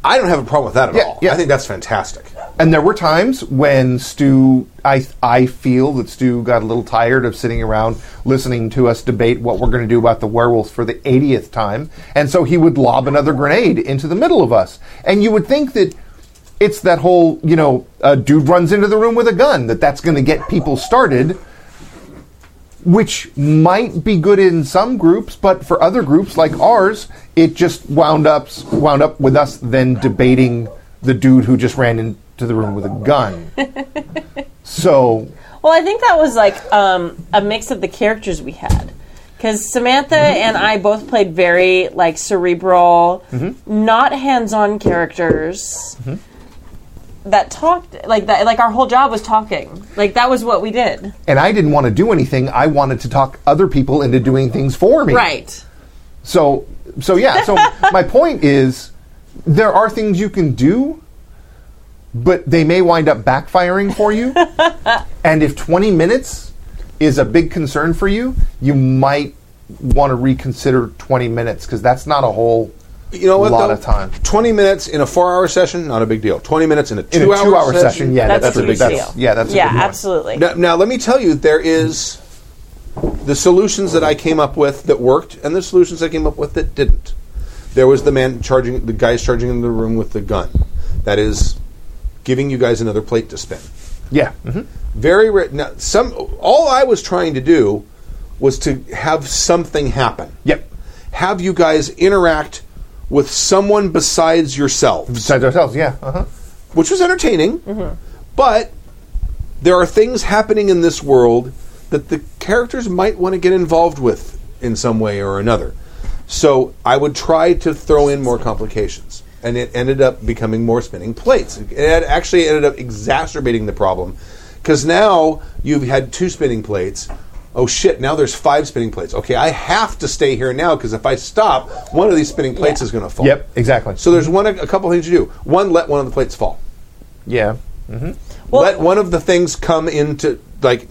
Speaker 2: I don't have a problem with that at
Speaker 5: Mm-hmm. Yeah,
Speaker 2: all.
Speaker 5: yeah.
Speaker 2: I think that's fantastic.
Speaker 5: And there were times when Stu, I, I feel that Stu got a little tired of sitting around listening to us debate what we're going to do about the werewolves for the 80th time. And so he would lob another grenade into the middle of us. And you would think that it's that whole, you know, a dude runs into the room with a gun, that that's going to get people started which might be good in some groups, but for other groups like ours, it just wound up wound up with us then debating the dude who just ran into the room with a gun. so
Speaker 3: Well, I think that was like um, a mix of the characters we had. Because Samantha
Speaker 5: Mm-hmm.
Speaker 3: and I both played very like cerebral,
Speaker 5: Mm-hmm.
Speaker 3: not hands-on characters
Speaker 5: Mm-hmm.
Speaker 3: that talked like that. Like our whole job was talking. Like that was what we did.
Speaker 5: and I didn't want to do anything. I wanted to talk other people into doing things for me. So so yeah, so my point is there are things you can do but they may wind up backfiring for you. and if 20 minutes is a big concern for you, you might want to reconsider 20 minutes because that's not a whole
Speaker 2: You know what?
Speaker 5: lot
Speaker 2: though?
Speaker 5: of time.
Speaker 2: Twenty minutes in a four-hour session, not a big deal. Twenty minutes in a
Speaker 5: In a
Speaker 2: two-hour
Speaker 5: two-hour session, yeah,
Speaker 3: That's,
Speaker 5: that's
Speaker 3: a
Speaker 5: a
Speaker 3: huge
Speaker 5: big- that's-
Speaker 3: deal.
Speaker 5: yeah, that's a
Speaker 3: yeah,
Speaker 5: good one.
Speaker 3: absolutely.
Speaker 2: Now, now, let me tell you, there is the solutions that I came up with that worked, and the solutions I came up with that didn't. There was the man charging, the guys charging in the room with the gun. That is giving you guys another plate to spin.
Speaker 5: Yeah. hmm
Speaker 2: Very rare. Now, some all I was trying to do was to have something happen.
Speaker 5: Yep.
Speaker 2: Have you guys interact with someone besides yourselves,
Speaker 5: Besides ourselves, yeah. Uh-huh.
Speaker 2: which was entertaining. But there are things happening in this world that the characters might want to get involved with in some way or another. So I would try to throw in more complications, and it ended up becoming more spinning plates. It had- actually ended up exacerbating the problem because now you've had two spinning plates. Oh shit! Now there's five spinning plates. Okay, I have to stay here now because if I stop, one of these spinning plates is going to fall.
Speaker 5: Yep, exactly.
Speaker 2: Oh. So there's one, a couple things you do. One, let one of the plates fall
Speaker 5: Yeah.
Speaker 2: let one of the things come into like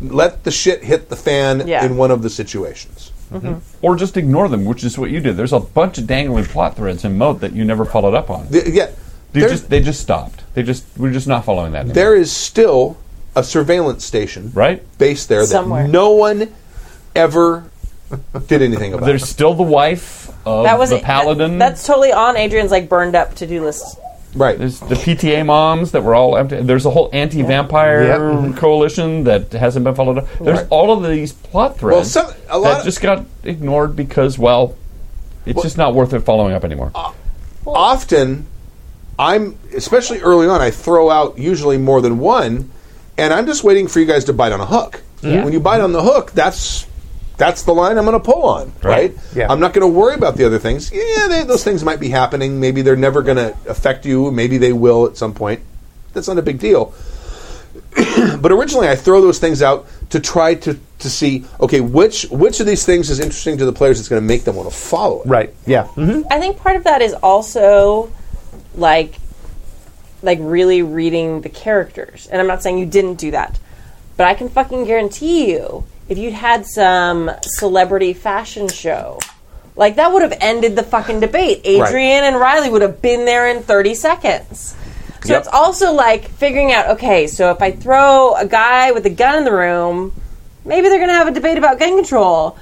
Speaker 2: let the shit hit the fan
Speaker 3: Yeah.
Speaker 2: in one of the situations
Speaker 4: Or just ignore them, which is what you did. There's a bunch of dangling plot threads in Moat that you never followed up on.
Speaker 2: Th- yeah
Speaker 4: They
Speaker 2: there-
Speaker 4: just they just stopped. They just we're just not following that. anymore.
Speaker 2: there is still a surveillance station
Speaker 4: Right.
Speaker 2: based there
Speaker 3: Somewhere.
Speaker 2: that no one ever did anything about
Speaker 4: There's still the wife of
Speaker 3: that was
Speaker 4: the paladin.
Speaker 3: that- that's totally on Adrian's like burned up to do list.
Speaker 2: right
Speaker 4: There's the PTA moms that were all empty. There's a whole anti-vampire
Speaker 5: Yeah.
Speaker 4: *laughs*
Speaker 5: Mhm.
Speaker 4: coalition that hasn't been followed up. There's all of these plot threads
Speaker 2: some- a lot
Speaker 4: that
Speaker 2: of-
Speaker 4: just got ignored because, well, it's just not worth it following up anymore.
Speaker 2: Uh, often i'm especially early on i throw out usually more than one and i'm just waiting for you guys to bite on a hook when you bite on the hook that's that's the line i'm going to pull on right,
Speaker 5: Yeah.
Speaker 2: i'm not going to worry about the other things yeah they, those things might be happening maybe they're never going to affect you maybe they will at some point that's not a big deal *clears throat* but originally I throw those things out to try to, to see okay which which of these things is interesting to the players that's going to make them want to follow it
Speaker 5: Right. Yeah. hmm
Speaker 3: I think part of that is also like like really reading the characters. And I'm not saying you didn't do that. But I can fucking guarantee you if you'd had some celebrity fashion show like that would have ended the fucking debate. Adrian and Riley would have been there in 30 seconds. So
Speaker 2: Yep.
Speaker 3: it's also like figuring out okay, so if I throw a guy with a gun in the room, Maybe they're going to have a debate about gun control.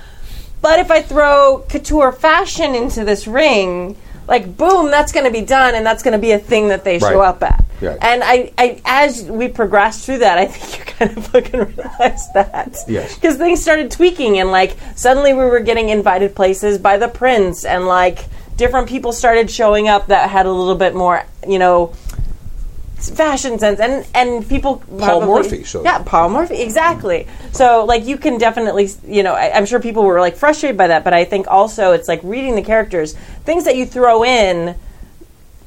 Speaker 3: But if I throw couture fashion into this ring, like boom, that's going to be done, and that's going to be a thing that they show
Speaker 2: Right.
Speaker 3: up at.
Speaker 2: Right.
Speaker 3: And I, I, as we progressed through that, I think *laughs* you kind of fucking realized that.
Speaker 2: Yes.
Speaker 3: Because things started tweaking, and like suddenly we were getting invited places by the prince, and like different people started showing up that had a little bit more, you know, fashion sense, and and people probably-
Speaker 2: Morphy showed
Speaker 3: yeah,
Speaker 2: up.
Speaker 3: Paul Morphy, exactly. So, like, you can definitely, you know, I, I'm sure people were like frustrated by that, but I think also it's like reading the characters, things that you throw in,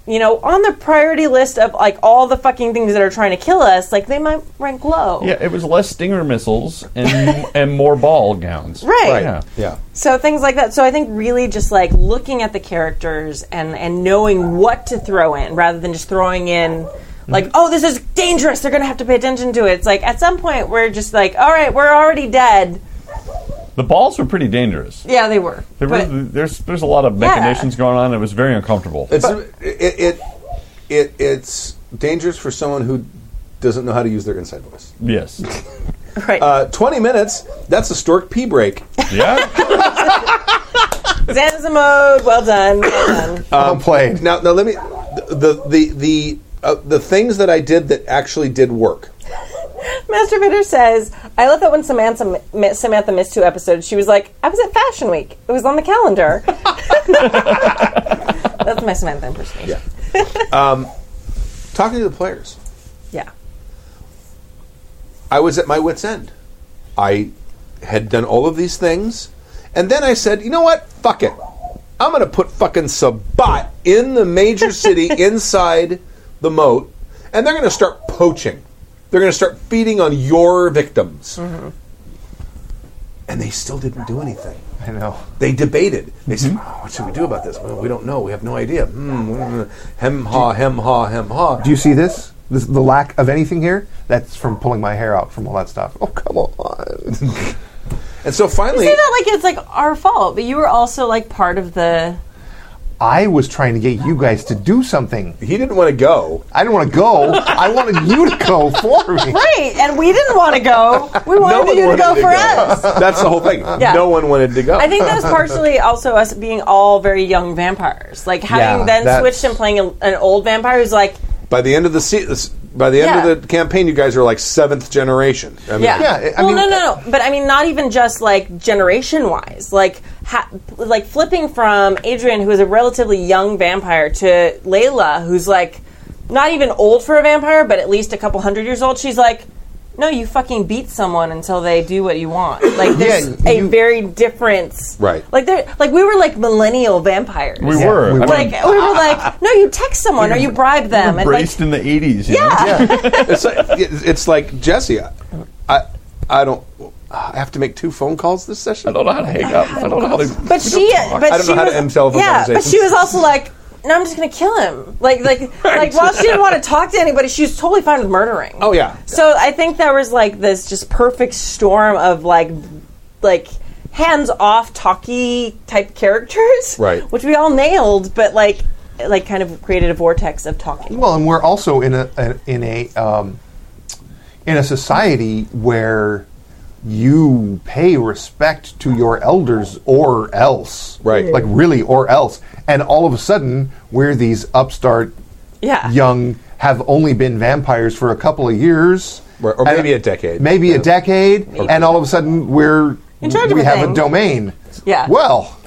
Speaker 3: you know, on the priority list of like all the fucking things that are trying to kill us, like they might rank low.
Speaker 4: Yeah, it was less stinger missiles
Speaker 2: *laughs*
Speaker 4: and and more ball gowns.
Speaker 3: Right.
Speaker 2: Right.
Speaker 4: Yeah.
Speaker 2: Yeah.
Speaker 3: So things like that. So I think really just like looking at the characters and and knowing what to throw in rather than just throwing in like oh this is dangerous they're going to have to pay attention to it. It's like at some point we're just like all right, we're already dead.
Speaker 4: The balls were pretty dangerous.
Speaker 3: Yeah, they were.
Speaker 4: There
Speaker 3: But-
Speaker 4: were, there's there's a lot of
Speaker 3: Yeah.
Speaker 4: machinations going on. It was very uncomfortable.
Speaker 2: It's it, it it it's dangerous for someone who doesn't know how to use their inside voice.
Speaker 4: yes.
Speaker 3: right.
Speaker 2: Uh, Twenty minutes. That's a stork pee break.
Speaker 4: Yeah.
Speaker 3: Zanza mode. Well done. Well done.
Speaker 5: well played.
Speaker 2: Now, now let me the the the uh, the things that I did that actually did work.
Speaker 3: Masturbator says, "I love that when Samantha mi- Samantha missed two episodes, she was like, I was at Fashion Week. It was on the *laughs* calendar." That's my Samantha impersonation.
Speaker 2: Yeah. Talking to the players,
Speaker 3: yeah.
Speaker 2: I was at my wits' end. I had done all of these things, and then I said, "You know what? Fuck it. I'm going to put fucking Sabat in the
Speaker 5: *laughs*
Speaker 2: major city inside the moat, and they're going to start poaching. They're going to start feeding on your victims."
Speaker 5: Mm-hmm.
Speaker 2: And they still didn't do anything.
Speaker 5: *laughs* I know.
Speaker 2: they debated. They said,
Speaker 5: Mm-hmm.
Speaker 2: "Oh, "What should we do about this? Well, we don't know. We have no idea." Hmm, mm, hem ha, hem ha, hem ha.
Speaker 5: Do you see this? this? The lack of anything here? That's from pulling my hair out from all that stuff. Oh, come on.
Speaker 2: And so finally,
Speaker 3: You say that like it's like our fault, but you were also like part of the.
Speaker 5: I was trying to get you guys to do something.
Speaker 2: he didn't want to go.
Speaker 5: I didn't want to go. I wanted you to go for me.
Speaker 3: Right, and we didn't want to go. We wanted
Speaker 2: one
Speaker 3: you to
Speaker 2: wanted
Speaker 3: go
Speaker 2: to
Speaker 3: for
Speaker 2: go. *laughs*
Speaker 3: us.
Speaker 2: That's the
Speaker 3: *laughs*
Speaker 2: whole thing.
Speaker 3: Yeah.
Speaker 2: No one wanted to go.
Speaker 3: I think that was partially also us being all very young vampires. Like having
Speaker 5: Yeah,
Speaker 3: then
Speaker 5: that's-
Speaker 3: switched and playing a, an old vampire who's like,
Speaker 2: by the end of the se- this- by the end
Speaker 3: Yeah.
Speaker 2: of the campaign, you guys are like seventh generation. I mean,
Speaker 3: yeah,
Speaker 5: Yeah, I
Speaker 3: well,
Speaker 5: mean-
Speaker 3: no, no, no. But I mean, not even just like generation wise. Like, ha- like flipping from Adrian, who is a relatively young vampire, to Layla, who's like not even old for a vampire, but at least a couple hundred years old. She's like. No, you fucking beat someone until they do what you want. Like there's
Speaker 5: Yeah,
Speaker 3: a
Speaker 5: you-
Speaker 3: very difference.
Speaker 2: Right.
Speaker 3: Like there, like we were like millennial vampires.
Speaker 4: We were. I
Speaker 5: we
Speaker 4: mean,
Speaker 3: Like we were like, no, you text
Speaker 5: *laughs*
Speaker 3: someone or you bribe them, and like
Speaker 4: braced in the 80s. You Know?
Speaker 2: it's like it's it's like Jesse. I, I I don't. I have to make two phone calls this session.
Speaker 4: I don't know how to hang up. I don't know
Speaker 3: *laughs*
Speaker 4: how to.
Speaker 3: But she, but
Speaker 2: I don't
Speaker 3: she
Speaker 2: know how
Speaker 3: was,
Speaker 2: to end telephone
Speaker 3: yeah, but
Speaker 2: conversations.
Speaker 3: she was also like, "No, I'm just going to kill him." Like, like,
Speaker 2: *laughs*
Speaker 3: like. While she didn't want to talk to anybody, she was totally fine with murdering.
Speaker 2: Oh, yeah.
Speaker 3: So I think there was like this just perfect storm of like, like hands off talky type characters,
Speaker 2: Right.
Speaker 3: Which we all nailed, but like, like kind of created a vortex of talking.
Speaker 5: Well, and we're also in a, a in a um, in a society where you pay respect to your elders or else,
Speaker 2: Right.
Speaker 5: Like really, or else. And all of a sudden, we're these upstart,
Speaker 3: Yeah.
Speaker 5: young, have only been vampires for a couple of years,
Speaker 2: Right, or
Speaker 5: And-
Speaker 2: maybe a decade.
Speaker 5: maybe a decade, and all of a sudden we're
Speaker 3: In charge of
Speaker 5: we
Speaker 3: a
Speaker 5: have
Speaker 3: thing.
Speaker 5: a domain.
Speaker 3: Yeah.
Speaker 5: Well,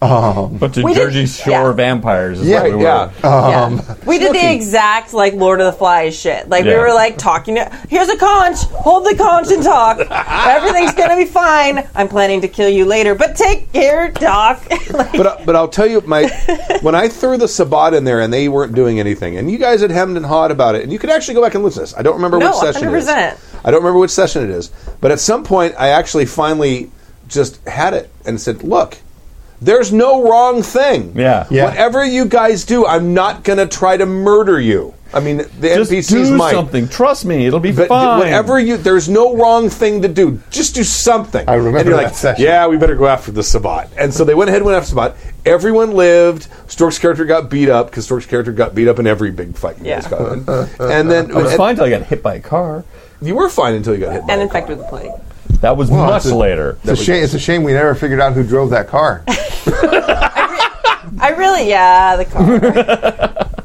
Speaker 4: But to
Speaker 3: We did-
Speaker 4: Jersey Shore
Speaker 3: yeah.
Speaker 4: vampires is
Speaker 5: Yeah,
Speaker 4: what we were.
Speaker 2: yeah.
Speaker 3: Yeah. we did the exact like Lord of the Flies shit. Like
Speaker 4: Yeah.
Speaker 3: we were like talking to here's a conch, hold the conch and talk. Everything's gonna be fine. I'm planning to kill you later, but take care, Doc. like,
Speaker 2: But but I'll tell you, my when I threw the Sabat in there and they weren't doing anything, and you guys had hemmed and hawed about it, and you could actually go back and listen to this. I don't remember
Speaker 3: No,
Speaker 2: which session it is.
Speaker 3: 100%.
Speaker 2: I don't remember which session it is. But at some point, I actually finally just had it and said, "Look, there's no wrong thing.
Speaker 4: Yeah. Yeah.
Speaker 2: Whatever you guys do, I'm not going to try to murder you. I mean, the
Speaker 4: Just
Speaker 2: NPCs
Speaker 4: do
Speaker 2: might."
Speaker 4: something. Trust me, it'll be
Speaker 2: But
Speaker 4: fine.
Speaker 2: whatever you, there's no wrong thing to do. Just do something.
Speaker 5: I remember
Speaker 2: and you're
Speaker 5: that
Speaker 2: like,
Speaker 5: session.
Speaker 2: Yeah, we better go after the Sabat. And so they went ahead and went after Sabat. Everyone lived. Stork's character got beat up because Stork's character got beat up in every big fight. You
Speaker 3: Yeah.
Speaker 2: guys got in. and then
Speaker 4: It was
Speaker 2: and
Speaker 4: fine until I got hit by a car.
Speaker 2: you were fine until you got hit.
Speaker 3: *laughs*
Speaker 2: by
Speaker 3: and
Speaker 2: a
Speaker 3: infected
Speaker 2: car.
Speaker 3: with the plague.
Speaker 4: That was
Speaker 5: Well,
Speaker 4: much
Speaker 5: it's a-
Speaker 4: later.
Speaker 5: It's a, shame, it's a shame we never figured out who drove that
Speaker 3: *laughs*
Speaker 5: car.
Speaker 3: I really, yeah, the car.
Speaker 5: *laughs*
Speaker 3: *laughs*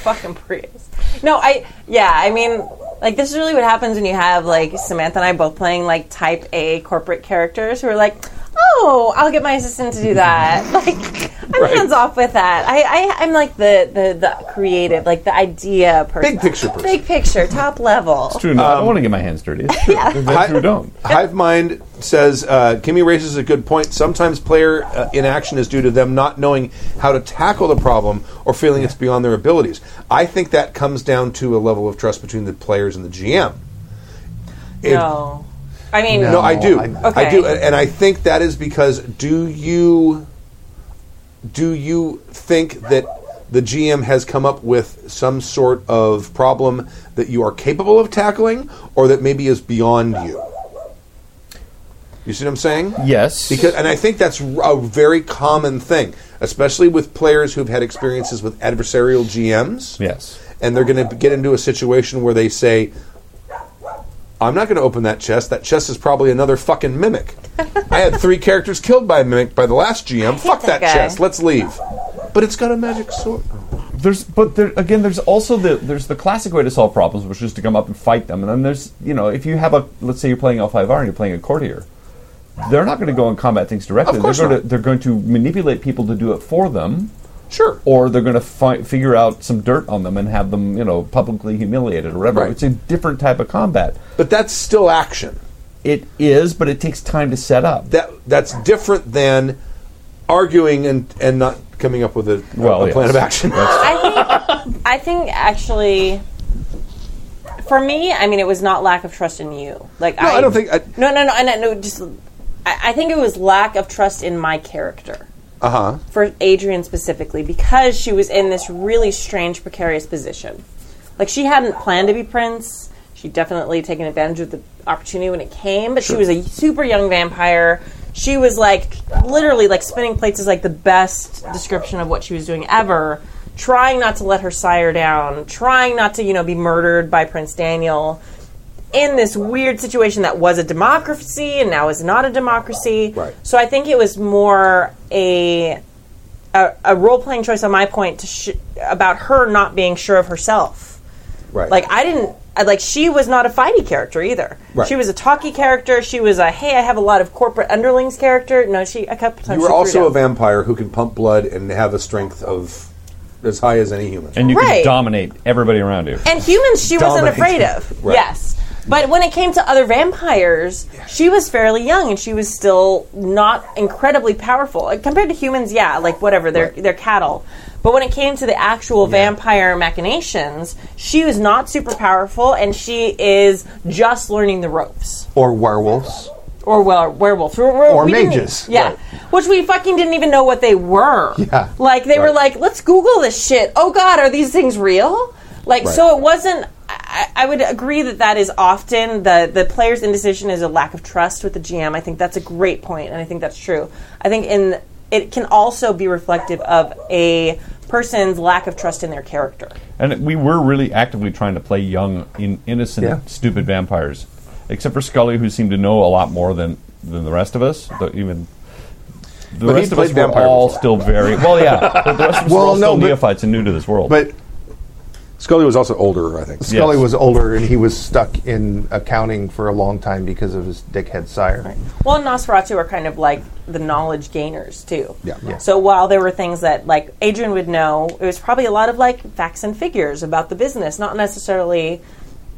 Speaker 3: Fucking Prius. No, I, yeah, I mean, like, this is really what happens when you have, like, Samantha and I both playing, like, type A corporate characters who are like, oh, I'll get my assistant to do
Speaker 5: *laughs*
Speaker 3: that. Like, I'm hands off with that. I, I, I'm like the, the, the creative, like, the idea person.
Speaker 5: Big picture person.
Speaker 3: Big picture, top level.
Speaker 4: True enough. I don't want to get my hands dirty.
Speaker 3: *laughs*
Speaker 4: It's true. That's true. Don't.
Speaker 2: Hive Mind says uh, Kimmy raises a good point. Sometimes player uh, inaction is due to them not knowing how to tackle the problem or feeling it's beyond their abilities. I think that comes down to a level of trust between the players and the GM. If-
Speaker 3: No. I mean,
Speaker 2: No, I do.
Speaker 5: I-
Speaker 2: I do,
Speaker 3: Okay.
Speaker 2: and and I think that is because do you do you think that the GM has come up with some sort of problem that you are capable of tackling, or that maybe is beyond you? You see what I'm saying?
Speaker 4: Yes.
Speaker 2: Because, and I think that's a very common thing, especially with players who've had experiences with adversarial GMs
Speaker 4: Yes.
Speaker 2: and they're going to get into a situation where they say, "I'm not going to open that chest. That chest is probably another fucking mimic. I had three characters killed by a mimic by the last GM. Fuck
Speaker 3: that
Speaker 2: that,
Speaker 3: guy."
Speaker 2: chest. Let's leave." But it's got a magic sword.
Speaker 4: there's but there again there's also the there's the classic way to solve problems which is to come up and fight them and then there's you know if you have a let's say you're playing L5R and you're playing a courtier they're not going to go and combat things directly
Speaker 2: Of course
Speaker 4: they're, going
Speaker 2: not.
Speaker 4: To, they're going to manipulate people to do it for them
Speaker 2: Sure.
Speaker 4: or they're going to fi- figure out some dirt on them and have them you know publicly humiliated or whatever
Speaker 2: Right.
Speaker 4: it's a different type of combat
Speaker 2: But that's still action.
Speaker 4: it is but it takes time to set up
Speaker 2: That that's different than arguing and and not coming up with a, a
Speaker 4: Well, yes.
Speaker 2: plan of action. *laughs*
Speaker 3: I think I think actually for me, I mean, it was not lack of trust in you. Like
Speaker 2: No, I don't think I-
Speaker 3: no, no, no, and I- no. Just I, I think it was lack of trust in my character. Uh huh. For Adrian specifically, because she was in this really strange, precarious position. Like she hadn't planned to be prince. She definitely taken advantage of the opportunity when it came, but she was a super young vampire. She was like literally like spinning plates is like the best description of what she was doing ever. Trying not to let her sire down, trying not to, you know, be murdered by Prince Daniel in this weird situation that was a democracy and now is not a democracy.
Speaker 2: Right.
Speaker 3: So I think it was more a a, a role playing choice on my point to sh- about her not being sure of herself.
Speaker 2: right.
Speaker 3: Like I didn't. I, like she was not a fighty character either.
Speaker 2: Right.
Speaker 3: She was a talky character. She was a hey, I have a lot of corporate underlings character. No, she a couple times. she
Speaker 2: you are
Speaker 3: threw
Speaker 2: also a
Speaker 3: down.
Speaker 2: vampire who can pump blood and have a strength of as high as any human.
Speaker 4: and you
Speaker 3: Right.
Speaker 4: can dominate everybody around you
Speaker 3: and humans she wasn't
Speaker 2: Dominate.
Speaker 3: afraid of.
Speaker 2: Right.
Speaker 3: Yes. But when it came to other vampires, she was fairly young and she was still not incredibly powerful. Like, compared to humans, yeah, like whatever, they're they're cattle. But when it came to the actual vampire machinations, she was not super powerful and she is just learning the ropes.
Speaker 5: or werewolves.
Speaker 3: Or well, werewolves. Or,
Speaker 5: Or mages.
Speaker 3: Yeah. Which we fucking didn't even know what they were.
Speaker 5: Yeah.
Speaker 3: Like they were like, let's Google this shit. Oh God, are these things real? Like so, it wasn't. I, I would agree that that is often the the player's indecision is a lack of trust with the GM. I think that's a great point, and I think that's true. I think in it can also be reflective of a person's lack of trust in their character.
Speaker 4: And we were really actively trying to play young, in, innocent,
Speaker 5: Yeah.
Speaker 4: stupid vampires, except for Scully, who seemed to know a lot more than than the rest of us. The, even the
Speaker 2: But he
Speaker 4: rest of
Speaker 2: played
Speaker 4: us
Speaker 2: vampire
Speaker 4: were all
Speaker 2: before.
Speaker 4: still very well. Yeah, but the rest of us
Speaker 5: Well,
Speaker 4: were all
Speaker 5: no,
Speaker 4: still
Speaker 5: but-
Speaker 4: neophytes and new to this world.
Speaker 5: But
Speaker 2: Scully was also older, I think.
Speaker 5: Scully
Speaker 4: Yes.
Speaker 5: was older and he was stuck in accounting for a long time because of his dickhead sire.
Speaker 3: Well, and Nosferatu are kind of like the knowledge gainers too.
Speaker 2: Yeah. Yeah.
Speaker 3: So while there were things that like Adrian would know, it was probably a lot of like facts and figures about the business, not necessarily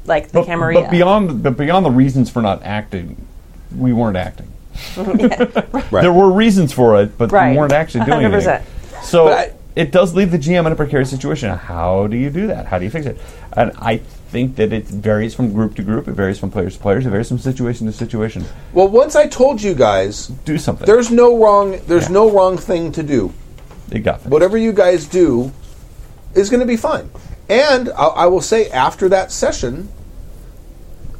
Speaker 3: like the
Speaker 4: but,
Speaker 3: Camarilla.
Speaker 4: but beyond but beyond the reasons for not acting, we weren't acting. *laughs*
Speaker 2: Right.
Speaker 4: There were reasons for it, but
Speaker 3: Right.
Speaker 4: we weren't actually doing
Speaker 3: 100%.
Speaker 4: anything. So
Speaker 2: But I-
Speaker 4: it does leave the GM in a precarious situation. How do you do that? How do you fix it? And I think that it varies from group to group. It varies from players to players. It varies from situation to situation.
Speaker 2: Well, once I told you guys,
Speaker 4: Do something.
Speaker 2: There's no wrong. There's no wrong thing to do.
Speaker 4: It got fixed.
Speaker 2: Whatever you guys do is going to be fine. And I, I will say, after that session,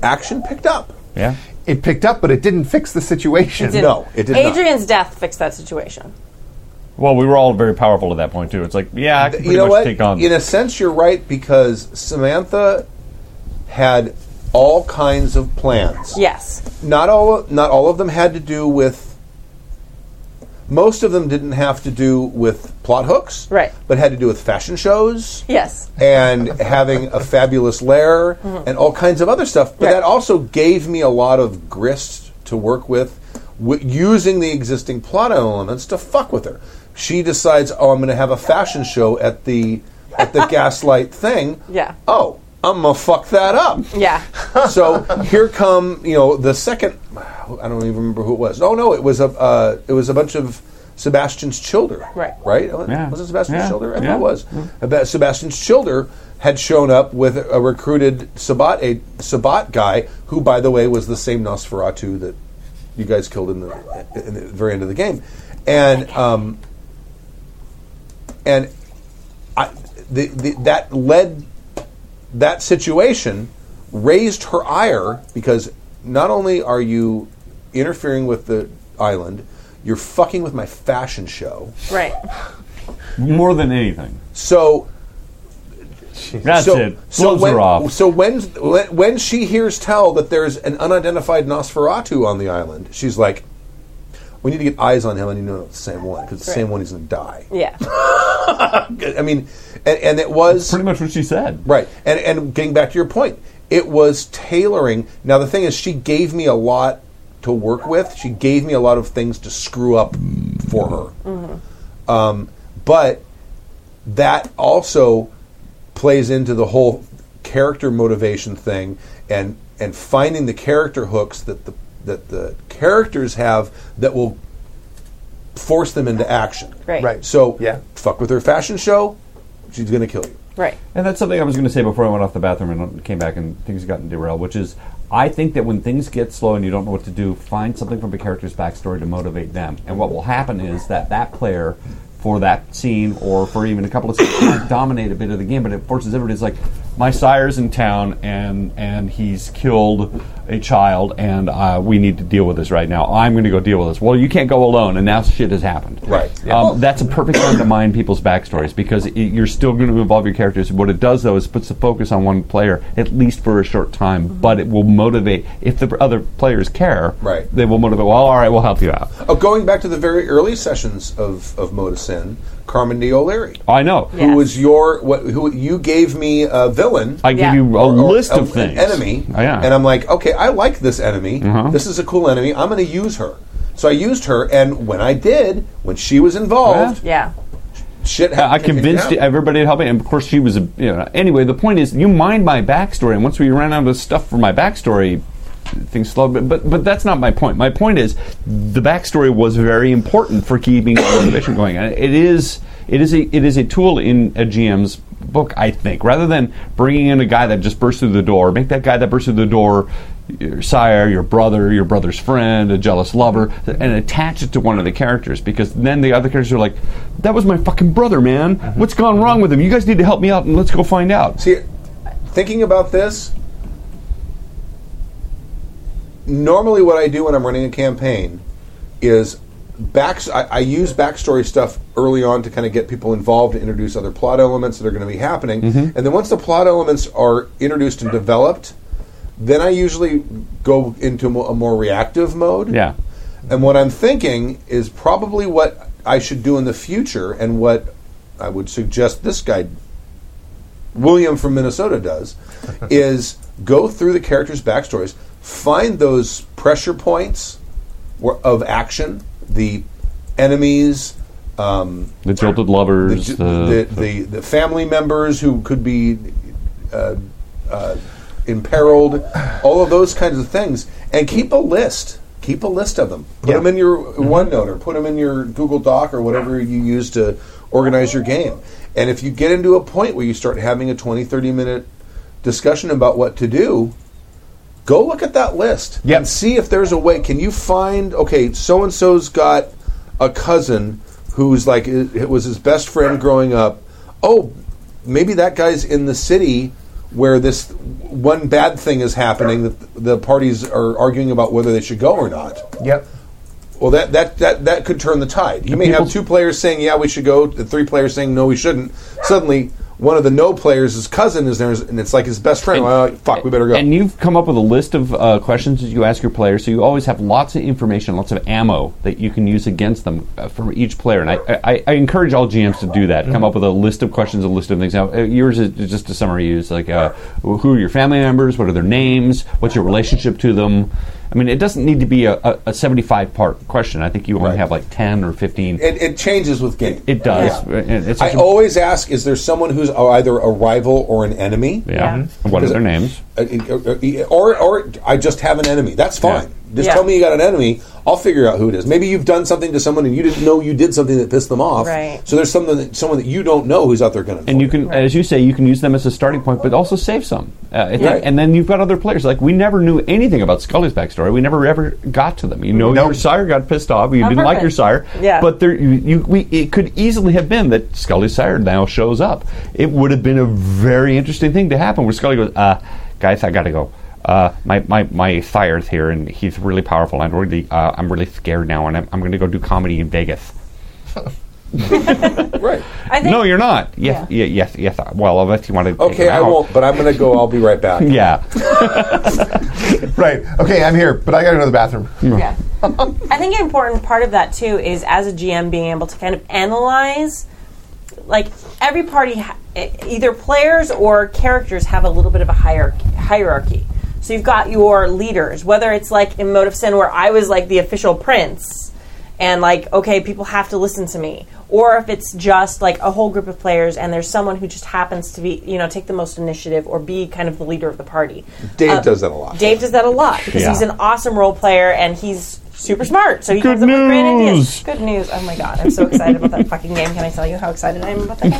Speaker 2: action picked up.
Speaker 4: Yeah.
Speaker 5: It picked up, but it didn't fix the situation.
Speaker 3: Did-
Speaker 2: No, it did not.
Speaker 3: Adrian's death fixed that situation.
Speaker 4: Well, we were all very powerful at that point too. It's like, yeah, I can pretty
Speaker 2: you know
Speaker 4: much
Speaker 2: what?
Speaker 4: take on.
Speaker 2: In a sense, you're right because Samantha had all kinds of plans.
Speaker 3: Yes.
Speaker 2: Not all not all of them had to do with most of them didn't have to do with plot hooks.
Speaker 3: Right.
Speaker 2: But had to do with fashion shows
Speaker 3: Yes.
Speaker 2: and having a fabulous lair
Speaker 3: Mm-hmm.
Speaker 2: and all kinds of other stuff. But
Speaker 3: Right.
Speaker 2: that also gave me a lot of grist to work with, w- using the existing plot elements to fuck with her. She decides, oh, I'm going to have a fashion show at the at
Speaker 3: *laughs*
Speaker 2: the gaslight thing.
Speaker 3: Yeah.
Speaker 2: Oh, I'm gonna fuck that up.
Speaker 3: Yeah.
Speaker 2: *laughs* so here come you know the second. I don't even remember who it was. Oh no, it was a uh, it was a bunch of Sebastian's Childer.
Speaker 3: Right.
Speaker 2: Right. Oh,
Speaker 4: Yeah.
Speaker 2: Was it Sebastian's
Speaker 4: Yeah.
Speaker 2: Childer? I think
Speaker 4: Yeah.
Speaker 2: it was. About Sebastian's Childer had shown up with a recruited Sabat a Sabat guy who, by the way, was the same Nosferatu that you guys killed in the, in the very end of the game, and um, and I, the, the, that led that situation raised her ire because not only are you interfering with the island, you're fucking with my fashion show.
Speaker 3: Right.
Speaker 4: More than anything.
Speaker 2: So
Speaker 4: That's
Speaker 2: so,
Speaker 4: it. Blows
Speaker 2: so when,
Speaker 4: her off.
Speaker 2: So when, when when she hears tell that there's an unidentified Nosferatu on the island, she's like, "We need to get eyes on him, and you know it's the same one because the
Speaker 3: Right.
Speaker 2: same one is going to die."
Speaker 3: Yeah.
Speaker 2: I mean, and, and it was
Speaker 4: Pretty much what she said.
Speaker 2: Right. And and getting back to your point, it was tailoring. Now the thing is she gave me a lot to work with. She gave me a lot of things to screw up for her. Um, but that also plays into the whole character motivation thing and and finding the character hooks that the that the characters have that will force them into action.
Speaker 3: Right.
Speaker 5: Right.
Speaker 2: So
Speaker 5: Yeah.
Speaker 2: fuck with her fashion show, she's going to kill you.
Speaker 3: Right.
Speaker 4: And that's something I was going to say before I went off the bathroom and came back and things got derailed, which is I think that when things get slow and you don't know what to do, find something from a character's backstory to motivate them. And what will happen is that that player for that scene or for even a couple of scenes might dominate a bit of the game, but it forces everybody. It's like my sire's in town and and he's killed a child and uh, we need to deal with this right now. I'm going to go deal with this. Well, you can't go alone, and now shit has happened.
Speaker 2: Right. Yeah.
Speaker 4: Um, that's a perfect time to mine people's backstories because it, you're still going to involve your characters. What it does, though, is puts the focus on one player at least for a short time,
Speaker 2: Mm-hmm.
Speaker 4: but it will motivate if the other players care.
Speaker 2: Right.
Speaker 4: They will motivate. Well, all right, we'll help you out.
Speaker 2: Oh, going back to the very early sessions of of Modus Carmen de O'Leary,
Speaker 4: I know.
Speaker 3: Yeah.
Speaker 2: who was your what? Who you gave me a villain?
Speaker 4: I give
Speaker 3: Yeah.
Speaker 4: you a
Speaker 2: or- or
Speaker 4: list
Speaker 2: a-
Speaker 4: of
Speaker 2: an
Speaker 4: things.
Speaker 2: enemy.
Speaker 4: Oh, yeah. Uh-huh.
Speaker 2: And I'm like, okay, I like this enemy. This is a cool enemy. I'm going to use her. So I used her, and when I did, when she was involved,
Speaker 3: Yeah.
Speaker 4: *laughs*
Speaker 2: shit
Speaker 4: I
Speaker 2: happened.
Speaker 4: convinced everybody to help me, and of course she was. A, you know, anyway, the point is, you mind my backstory, and once we ran out of stuff for my backstory, things slowed. But but, but that's not my point. My point is, the backstory was very important for keeping the *coughs* motivation going. And It is it is a it is a tool in a GM's book, I think, rather than bringing in a guy that just burst through the door. Make that guy that burst through the door. Your sire, your brother, your brother's friend, a jealous lover, and attach it to one of the characters because then the other characters are like, "That was my fucking brother, man. What's gone wrong with him? You guys need to help me out and let's go find out."
Speaker 2: Mm-hmm. See, thinking about this, normally what I do when I'm running a campaign is back. I, I use backstory stuff early on to kind of get people involved to introduce other plot elements that are going to be happening, and then once the plot elements are introduced and developed, then I usually go into mo- a more reactive mode.
Speaker 4: Yeah.
Speaker 2: And what I'm thinking is probably what I should do in the future, and what I would suggest this guy William from Minnesota does is go through the characters' backstories, find those pressure points where, of action, the enemies, um,
Speaker 4: The jilted
Speaker 2: the,
Speaker 4: lovers,
Speaker 2: j-
Speaker 4: the,
Speaker 2: the, the, the family members who could be uh, uh, imperiled, all of those kinds of things, and keep a list. Keep a list of them. Put
Speaker 5: Yeah.
Speaker 2: them in your OneNote or put them in your Google Doc or whatever you use to organize your game. And if you get into a point where you start having a 20, 30 minute discussion about what to do, go look at that list
Speaker 4: Yep.
Speaker 2: and see if there's a way. Can you find okay? So and so's got a cousin who's like it it was his best friend growing up. Oh, maybe that guy's in the city where this one bad thing is happening that the parties are arguing about whether they should go or not.
Speaker 5: Yep.
Speaker 2: Well, that that that, that could turn the tide. You may have two players saying yeah we should go, and three players saying no we shouldn't. Suddenly. one of the no players, his cousin is there, and it's like his best friend. well, fuck, we better go.
Speaker 4: And you've come up with a list of uh, questions that you ask your players, so you always have lots of information, lots of ammo that you can use against them uh, from each player. And I, I, I encourage all GMs to do
Speaker 2: Mm-hmm.
Speaker 4: that. Come up with a list of questions, a list of things. Now, uh, yours is is just a summary. Use like uh, who are your family members? What are their names? What's your relationship to them? I mean, it doesn't need to be a, a, a seventy-five part question. I think you only
Speaker 2: Right.
Speaker 4: have like ten or fifteen. It,
Speaker 2: it, it changes with game.
Speaker 4: does.
Speaker 2: Yeah.
Speaker 4: And It's
Speaker 2: I
Speaker 4: such a-
Speaker 2: always ask: Is there someone who's either a rival or an enemy?
Speaker 4: yeah.
Speaker 3: Yeah.
Speaker 4: And What are their names?
Speaker 2: Uh, uh, uh, or or I just have an enemy. That's fine. Just
Speaker 3: Yeah.
Speaker 2: tell me you got an enemy. I'll figure out who it is. Maybe you've done something to someone and you didn't know you did something that pissed them off.
Speaker 3: Right.
Speaker 2: So there's someone that, someone that you don't know who's out there going to.
Speaker 4: And you can, as you say, you can use them as a starting point, but also save some. Uh, and, then-
Speaker 2: Right.
Speaker 4: and then you've got other players. Like we never knew anything about Scully's backstory. We never ever got to them. You know, your
Speaker 5: Nope.
Speaker 4: sire got pissed off. You
Speaker 3: Oh,
Speaker 4: didn't like your
Speaker 3: perfect.
Speaker 4: sire.
Speaker 3: Yeah.
Speaker 4: But there, you, you, we, it could easily have been that Scully's sire now shows up. It would have been a very interesting thing to happen where Scully goes, uh, "Guys, I got to go." Uh, my, my, my sire's here and he's really powerful. I'm really uh, I'm really scared now, and I'm, I'm going to go do comedy in Vegas.
Speaker 2: right.
Speaker 3: I think
Speaker 4: No, you're not. Yes, yeah. yes, yes. uh, Well, unless you want to.
Speaker 2: Okay, I won't. But I'm going to go. I'll be right back.
Speaker 4: *laughs*
Speaker 5: *laughs*
Speaker 4: Yeah.
Speaker 5: Right. Okay, I'm here, but I gotta go to the bathroom.
Speaker 3: Yeah. I think an important part of that too is as a GM being able to kind of analyze like every party ha- e- either players or characters have a little bit of a hierarchy, hierarchy. So you've got your leaders, whether it's like in Mode of Sin where I was like the official prince and like okay, people have to listen to me or if it's just like a whole group of players and there's someone who just happens to be, you know, take the most initiative or be kind of the leader of the party.
Speaker 2: Dave does that a lot.
Speaker 3: Uh, Dave does that a lot because
Speaker 4: Yeah.
Speaker 3: he's an awesome role player and he's super smart. So he
Speaker 4: Good
Speaker 3: comes up with great
Speaker 4: news.
Speaker 3: ideas. Good news! Oh my god, I'm so excited about that fucking game. Can I tell you how excited I am about that
Speaker 4: *laughs*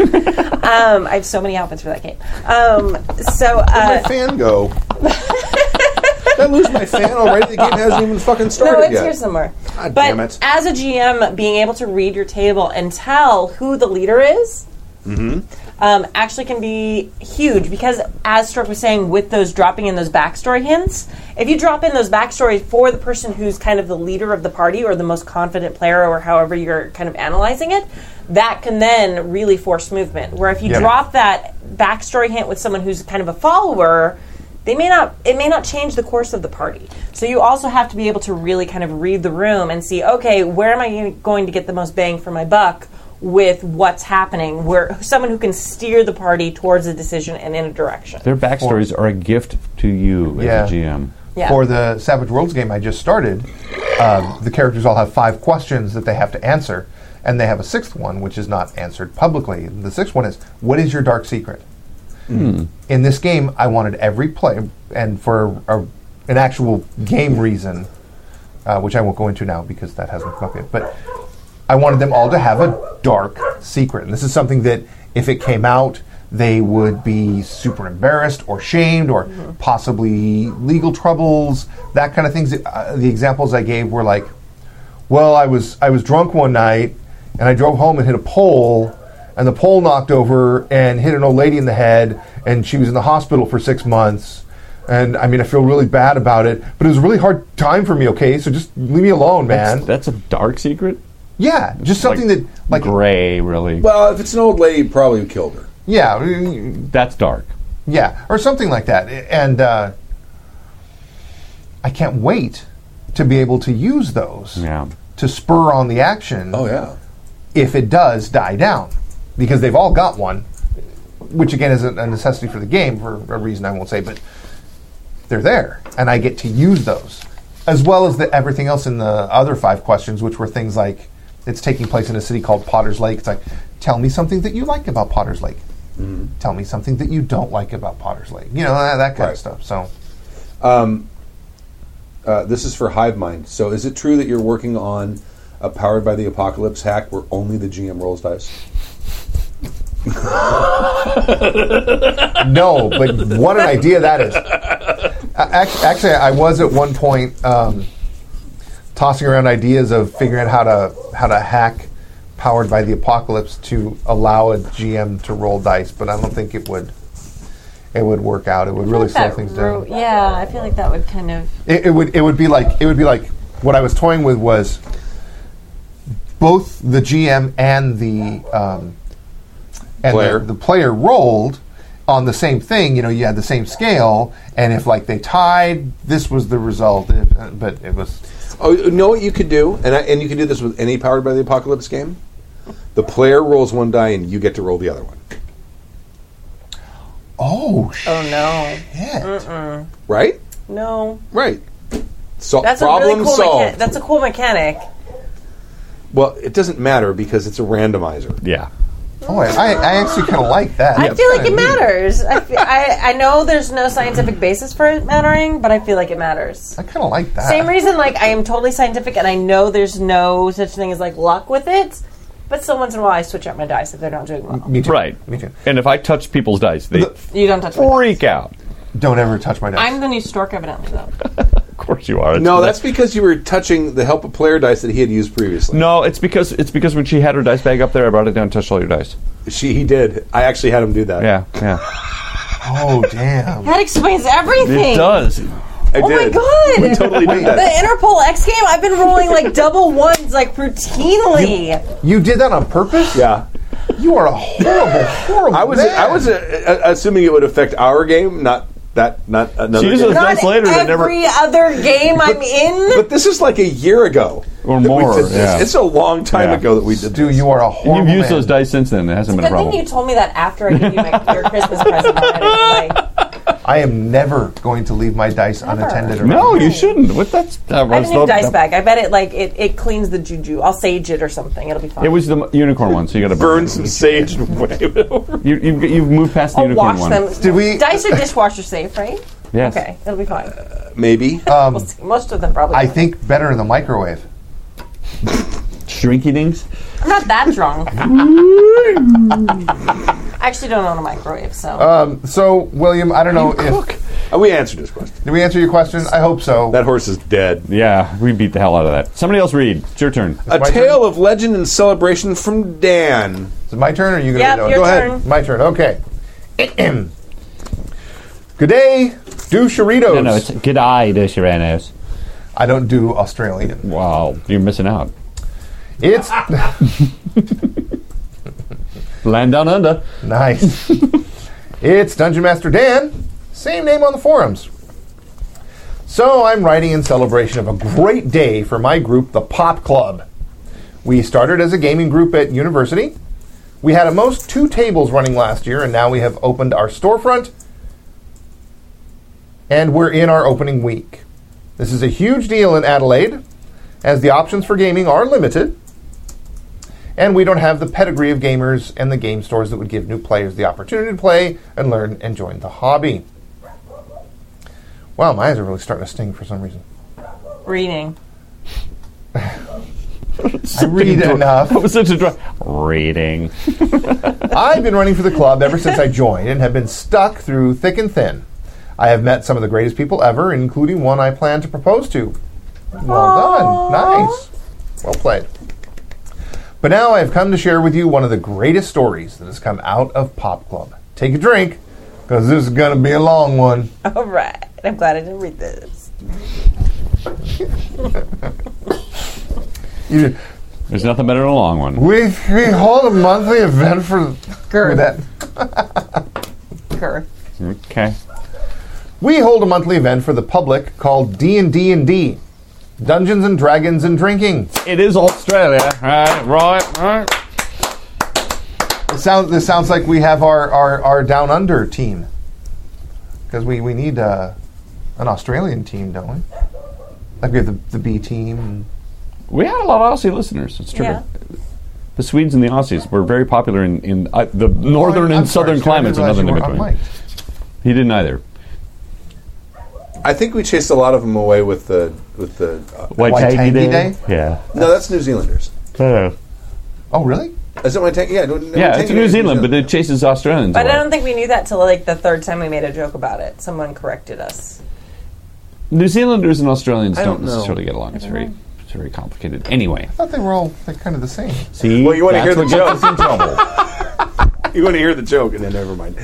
Speaker 3: game? um, I have so many outfits for that game. Um, so
Speaker 2: Where'd
Speaker 3: uh,
Speaker 2: my fan go? Did I lose my fan already. The game hasn't even fucking started
Speaker 3: no, it's
Speaker 2: yet.
Speaker 3: here somewhere.
Speaker 2: God
Speaker 3: but
Speaker 2: damn it.
Speaker 3: as a GM, being able to read your table and tell who the leader is.
Speaker 2: Mm-hmm.
Speaker 3: Um, actually, can be huge because, as Stork was saying, with those dropping in those backstory hints, if you drop in those backstories for the person who's kind of the leader of the party or the most confident player or however you're kind of analyzing it, that can then really force movement. Where if you
Speaker 5: Yeah.
Speaker 3: drop that backstory hint with someone who's kind of a follower, they may not it may not change the course of the party so you also have to be able to really kind of read the room and see okay where am i gonna- going to get the most bang for my buck with what's happening where someone who can steer the party towards a decision and in a direction
Speaker 4: Their backstories are a gift to you
Speaker 5: Yeah.
Speaker 4: as a GM.
Speaker 3: yeah
Speaker 5: For the Savage Worlds game I just started, uh, the characters all have five questions that they have to answer, and they have a sixth one which is not answered publicly. The sixth one is, "What is your dark secret?" In this game, I wanted every play, and for a, an actual game reason, uh, which I won't go into now because that hasn't come up yet, but I wanted them all to have a dark secret. And this is something that, if it came out, they would be super embarrassed or shamed or possibly legal troubles, that kind of things. Uh, the examples I gave were like, well, I was I was drunk one night and I drove home and hit a pole and the pole knocked over and hit an old lady in the head and she was in the hospital for 6 months. And I mean, I feel really bad about it, but it was a really hard time for me, okay? So just leave me alone, man.
Speaker 4: That's a dark secret.
Speaker 5: Yeah, just something
Speaker 4: Like,
Speaker 5: that like
Speaker 4: gray, really.
Speaker 2: Well, if it's an old lady, probably killed her.
Speaker 5: yeah, mm,
Speaker 4: That's dark.
Speaker 5: yeah, or something like that. And uh, I can't wait to be able to use those
Speaker 4: Yeah.
Speaker 5: to spur on the action.
Speaker 2: Oh yeah.
Speaker 5: if it does die down, because they've all got one, which again is a, a necessity for the game for a reason I won't say, but they're there, and I get to use those, as well as the everything else in the other five questions, which were things like it's taking place in a city called Potter's Lake. It's like, tell me something that you like about Potter's Lake. Tell me something that you don't like about Potter's Lake. You know that, that kind
Speaker 2: Right.
Speaker 5: of stuff. So
Speaker 2: Uh, this is for Hive Mind. So, is it true that you're working on a Powered by the Apocalypse hack where only the GM rolls dice?
Speaker 5: no, but what an idea that is. A- act- Actually, I was at one point um, tossing around ideas of figuring out how to how to hack powered by the apocalypse to allow a GM to roll dice, but I don't think it would it would work out. It would really slow things down.
Speaker 3: yeah i feel like that would kind of
Speaker 5: It, it would it would be like it would be like what I was toying with was both the GM and the um, and
Speaker 2: Player.
Speaker 5: The, the player rolled on the same thing. You know, you had the same scale, and if like they tied, this was the result. If- uh, but it was
Speaker 2: Oh, you know what you could do, and I, and you could do this with any Powered by the Apocalypse game. The player rolls one die, and you get to roll the other one.
Speaker 5: oh shit.
Speaker 3: Oh no,
Speaker 2: Right,
Speaker 3: no.
Speaker 2: right. So
Speaker 3: That's
Speaker 2: problem
Speaker 3: a really cool
Speaker 2: solved.
Speaker 3: mechanic. That's a cool mechanic.
Speaker 2: well, it doesn't matter because it's a randomizer.
Speaker 4: Yeah.
Speaker 5: Oh, I, I I actually kind of like that.
Speaker 3: I feel like it matters. I, feel,
Speaker 2: *laughs*
Speaker 3: I I know there's no scientific basis for it mattering, but I feel like it matters.
Speaker 5: I kind of like
Speaker 2: Ah.
Speaker 5: that.
Speaker 3: Same reason, like I am totally scientific, and I know there's no such thing as like luck with it. But still, once in a while, I switch out my dice if they're not doing
Speaker 2: Mm-hmm.
Speaker 3: well.
Speaker 5: Me too.
Speaker 4: Right.
Speaker 5: Me too.
Speaker 4: And if I touch people's dice, they
Speaker 3: You don't touch. My dice.
Speaker 4: freak out.
Speaker 5: Don't ever touch my dice.
Speaker 3: I'm the new stork, evidently, though.
Speaker 4: Of course you are. It's-
Speaker 2: No, that's because you were touching the help a player dice that he had used previously.
Speaker 4: No, it's because it's because when she had her dice bag up there, I brought it down and touched all your dice.
Speaker 2: she he did. I actually had him do that.
Speaker 4: Yeah, yeah.
Speaker 5: oh damn.
Speaker 3: That explains everything.
Speaker 4: It does.
Speaker 2: I
Speaker 3: Oh my
Speaker 2: did.
Speaker 3: god!
Speaker 2: We totally did
Speaker 3: the
Speaker 2: that.
Speaker 3: Interpol X game, I've been rolling like double ones like routinely.
Speaker 5: You did that on purpose?
Speaker 2: Yeah,
Speaker 5: You are a horrible, horrible.
Speaker 2: I was
Speaker 5: Man.
Speaker 2: I was uh, uh, assuming it would affect our game, not that, not another.
Speaker 4: She uses
Speaker 2: game.
Speaker 4: those dice later
Speaker 3: every
Speaker 4: that never
Speaker 3: other
Speaker 2: *laughs*
Speaker 3: game I'm in.
Speaker 2: But this is like a year ago.
Speaker 4: or
Speaker 2: that we
Speaker 4: more.
Speaker 2: did this.
Speaker 4: Yeah.
Speaker 2: It's a long time
Speaker 4: Yeah.
Speaker 2: ago that we did
Speaker 5: Dude,
Speaker 2: this.
Speaker 5: you are a
Speaker 4: And
Speaker 5: horrible.
Speaker 4: you've used
Speaker 5: man.
Speaker 4: those dice since then. It hasn't been a
Speaker 3: Good thing you
Speaker 4: problem.
Speaker 3: told me that after I gave you my, your Christmas present. Already.
Speaker 4: *laughs*
Speaker 3: Like,
Speaker 5: I am never going to leave my dice unattended. Around.
Speaker 4: No, you shouldn't. What that's that
Speaker 3: I
Speaker 4: was
Speaker 3: have a new
Speaker 4: the-
Speaker 3: dice bag. I bet it like it, it cleans the juju. I'll sage it or something. It'll be fine.
Speaker 4: It was the unicorn one, so you got to burn.
Speaker 2: burn some sage and wave it over.
Speaker 4: You, you've, you've moved past the
Speaker 3: I'll
Speaker 4: unicorn
Speaker 3: wash
Speaker 4: one.
Speaker 3: them.
Speaker 5: Did we-
Speaker 3: Dice are dishwasher safe, right?
Speaker 4: Yes.
Speaker 3: Okay, it'll be fine.
Speaker 2: Maybe.
Speaker 4: Uh,
Speaker 3: we'll see. Most of them probably.
Speaker 5: I
Speaker 3: won't.
Speaker 5: think better in the microwave.
Speaker 4: Shrinky dings.
Speaker 3: I'm not that
Speaker 4: *laughs*
Speaker 3: drunk. I actually don't own a microwave, so
Speaker 5: Um, so, William, I don't know if
Speaker 2: Uh, we answered his question.
Speaker 5: did we answer your question. I hope so.
Speaker 2: That horse is dead.
Speaker 4: Yeah, we beat the hell out of that. Somebody else read. It's your turn.
Speaker 2: A
Speaker 5: my
Speaker 2: tale of legend and celebration from Dan.
Speaker 5: Is it my turn or are you going
Speaker 3: Yep,
Speaker 5: to do it?
Speaker 3: your
Speaker 5: Go
Speaker 3: turn.
Speaker 5: ahead. My turn. Okay. *clears throat* Good day, do Cheritos.
Speaker 6: No, no, it's good eye, the Serranos.
Speaker 5: I don't do Australian.
Speaker 4: Wow, you're missing out. *laughs*
Speaker 5: It's
Speaker 4: Land down under.
Speaker 5: Nice. it's Dungeon Master Dan, same name on the forums. So I'm writing in celebration of a great day for my group, the Pop Club. We started as a gaming group at university. We had at most two tables running last year, and now we have opened our storefront, and we're in our opening week. This is a huge deal in Adelaide, as the options for gaming are limited, and we don't have the pedigree of gamers and the game stores that would give new players the opportunity to play and learn and join the hobby. Wow, my eyes are really starting to sting for some reason.
Speaker 3: reading.
Speaker 5: I read enough.
Speaker 4: *laughs* That was such a dry. Reading.
Speaker 5: I've been running for the club ever since I joined and have been stuck through thick and thin. I have met some of the greatest people ever, including one I plan to propose to. Well done. Nice. Well played. But now I have come to share with you one of the greatest stories that has come out of Pop Club. Take a drink, because this is going to be a long one.
Speaker 3: All right, I'm glad I didn't read this.
Speaker 5: You-
Speaker 4: There's nothing better than a long one.
Speaker 5: We, we hold a monthly event for
Speaker 3: Girth.
Speaker 5: that.
Speaker 3: Girth.
Speaker 4: Okay.
Speaker 5: We hold a monthly event for the public called D and D and D, Dungeons and Dragons and Drinking.
Speaker 4: It is Australia. Right, right, right.
Speaker 5: It sounds. This sounds like we have our our, our down under team because we we need uh, an Australian team, don't we? Like we have the, the B team. and-
Speaker 4: We had a lot of Aussie listeners. It's true.
Speaker 3: Yeah.
Speaker 4: The Swedes and the Aussies were very popular in, in uh, the northern
Speaker 5: I'm
Speaker 4: and
Speaker 5: sorry,
Speaker 4: southern
Speaker 5: Stu, I didn't
Speaker 4: climates and
Speaker 5: realize
Speaker 4: nothing
Speaker 5: you
Speaker 4: in
Speaker 5: weren't
Speaker 4: between.
Speaker 5: on mic.
Speaker 4: He didn't either.
Speaker 2: I think we chased a lot of them away with the with the. uh,
Speaker 5: Waitangi Day?
Speaker 4: Yeah.
Speaker 2: no, that's New Zealanders.
Speaker 5: Oh really?
Speaker 2: Is it Waitangi? Yeah, no, no,
Speaker 4: yeah,
Speaker 2: Waitangi
Speaker 4: it's New
Speaker 2: is
Speaker 4: Zealand, but it chases Australians.
Speaker 3: But
Speaker 4: away.
Speaker 3: I don't think we knew that till like the third time we made a joke about it. Someone corrected us.
Speaker 4: New Zealanders and Australians
Speaker 2: I
Speaker 4: don't,
Speaker 2: don't know.
Speaker 4: necessarily get along. It's very, it's very complicated. Anyway,
Speaker 5: I thought they were all they're kind of the same.
Speaker 4: see,
Speaker 2: Well, you wanna
Speaker 4: that's
Speaker 2: hear the
Speaker 4: what gets us in trouble.
Speaker 2: *laughs* You want to hear the joke, and then never mind.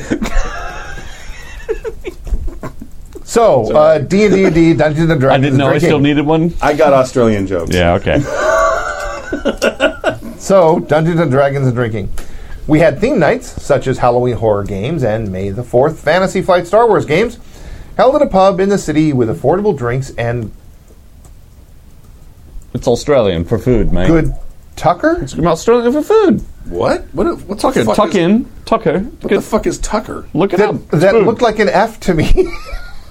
Speaker 5: So uh, D and D and D, Dungeons and
Speaker 4: I
Speaker 5: Dragons.
Speaker 4: didn't know I
Speaker 5: and Drinking.
Speaker 4: still needed one.
Speaker 2: I got Australian jokes.
Speaker 4: Yeah, okay.
Speaker 5: So, Dungeons and Dragons and Drinking. We had theme nights, such as Halloween horror games and May the 4th Fantasy Flight Star Wars games, held at a pub in the city with affordable drinks and
Speaker 4: It's Australian for food, mate.
Speaker 5: good tucker?
Speaker 4: It's Australian for food.
Speaker 2: What? What? What?
Speaker 4: Tucker,
Speaker 2: fuck
Speaker 4: tuck
Speaker 2: is-
Speaker 4: in, Tucker.
Speaker 2: What
Speaker 4: Good-
Speaker 2: the fuck is Tucker?
Speaker 4: Look it up.
Speaker 5: That,
Speaker 4: It's
Speaker 5: that
Speaker 4: food.
Speaker 5: looked like an F to me.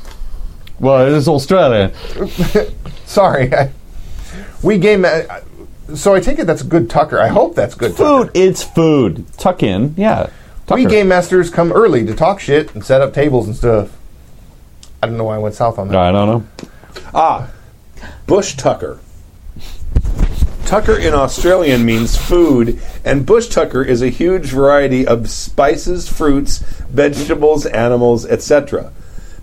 Speaker 5: *laughs*
Speaker 4: well, it is Australia.
Speaker 5: Sorry. I, we game. Uh, so I take it that's good tucker. I hope that's good tucker.
Speaker 4: Food. It's food. Tuck in. Yeah. Tucker.
Speaker 5: We game masters come early to talk shit and set up tables and stuff. I don't know why I went south on that.
Speaker 4: I don't know.
Speaker 2: Bush Tucker. Tucker in Australian means food, and bush tucker is a huge variety of spices, fruits, vegetables, animals, etc.,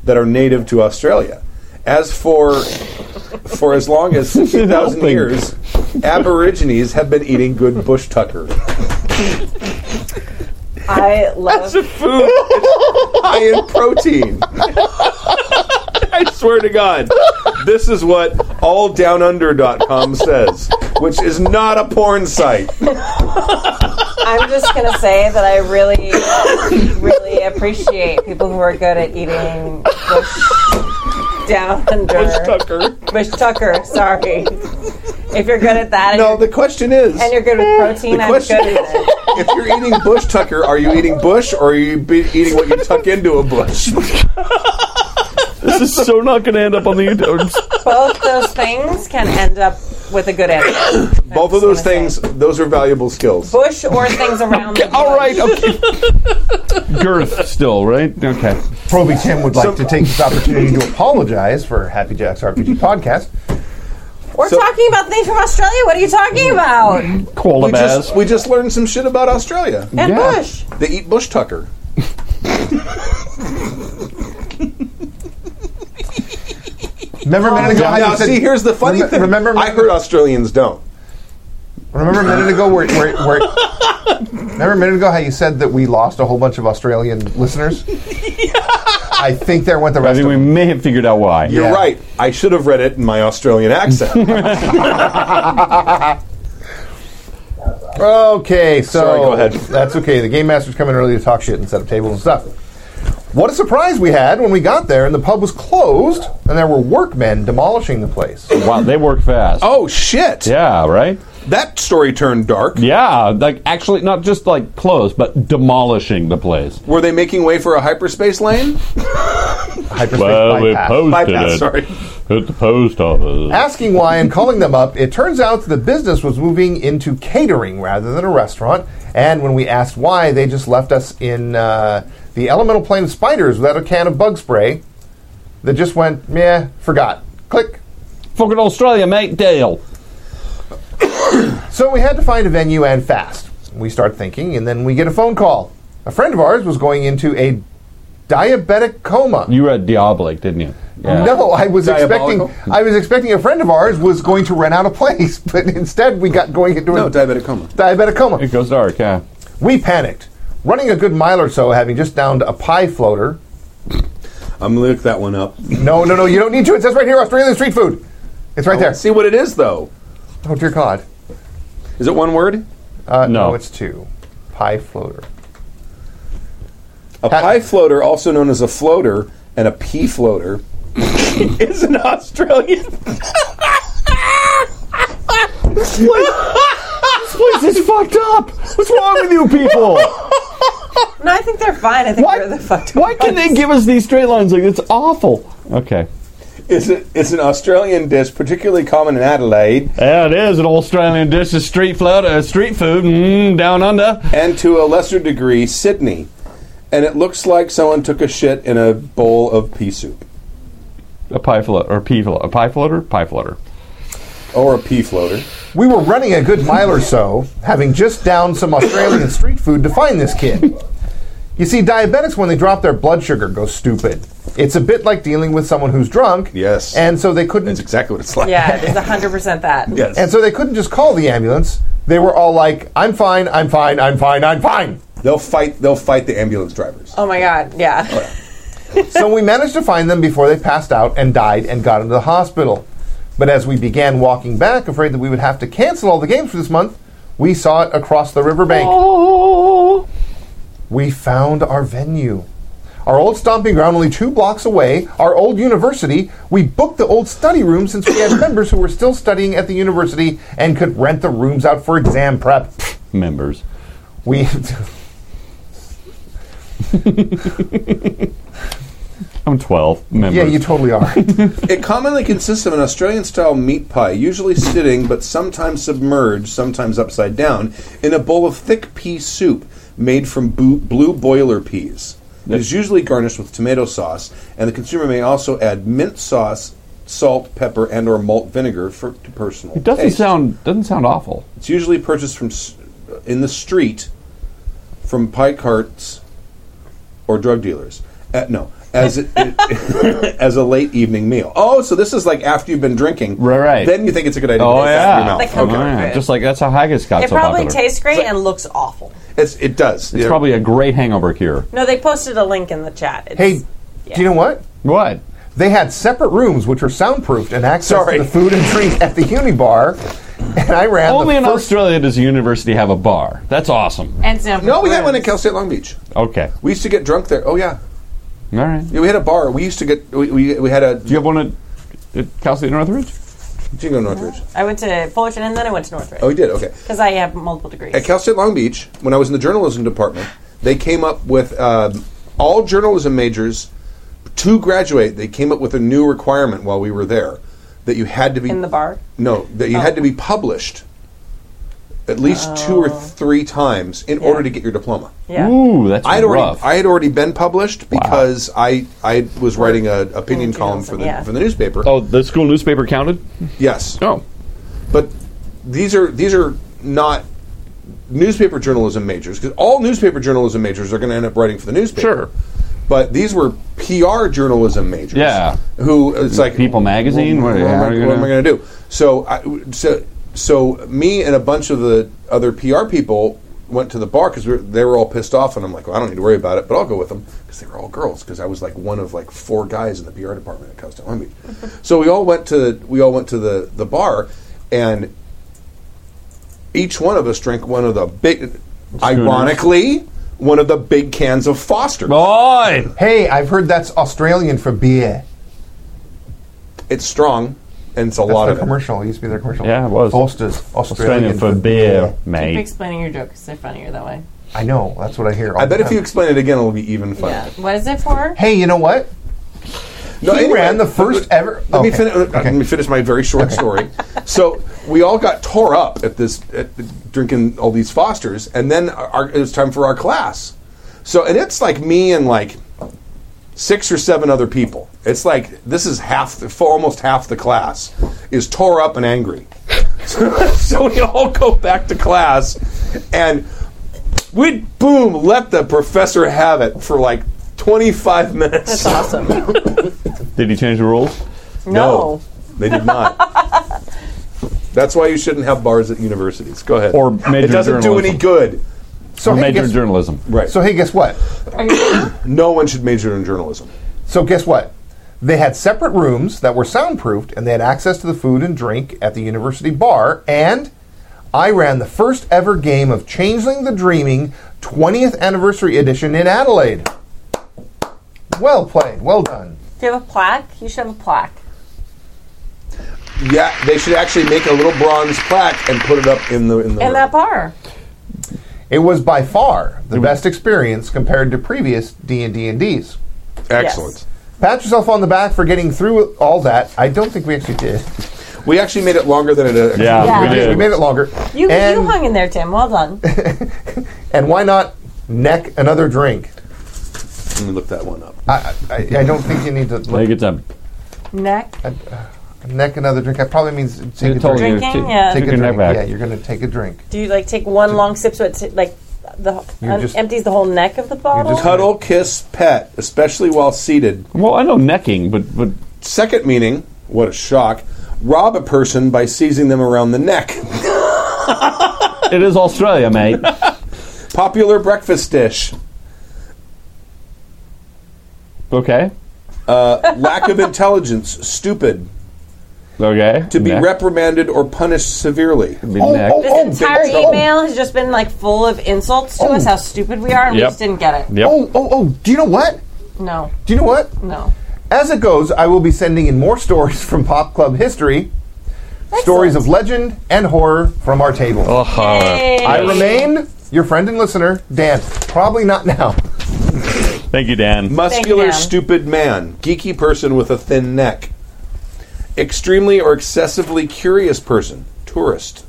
Speaker 2: that are native to Australia. As for for as
Speaker 4: *laughs*
Speaker 2: long as sixty thousand
Speaker 4: Helping.
Speaker 2: years, Aborigines have been eating good bush tucker.
Speaker 4: *laughs*
Speaker 3: I love.
Speaker 2: Food high in protein. *laughs* I swear to God, this is what alldownunder.com says, which is not a porn site.
Speaker 3: I'm just gonna say that I really, really appreciate people who are good at eating bush down under *laughs* bush
Speaker 2: Tucker.
Speaker 3: Bush Tucker. Sorry. If you're good at that, and,
Speaker 2: No,
Speaker 3: you're,
Speaker 2: the question is
Speaker 3: and you're good with protein, I'm good
Speaker 2: question
Speaker 3: at it.
Speaker 2: if you're eating bush tucker, are you eating bush or are you be eating what you tuck into
Speaker 3: *laughs*
Speaker 2: a bush?
Speaker 4: This is so not going to end up on the internet.
Speaker 3: Both those things can end up with a good answer.
Speaker 2: Both of those things, those are valuable skills.
Speaker 3: Bush or things around. the
Speaker 4: *laughs* All right. um, Okay. Girth still, right? Okay.
Speaker 5: Proby Tim would like to take this opportunity to apologize for Happy Jack's RPG podcast.
Speaker 3: We're
Speaker 2: So-
Speaker 3: talking about things from Australia. What are you talking about? And
Speaker 4: Koala
Speaker 2: We just,
Speaker 4: bass.
Speaker 2: we just learned some shit about Australia.
Speaker 4: Yeah.
Speaker 3: Bush.
Speaker 2: They eat bush tucker.
Speaker 5: Remember a minute ago? how you
Speaker 2: Now,
Speaker 5: said-
Speaker 2: Oh, see, here's the funny
Speaker 5: remem-
Speaker 2: thing.
Speaker 5: Remember,
Speaker 2: I heard Australians don't.
Speaker 5: remember a minute ago where, where, where
Speaker 2: *laughs*
Speaker 5: remember a minute ago how you said that we lost a whole bunch of Australian
Speaker 2: *laughs*
Speaker 5: listeners. I think there went the
Speaker 4: I
Speaker 5: rest
Speaker 4: think
Speaker 5: of
Speaker 4: we
Speaker 5: them.
Speaker 4: may have figured out why.
Speaker 2: You're
Speaker 5: Yeah.
Speaker 2: right. I should have read it in my Australian *laughs* accent.
Speaker 5: Okay, so
Speaker 2: Sorry, go ahead.
Speaker 5: That's okay. The game masters come in early to talk shit and set up tables and stuff. What a surprise we had when we got there and the pub was closed and there were workmen demolishing the place.
Speaker 4: Wow, they work fast.
Speaker 2: oh shit!
Speaker 4: Yeah, right?
Speaker 2: That story turned dark.
Speaker 4: Yeah, like actually, not just like close, but demolishing the place.
Speaker 2: Were they making way for a hyperspace lane?
Speaker 5: Hyperspace
Speaker 4: Well, we
Speaker 5: bypass.
Speaker 4: posted
Speaker 2: Bypass,
Speaker 4: it
Speaker 2: sorry.
Speaker 4: at the post office.
Speaker 5: Asking why and calling them up, it turns out that the business was moving into catering rather than a restaurant. And when we asked why, they just left us in uh, the elemental plane of spiders without a can of bug spray. That just went, meh, forgot. Click.
Speaker 4: Fucking Australia, mate, Dale.
Speaker 5: So we had to find a venue and fast. We start thinking, and then we get a phone call. A friend of ours was going into a diabetic coma.
Speaker 4: You read Diabolic, didn't you? Yeah.
Speaker 5: *laughs* No, I was
Speaker 2: Diabolical?
Speaker 5: expecting I was expecting a friend of ours was going to rent out a place, *laughs* but instead we got going into
Speaker 2: No,
Speaker 5: a
Speaker 2: diabetic coma.
Speaker 5: diabetic coma.
Speaker 4: It goes dark, yeah.
Speaker 5: We panicked, running a good mile or so, having just downed a pie floater.
Speaker 2: I'm gonna look that one up.
Speaker 5: No, no, no, you don't need to. It says right here, Australian street food. It's right there.
Speaker 2: See what it is though.
Speaker 5: Oh dear God.
Speaker 2: Is it one word?
Speaker 5: Uh,
Speaker 4: No.
Speaker 5: it's two. Pie floater.
Speaker 2: A pie floater, also known as a floater and a pea floater, is an Australian.
Speaker 4: This place is fucked up. What's wrong with you people?
Speaker 3: No, I think they're fine. I think we're the fucked up *laughs*
Speaker 4: Why can they
Speaker 3: ones.
Speaker 4: give us these straight lines like it's awful? Okay.
Speaker 2: Is it? It's an Australian dish, particularly common in Adelaide
Speaker 4: Yeah, it is an Australian dish of street flood, uh, street food, mm, down under.
Speaker 2: and to a lesser degree Sydney, and it looks like someone took a shit in a bowl of pea soup
Speaker 4: A pie float or pea float, a pie floater, pie floater.
Speaker 2: or a pea floater.
Speaker 5: We were running a good mile or so, having just downed some Australian street food to find this kid. You see, diabetics, when they drop their blood sugar, go stupid. It's a bit like dealing with someone who's drunk.
Speaker 2: Yes.
Speaker 5: And so they couldn't.
Speaker 2: That's exactly what it's like.
Speaker 3: Yeah, it's hundred percent that.
Speaker 2: *laughs* Yes.
Speaker 5: And so they couldn't just call the ambulance. They were all like, "I'm fine, I'm fine, I'm fine, I'm fine."
Speaker 2: They'll fight. They'll fight the ambulance
Speaker 4: *laughs*
Speaker 2: drivers.
Speaker 3: Oh my god. Yeah.
Speaker 5: so we managed to find them before they passed out and died and got into the hospital. But as we began walking back, afraid that we would have to cancel all the games for this month, we saw it across the riverbank.
Speaker 4: Oh,
Speaker 5: we found our venue. Our old stomping ground, only two blocks away, our old university. We booked the old study room since we had *coughs* members who were still studying at the university and could rent the rooms out for exam prep.
Speaker 4: members.
Speaker 5: We. *laughs*
Speaker 4: I'm 12 members.
Speaker 5: yeah, you totally are.
Speaker 2: It commonly consists of an Australian style meat pie, usually sitting but sometimes submerged, sometimes upside down, in a bowl of thick pea soup made from bo- blue boiler peas. It is usually garnished with tomato sauce, and the consumer may also add mint sauce, salt, pepper, and or malt vinegar for to personal.
Speaker 4: it doesn't
Speaker 2: taste.
Speaker 4: sound doesn't sound awful.
Speaker 2: It's usually purchased from s- in the street from pie carts or drug dealers. Uh, no, as it, *laughs* as a late evening meal. Oh, so this is like after you've been drinking,
Speaker 4: Right, right.
Speaker 2: Then you think it's a good idea. to
Speaker 4: Oh
Speaker 2: put that in your
Speaker 4: yeah.
Speaker 2: mouth.
Speaker 3: Like comfort
Speaker 4: Oh, yeah.
Speaker 3: food.
Speaker 4: Just like that's how haggis got
Speaker 3: It
Speaker 4: so
Speaker 3: probably
Speaker 4: popular.
Speaker 3: tastes great and looks awful.
Speaker 2: It's, it does.
Speaker 4: it's
Speaker 2: Yeah.
Speaker 4: probably a great hangover cure.
Speaker 3: No, they posted a link in the chat. It's,
Speaker 5: hey, do you know what?
Speaker 4: What?
Speaker 5: They had separate rooms which were soundproofed and access
Speaker 2: Sorry.
Speaker 5: to the food and drink at the Unibar. And I ran
Speaker 4: Only
Speaker 5: the
Speaker 4: in
Speaker 5: first
Speaker 4: Australia does a university have a bar. That's awesome.
Speaker 3: and some
Speaker 2: no. We had one at
Speaker 3: rooms.
Speaker 2: Cal State Long Beach.
Speaker 4: Okay.
Speaker 2: We used to get drunk there. Oh yeah,
Speaker 4: All right. Do
Speaker 2: yeah we had a bar. We used to get we, we, we had a
Speaker 4: you have one at, at Cal State Northridge?
Speaker 2: Jingo Northridge.
Speaker 3: I went to Fullerton and then I went to Northridge
Speaker 2: Oh, we did. Okay.
Speaker 3: because I have multiple degrees.
Speaker 2: at Cal State Long Beach, when I was in the journalism department, they came up with um, all journalism majors to graduate. They came up with a new requirement while we were there that you had to be
Speaker 3: In the bar?
Speaker 2: No, that you had to be published at least two
Speaker 3: Oh.
Speaker 2: or three times in order to get your diploma.
Speaker 3: yeah.
Speaker 4: Ooh, that's
Speaker 2: I had already
Speaker 4: rough.
Speaker 2: I had already been published because I I was writing an opinion
Speaker 3: Mm,
Speaker 2: column for the
Speaker 3: yeah.
Speaker 2: for the newspaper.
Speaker 4: oh, the school newspaper counted?
Speaker 2: yes,
Speaker 4: Oh.
Speaker 2: but these are these are not newspaper journalism majors because all newspaper journalism majors are going to end up writing for the newspaper.
Speaker 4: Sure.
Speaker 2: But these were PR journalism majors.
Speaker 4: Yeah.
Speaker 2: Who it's like
Speaker 4: People magazine?
Speaker 2: What,
Speaker 4: What-
Speaker 2: am
Speaker 4: how
Speaker 2: I-
Speaker 4: are you
Speaker 2: what am I
Speaker 4: gonna-
Speaker 2: going to do? So I, so so me and a bunch of the other PR people went to the bar because we were- they were all pissed off, and I'm like, well, I don't need to worry about it, but I'll go with them because they were all girls because I was like one of like four guys in the PR department at Cal State Long Beach. so we all went to we all went to the the bar, and each one of us drank one of the big, ironically, one of the big cans of Foster.
Speaker 4: Oh. Boy!
Speaker 5: Hey, I've heard that's Australian for beer.
Speaker 2: It's strong, and it's a
Speaker 5: That's
Speaker 2: lot
Speaker 5: their
Speaker 2: of it.
Speaker 5: commercial. It used to be their commercial.
Speaker 4: Yeah, it was.
Speaker 5: Foster's
Speaker 4: Australian
Speaker 5: Australian
Speaker 4: for beer,
Speaker 3: Keep
Speaker 4: mate.
Speaker 3: explaining your joke because they're funnier that way.
Speaker 5: I know. That's what I hear. all
Speaker 2: I
Speaker 5: the
Speaker 2: bet if
Speaker 5: time.
Speaker 2: you explain it again, it'll be even funnier.
Speaker 3: Yeah. What is it for?
Speaker 5: Hey, you know what?
Speaker 2: No,
Speaker 5: He ran the first ever-
Speaker 2: Let me
Speaker 5: Okay.
Speaker 2: finish. Let me finish my very short story. so we all got tore up at this at drinking all these Fosters, and then our, it was time for our class. So and it's like me and like six or seven other people. It's like this is half the for almost half the class is tore up and angry. *laughs* so, so we all go back to class and we boom let the professor have it for like 25 minutes.
Speaker 3: That's awesome. no.
Speaker 4: Did he change the rules?
Speaker 2: No, they did *laughs* not. That's why you shouldn't have bars at universities. Go ahead.
Speaker 4: Or major
Speaker 2: it doesn't do
Speaker 4: journalism.
Speaker 2: any good.
Speaker 5: So
Speaker 4: or
Speaker 5: hey,
Speaker 4: major
Speaker 5: guess,
Speaker 4: in journalism.
Speaker 2: Right.
Speaker 5: So
Speaker 2: So
Speaker 5: hey, guess what?
Speaker 2: no one should major in journalism.
Speaker 5: So guess what? They had separate rooms that were soundproofed, and they had access to the food and drink at the university bar. And I ran the first ever game of Changeling the Dreaming 20th Anniversary Edition in Adelaide. Well played. Well done.
Speaker 3: Do you have a plaque? You should have a plaque.
Speaker 2: Yeah, they should actually make a little bronze plaque and put it up in the in the.
Speaker 3: In that bar.
Speaker 5: It was by far the best experience compared to previous D and D and D's.
Speaker 2: Excellent.
Speaker 5: Pat yourself on the back for getting through all that. I don't think we actually did.
Speaker 2: We actually made it longer than it. Uh,
Speaker 4: Yeah,
Speaker 3: Yeah.
Speaker 4: we did.
Speaker 5: We made it longer.
Speaker 3: You,
Speaker 5: and,
Speaker 3: you hung in there, Tim. Well done.
Speaker 5: and why not neck another drink?
Speaker 2: Let me look that one up.
Speaker 5: I, I, I don't think you need to
Speaker 4: Take
Speaker 5: look,
Speaker 4: your time.
Speaker 3: Neck.
Speaker 5: neck another drink. That probably means take
Speaker 4: It
Speaker 5: a
Speaker 4: told
Speaker 5: drink.
Speaker 4: you
Speaker 3: Drinking,
Speaker 4: to-
Speaker 3: yeah.
Speaker 4: took
Speaker 5: Take
Speaker 4: your
Speaker 5: a
Speaker 4: neck
Speaker 5: drink.
Speaker 4: back.
Speaker 5: Yeah, you're going to take a drink.
Speaker 3: Do you like take one long sip so it's like the
Speaker 5: You're just-
Speaker 3: empties the whole neck of the bottle?
Speaker 5: just
Speaker 2: Cuddle, kiss, pet, especially while seated.
Speaker 4: Well, I know necking,
Speaker 3: *laughs*
Speaker 4: but but
Speaker 2: Second meaning, what a shock! Rob a person by seizing them around the neck. *laughs*
Speaker 4: it is Australia, mate.
Speaker 2: Popular breakfast dish.
Speaker 4: okay.
Speaker 2: Lack of intelligence. Stupid.
Speaker 4: Okay.
Speaker 2: to be
Speaker 4: next.
Speaker 2: reprimanded or punished severely.
Speaker 4: Be
Speaker 5: Oh,
Speaker 4: next.
Speaker 5: oh,
Speaker 3: This
Speaker 5: oh,
Speaker 3: entire
Speaker 5: oh,
Speaker 3: email has just been like full of insults to us, how stupid we are, and we
Speaker 4: Yep.
Speaker 3: just didn't get it.
Speaker 4: Yep.
Speaker 5: Oh, oh, oh! Do you know what?
Speaker 3: No,
Speaker 5: Do you know what?
Speaker 3: no.
Speaker 5: As it goes, I will be sending in more stories from Pop Club history, stories of legend and horror from our table.
Speaker 4: Oh, Uh,
Speaker 3: Yay.
Speaker 5: I remain your friend and listener, Dan. Probably not now.
Speaker 4: Thank you, Dan.
Speaker 2: Muscular,
Speaker 3: Dan.
Speaker 2: stupid man. Geeky person with a thin neck. Extremely or excessively curious person. Tourist.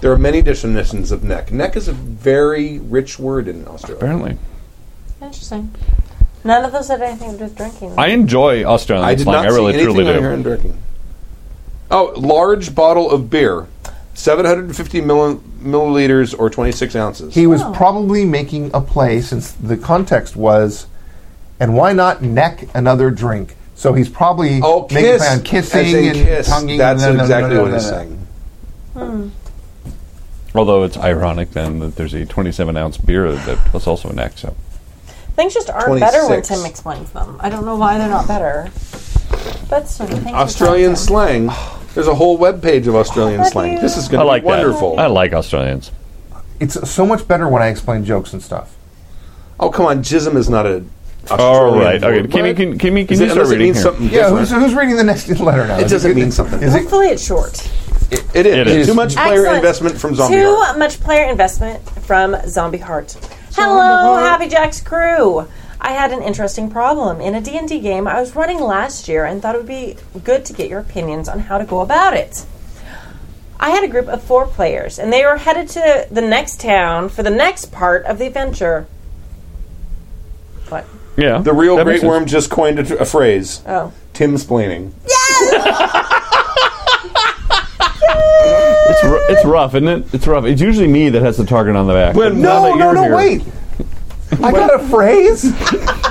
Speaker 2: There are many definitions of neck. Neck is a very rich word in Australia.
Speaker 4: Apparently,
Speaker 3: Interesting. None of those had anything to do with drinking.
Speaker 4: I enjoy Australian
Speaker 2: I did
Speaker 4: slang.
Speaker 2: not
Speaker 4: I really
Speaker 2: see anything
Speaker 4: truly
Speaker 2: on
Speaker 4: do.
Speaker 2: here in drinking. Oh, large bottle of beer, 750 milli- milliliters or 26 ounces.
Speaker 5: He was
Speaker 3: Oh.
Speaker 5: probably making a play since the context was, and why not neck another drink? So he's probably
Speaker 2: oh,
Speaker 5: making a
Speaker 2: kiss.
Speaker 5: play on
Speaker 2: as
Speaker 5: kissing
Speaker 2: in
Speaker 5: and
Speaker 2: kiss.
Speaker 5: tonguing.
Speaker 2: That's
Speaker 5: and-
Speaker 2: exactly what he's saying.
Speaker 4: Although it's ironic then that there's a 27 ounce beer that was also an act. So
Speaker 3: Things just aren't better when
Speaker 2: 26.
Speaker 3: Tim explains them. I don't know why they're not better. But sort of things
Speaker 2: Australian slang. There's a whole web page of Australian
Speaker 3: Love
Speaker 2: slang.
Speaker 3: you.
Speaker 2: This is
Speaker 4: I
Speaker 2: going
Speaker 4: like
Speaker 2: to be wonderful.
Speaker 4: That. I like Australians.
Speaker 5: It's so much better when I explain jokes and stuff.
Speaker 2: Oh come on, jism is not a.
Speaker 4: All right.
Speaker 2: Australian word.
Speaker 4: Okay. Can you
Speaker 2: What?
Speaker 4: can, can, you- can
Speaker 2: Is
Speaker 4: you
Speaker 2: it-
Speaker 4: start
Speaker 2: unless it
Speaker 4: reading
Speaker 2: means
Speaker 4: here?
Speaker 2: something
Speaker 5: Yeah,
Speaker 2: different.
Speaker 5: who's, who's reading the next *laughs* letter now?
Speaker 2: it doesn't mean something.
Speaker 5: Is it?
Speaker 3: Hopefully it's short.
Speaker 2: It is.
Speaker 4: It is.
Speaker 2: Too much player
Speaker 3: Excellent.
Speaker 2: investment from zombie.
Speaker 3: Too
Speaker 2: art.
Speaker 3: much player investment from Zombie Heart. Hello, Happy Jack's crew. I had an interesting problem in a D&D game I was running last year and thought it would be good to get your opinions on how to go about it. I had a group of four players and they were headed to the next town for the next part of the adventure. What?
Speaker 4: Yeah.
Speaker 2: The real
Speaker 4: That makes
Speaker 2: great
Speaker 4: sense.
Speaker 2: worm just coined a, tr- a phrase.
Speaker 3: Oh.
Speaker 2: Tim splaining.
Speaker 4: It's, ru- it's rough, isn't it? It's rough. It's usually me that has the target on the back.
Speaker 2: When-
Speaker 4: Now
Speaker 5: No,
Speaker 4: that
Speaker 5: no,
Speaker 4: you're
Speaker 5: no,
Speaker 4: here-
Speaker 5: wait. I got a
Speaker 2: *laughs*
Speaker 5: phrase.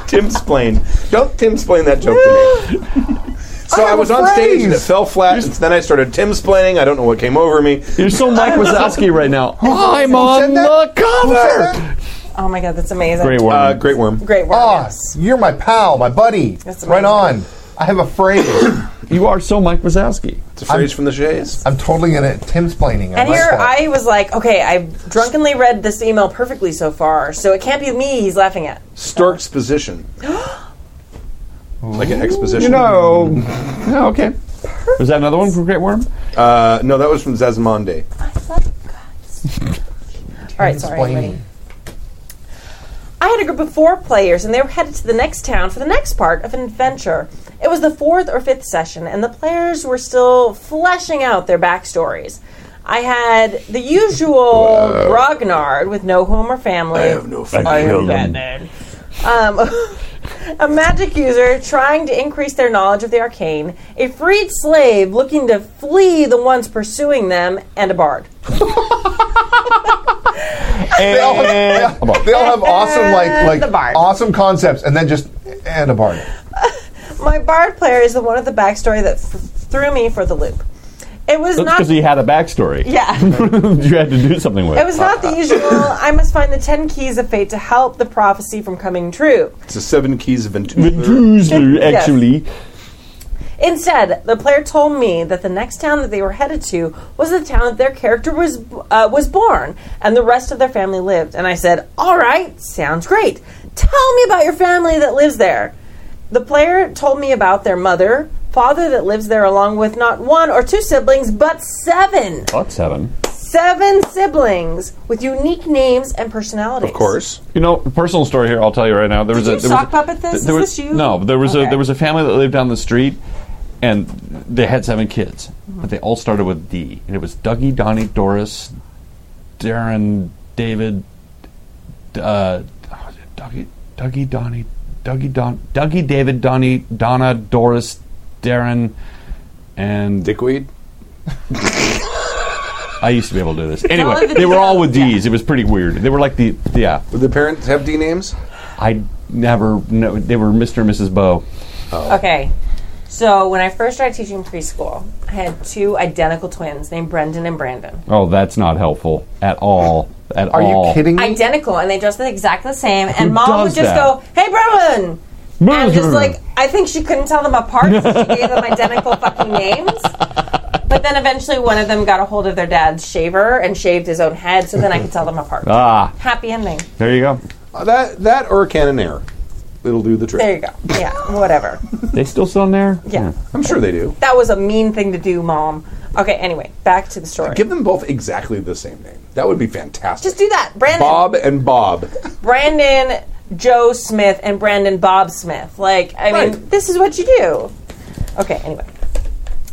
Speaker 2: Tim splain. Don't Tim splain that joke to me. *laughs* So
Speaker 5: I
Speaker 2: I,
Speaker 5: have
Speaker 2: was
Speaker 5: a
Speaker 2: on stage and it
Speaker 5: phrase.
Speaker 2: fell flat. And then I started Tim splaining. I don't know what came over me.
Speaker 4: You're so Mike Wazowski right now. I'm on
Speaker 5: said
Speaker 4: the
Speaker 5: that? Who said
Speaker 4: cover.
Speaker 5: that?
Speaker 3: Oh my god, that's amazing.
Speaker 4: Great worm.
Speaker 2: Uh, great worm.
Speaker 3: Great work.
Speaker 5: Ah,
Speaker 3: yes.
Speaker 5: you're my pal, my buddy.
Speaker 3: That's
Speaker 5: right on.
Speaker 3: amazing.
Speaker 5: I have a phrase. *coughs*
Speaker 4: you are so Mike Wazowski.
Speaker 2: It's a phrase from the Shays.
Speaker 5: I'm totally in it. Tim's planning.
Speaker 3: And here I was like, okay, I've drunkenly read this email perfectly so far, so it can't be me he's laughing *laughs* at.
Speaker 2: Stork's position. like an exposition.
Speaker 4: No. no. Okay. Was that another one from Great Worm?
Speaker 2: Uh, no, that was from Zasmonde.
Speaker 3: All right, sorry. I'm ready. I had a group of four players, and they were headed to the next town for the next part of an adventure. It was the fourth or fifth session, and the players were still fleshing out their backstories. I had the usual Grognard with no home or family. I have no family. Batman. Um, *laughs* a magic user trying to increase their knowledge of the arcane, a freed slave looking to flee the ones pursuing them, and a bard.
Speaker 5: they all, have, they all have awesome like
Speaker 3: The
Speaker 5: like
Speaker 3: bard.
Speaker 5: awesome concepts, and then just and a bard.
Speaker 3: My bard player is the one with the backstory that f- threw me for the loop. It was
Speaker 4: That's
Speaker 3: not.
Speaker 4: because he had a backstory.
Speaker 3: yeah,
Speaker 4: *laughs* you had to do something with.
Speaker 3: it was not the usual. I must find the ten keys of fate to help the prophecy from coming true.
Speaker 2: It's the Seven Keys of Ventura.
Speaker 4: Tuesday,
Speaker 3: Yes.
Speaker 4: actually.
Speaker 3: Instead, the player told me that the next town that they were headed to was the town that their character was uh, was born, and the rest of their family lived. And I said, "All right, sounds great. Tell me about your family that lives there." The player told me about their mother, father that lives there, along with not one or two siblings, but seven.
Speaker 4: That's seven.
Speaker 3: seven siblings with unique names and personalities.
Speaker 2: Of course.
Speaker 4: You know, personal story here. I'll tell you right now. There was
Speaker 3: Did you
Speaker 4: a there
Speaker 3: sock
Speaker 4: was a,
Speaker 3: puppet this?
Speaker 4: there
Speaker 3: Is
Speaker 4: was-
Speaker 3: this you?
Speaker 4: No, there was a
Speaker 3: Okay.
Speaker 4: there was a family that lived down the street, and they had seven kids, but they all started with D, and it was Dougie, Donnie, Doris, Darren, David, uh, Dougie, Dougie, Donnie, Dougie, Don, Dougie, David, Donnie, Donna, Doris, Darren, and
Speaker 2: Dickweed.
Speaker 4: I used to be able to do this.
Speaker 3: all
Speaker 4: Anyway,
Speaker 3: of the
Speaker 4: they were all with
Speaker 3: details, yeah.
Speaker 4: D's. It was pretty weird. They were like the yeah.
Speaker 2: Would the parents have D names?
Speaker 4: I never no, they were Mr. and Mrs. Bo.
Speaker 3: Okay. So when I first started teaching preschool, I had two identical twins named Brendan and Brandon.
Speaker 4: Oh, that's not helpful at all. At all.
Speaker 5: Are
Speaker 2: Mm-hmm.
Speaker 5: you kidding me?
Speaker 3: Identical, and they dressed exactly the same. and mom would
Speaker 4: does
Speaker 3: just
Speaker 4: that?
Speaker 3: go, "Hey, Brendan, And just like, I think she couldn't tell them apart, so she gave them
Speaker 2: *laughs*
Speaker 3: identical fucking names. But then eventually one of them got a hold of their dad's shaver and shaved his own head, so then I could tell them
Speaker 2: *laughs*
Speaker 3: apart.
Speaker 4: ah,
Speaker 3: Happy ending.
Speaker 4: there you go.
Speaker 2: Uh, that that or a Canon Air, it'll do the trick.
Speaker 3: There you go. Yeah, whatever.
Speaker 4: They still selling there? Hmm,
Speaker 3: Yeah.
Speaker 2: I'm sure they do.
Speaker 3: That was a mean thing to do, Mom. Okay, anyway, back to the story.
Speaker 2: Give them both exactly the same name. That would be fantastic.
Speaker 3: Just do that. Brandon.
Speaker 2: Bob and Bob.
Speaker 3: Brandon Joe Smith and Brandon Bob Smith. Like, I mean,
Speaker 2: Right.
Speaker 3: this is what you do. Okay, anyway.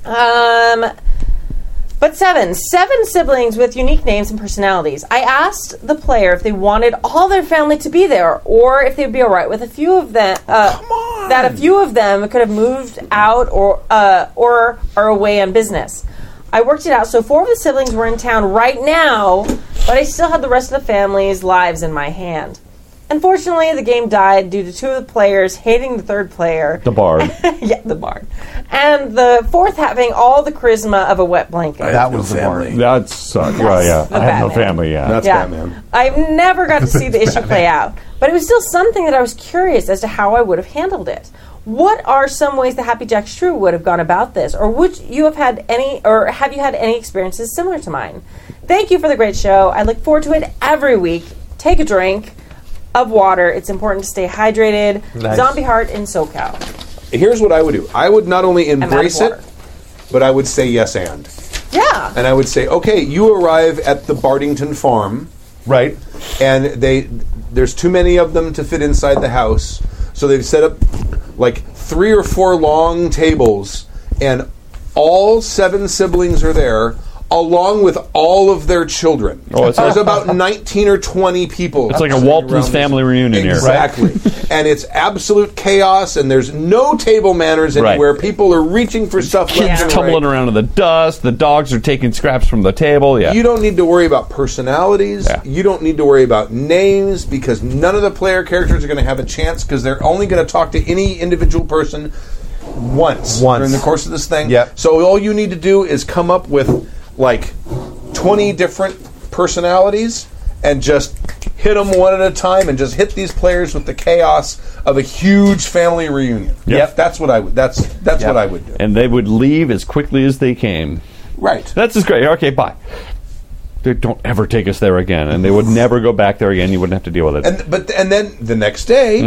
Speaker 3: Um, but seven, seven siblings with unique names and personalities. I asked the player if they wanted all their family to be there, or if they'd be all right with a few of them. Uh, That a few of them could have moved out or uh, or are away on business. I worked it out, so four of the siblings were in town right now, but I still had the rest of the family's lives in my hand. Unfortunately, the game died due to two of the players hating the third player
Speaker 4: The
Speaker 3: *laughs*
Speaker 4: bard.
Speaker 3: yeah, the barn. And the fourth having all the charisma of a wet blanket.
Speaker 5: That was the part.
Speaker 4: that sucks. Well, yeah.
Speaker 3: the
Speaker 4: I have no
Speaker 3: Batman.
Speaker 4: family, yeah.
Speaker 2: That's
Speaker 3: yeah.
Speaker 2: Batman.
Speaker 3: I've never got to
Speaker 2: *laughs*
Speaker 3: see the issue play out, but it was still something that I was curious as to how I would have handled it. What are some ways that Happy Jack Shrew would have gone about this, or would you have had any, or have you had any experiences similar to mine? Thank you for the great show. I look forward to it every week. Take a drink of water. It's important to stay hydrated. Zombie Heart in SoCal.
Speaker 2: Here's what I would do. I would not only
Speaker 3: of
Speaker 2: embrace it,
Speaker 3: water.
Speaker 2: but I would say yes and.
Speaker 3: Yeah.
Speaker 2: And I would say, okay, you arrive at the Bardington Farm,
Speaker 5: Right.
Speaker 2: and they there's too many of them to fit inside the house, so they've set up like three or four long tables, and all seven siblings are there, along with all of their children.
Speaker 4: Oh, it's
Speaker 2: there's about 19 or 20 people.
Speaker 4: It's like a
Speaker 2: sitting
Speaker 4: Walton's
Speaker 2: around this-
Speaker 4: family reunion here.
Speaker 2: Exactly. and it's absolute chaos, and there's no table manners
Speaker 4: Right.
Speaker 2: anywhere. People are reaching for stuff. left
Speaker 4: Kids
Speaker 2: and
Speaker 4: tumbling
Speaker 2: right.
Speaker 4: around in the dust. The dogs are taking scraps from the table. Yeah.
Speaker 2: You don't need to worry about personalities.
Speaker 4: Yeah.
Speaker 2: You don't need to worry about names because none of the player characters are going to have a chance because they're only going to talk to any individual person once,
Speaker 5: Once.
Speaker 2: during the course of this thing.
Speaker 5: Yep.
Speaker 2: So all you need to do is come up with like 20 different personalities and just hit them one at a time and just hit these players with the chaos of a huge family reunion.
Speaker 4: Yep.
Speaker 2: That's what I would that's that's what I would do.
Speaker 4: and they would leave as quickly as they came.
Speaker 2: right.
Speaker 4: That's just great. Okay, bye. They don't ever take us there again, and they
Speaker 2: *laughs*
Speaker 4: would never go back there again. You wouldn't have to deal with it.
Speaker 2: And but and then the next day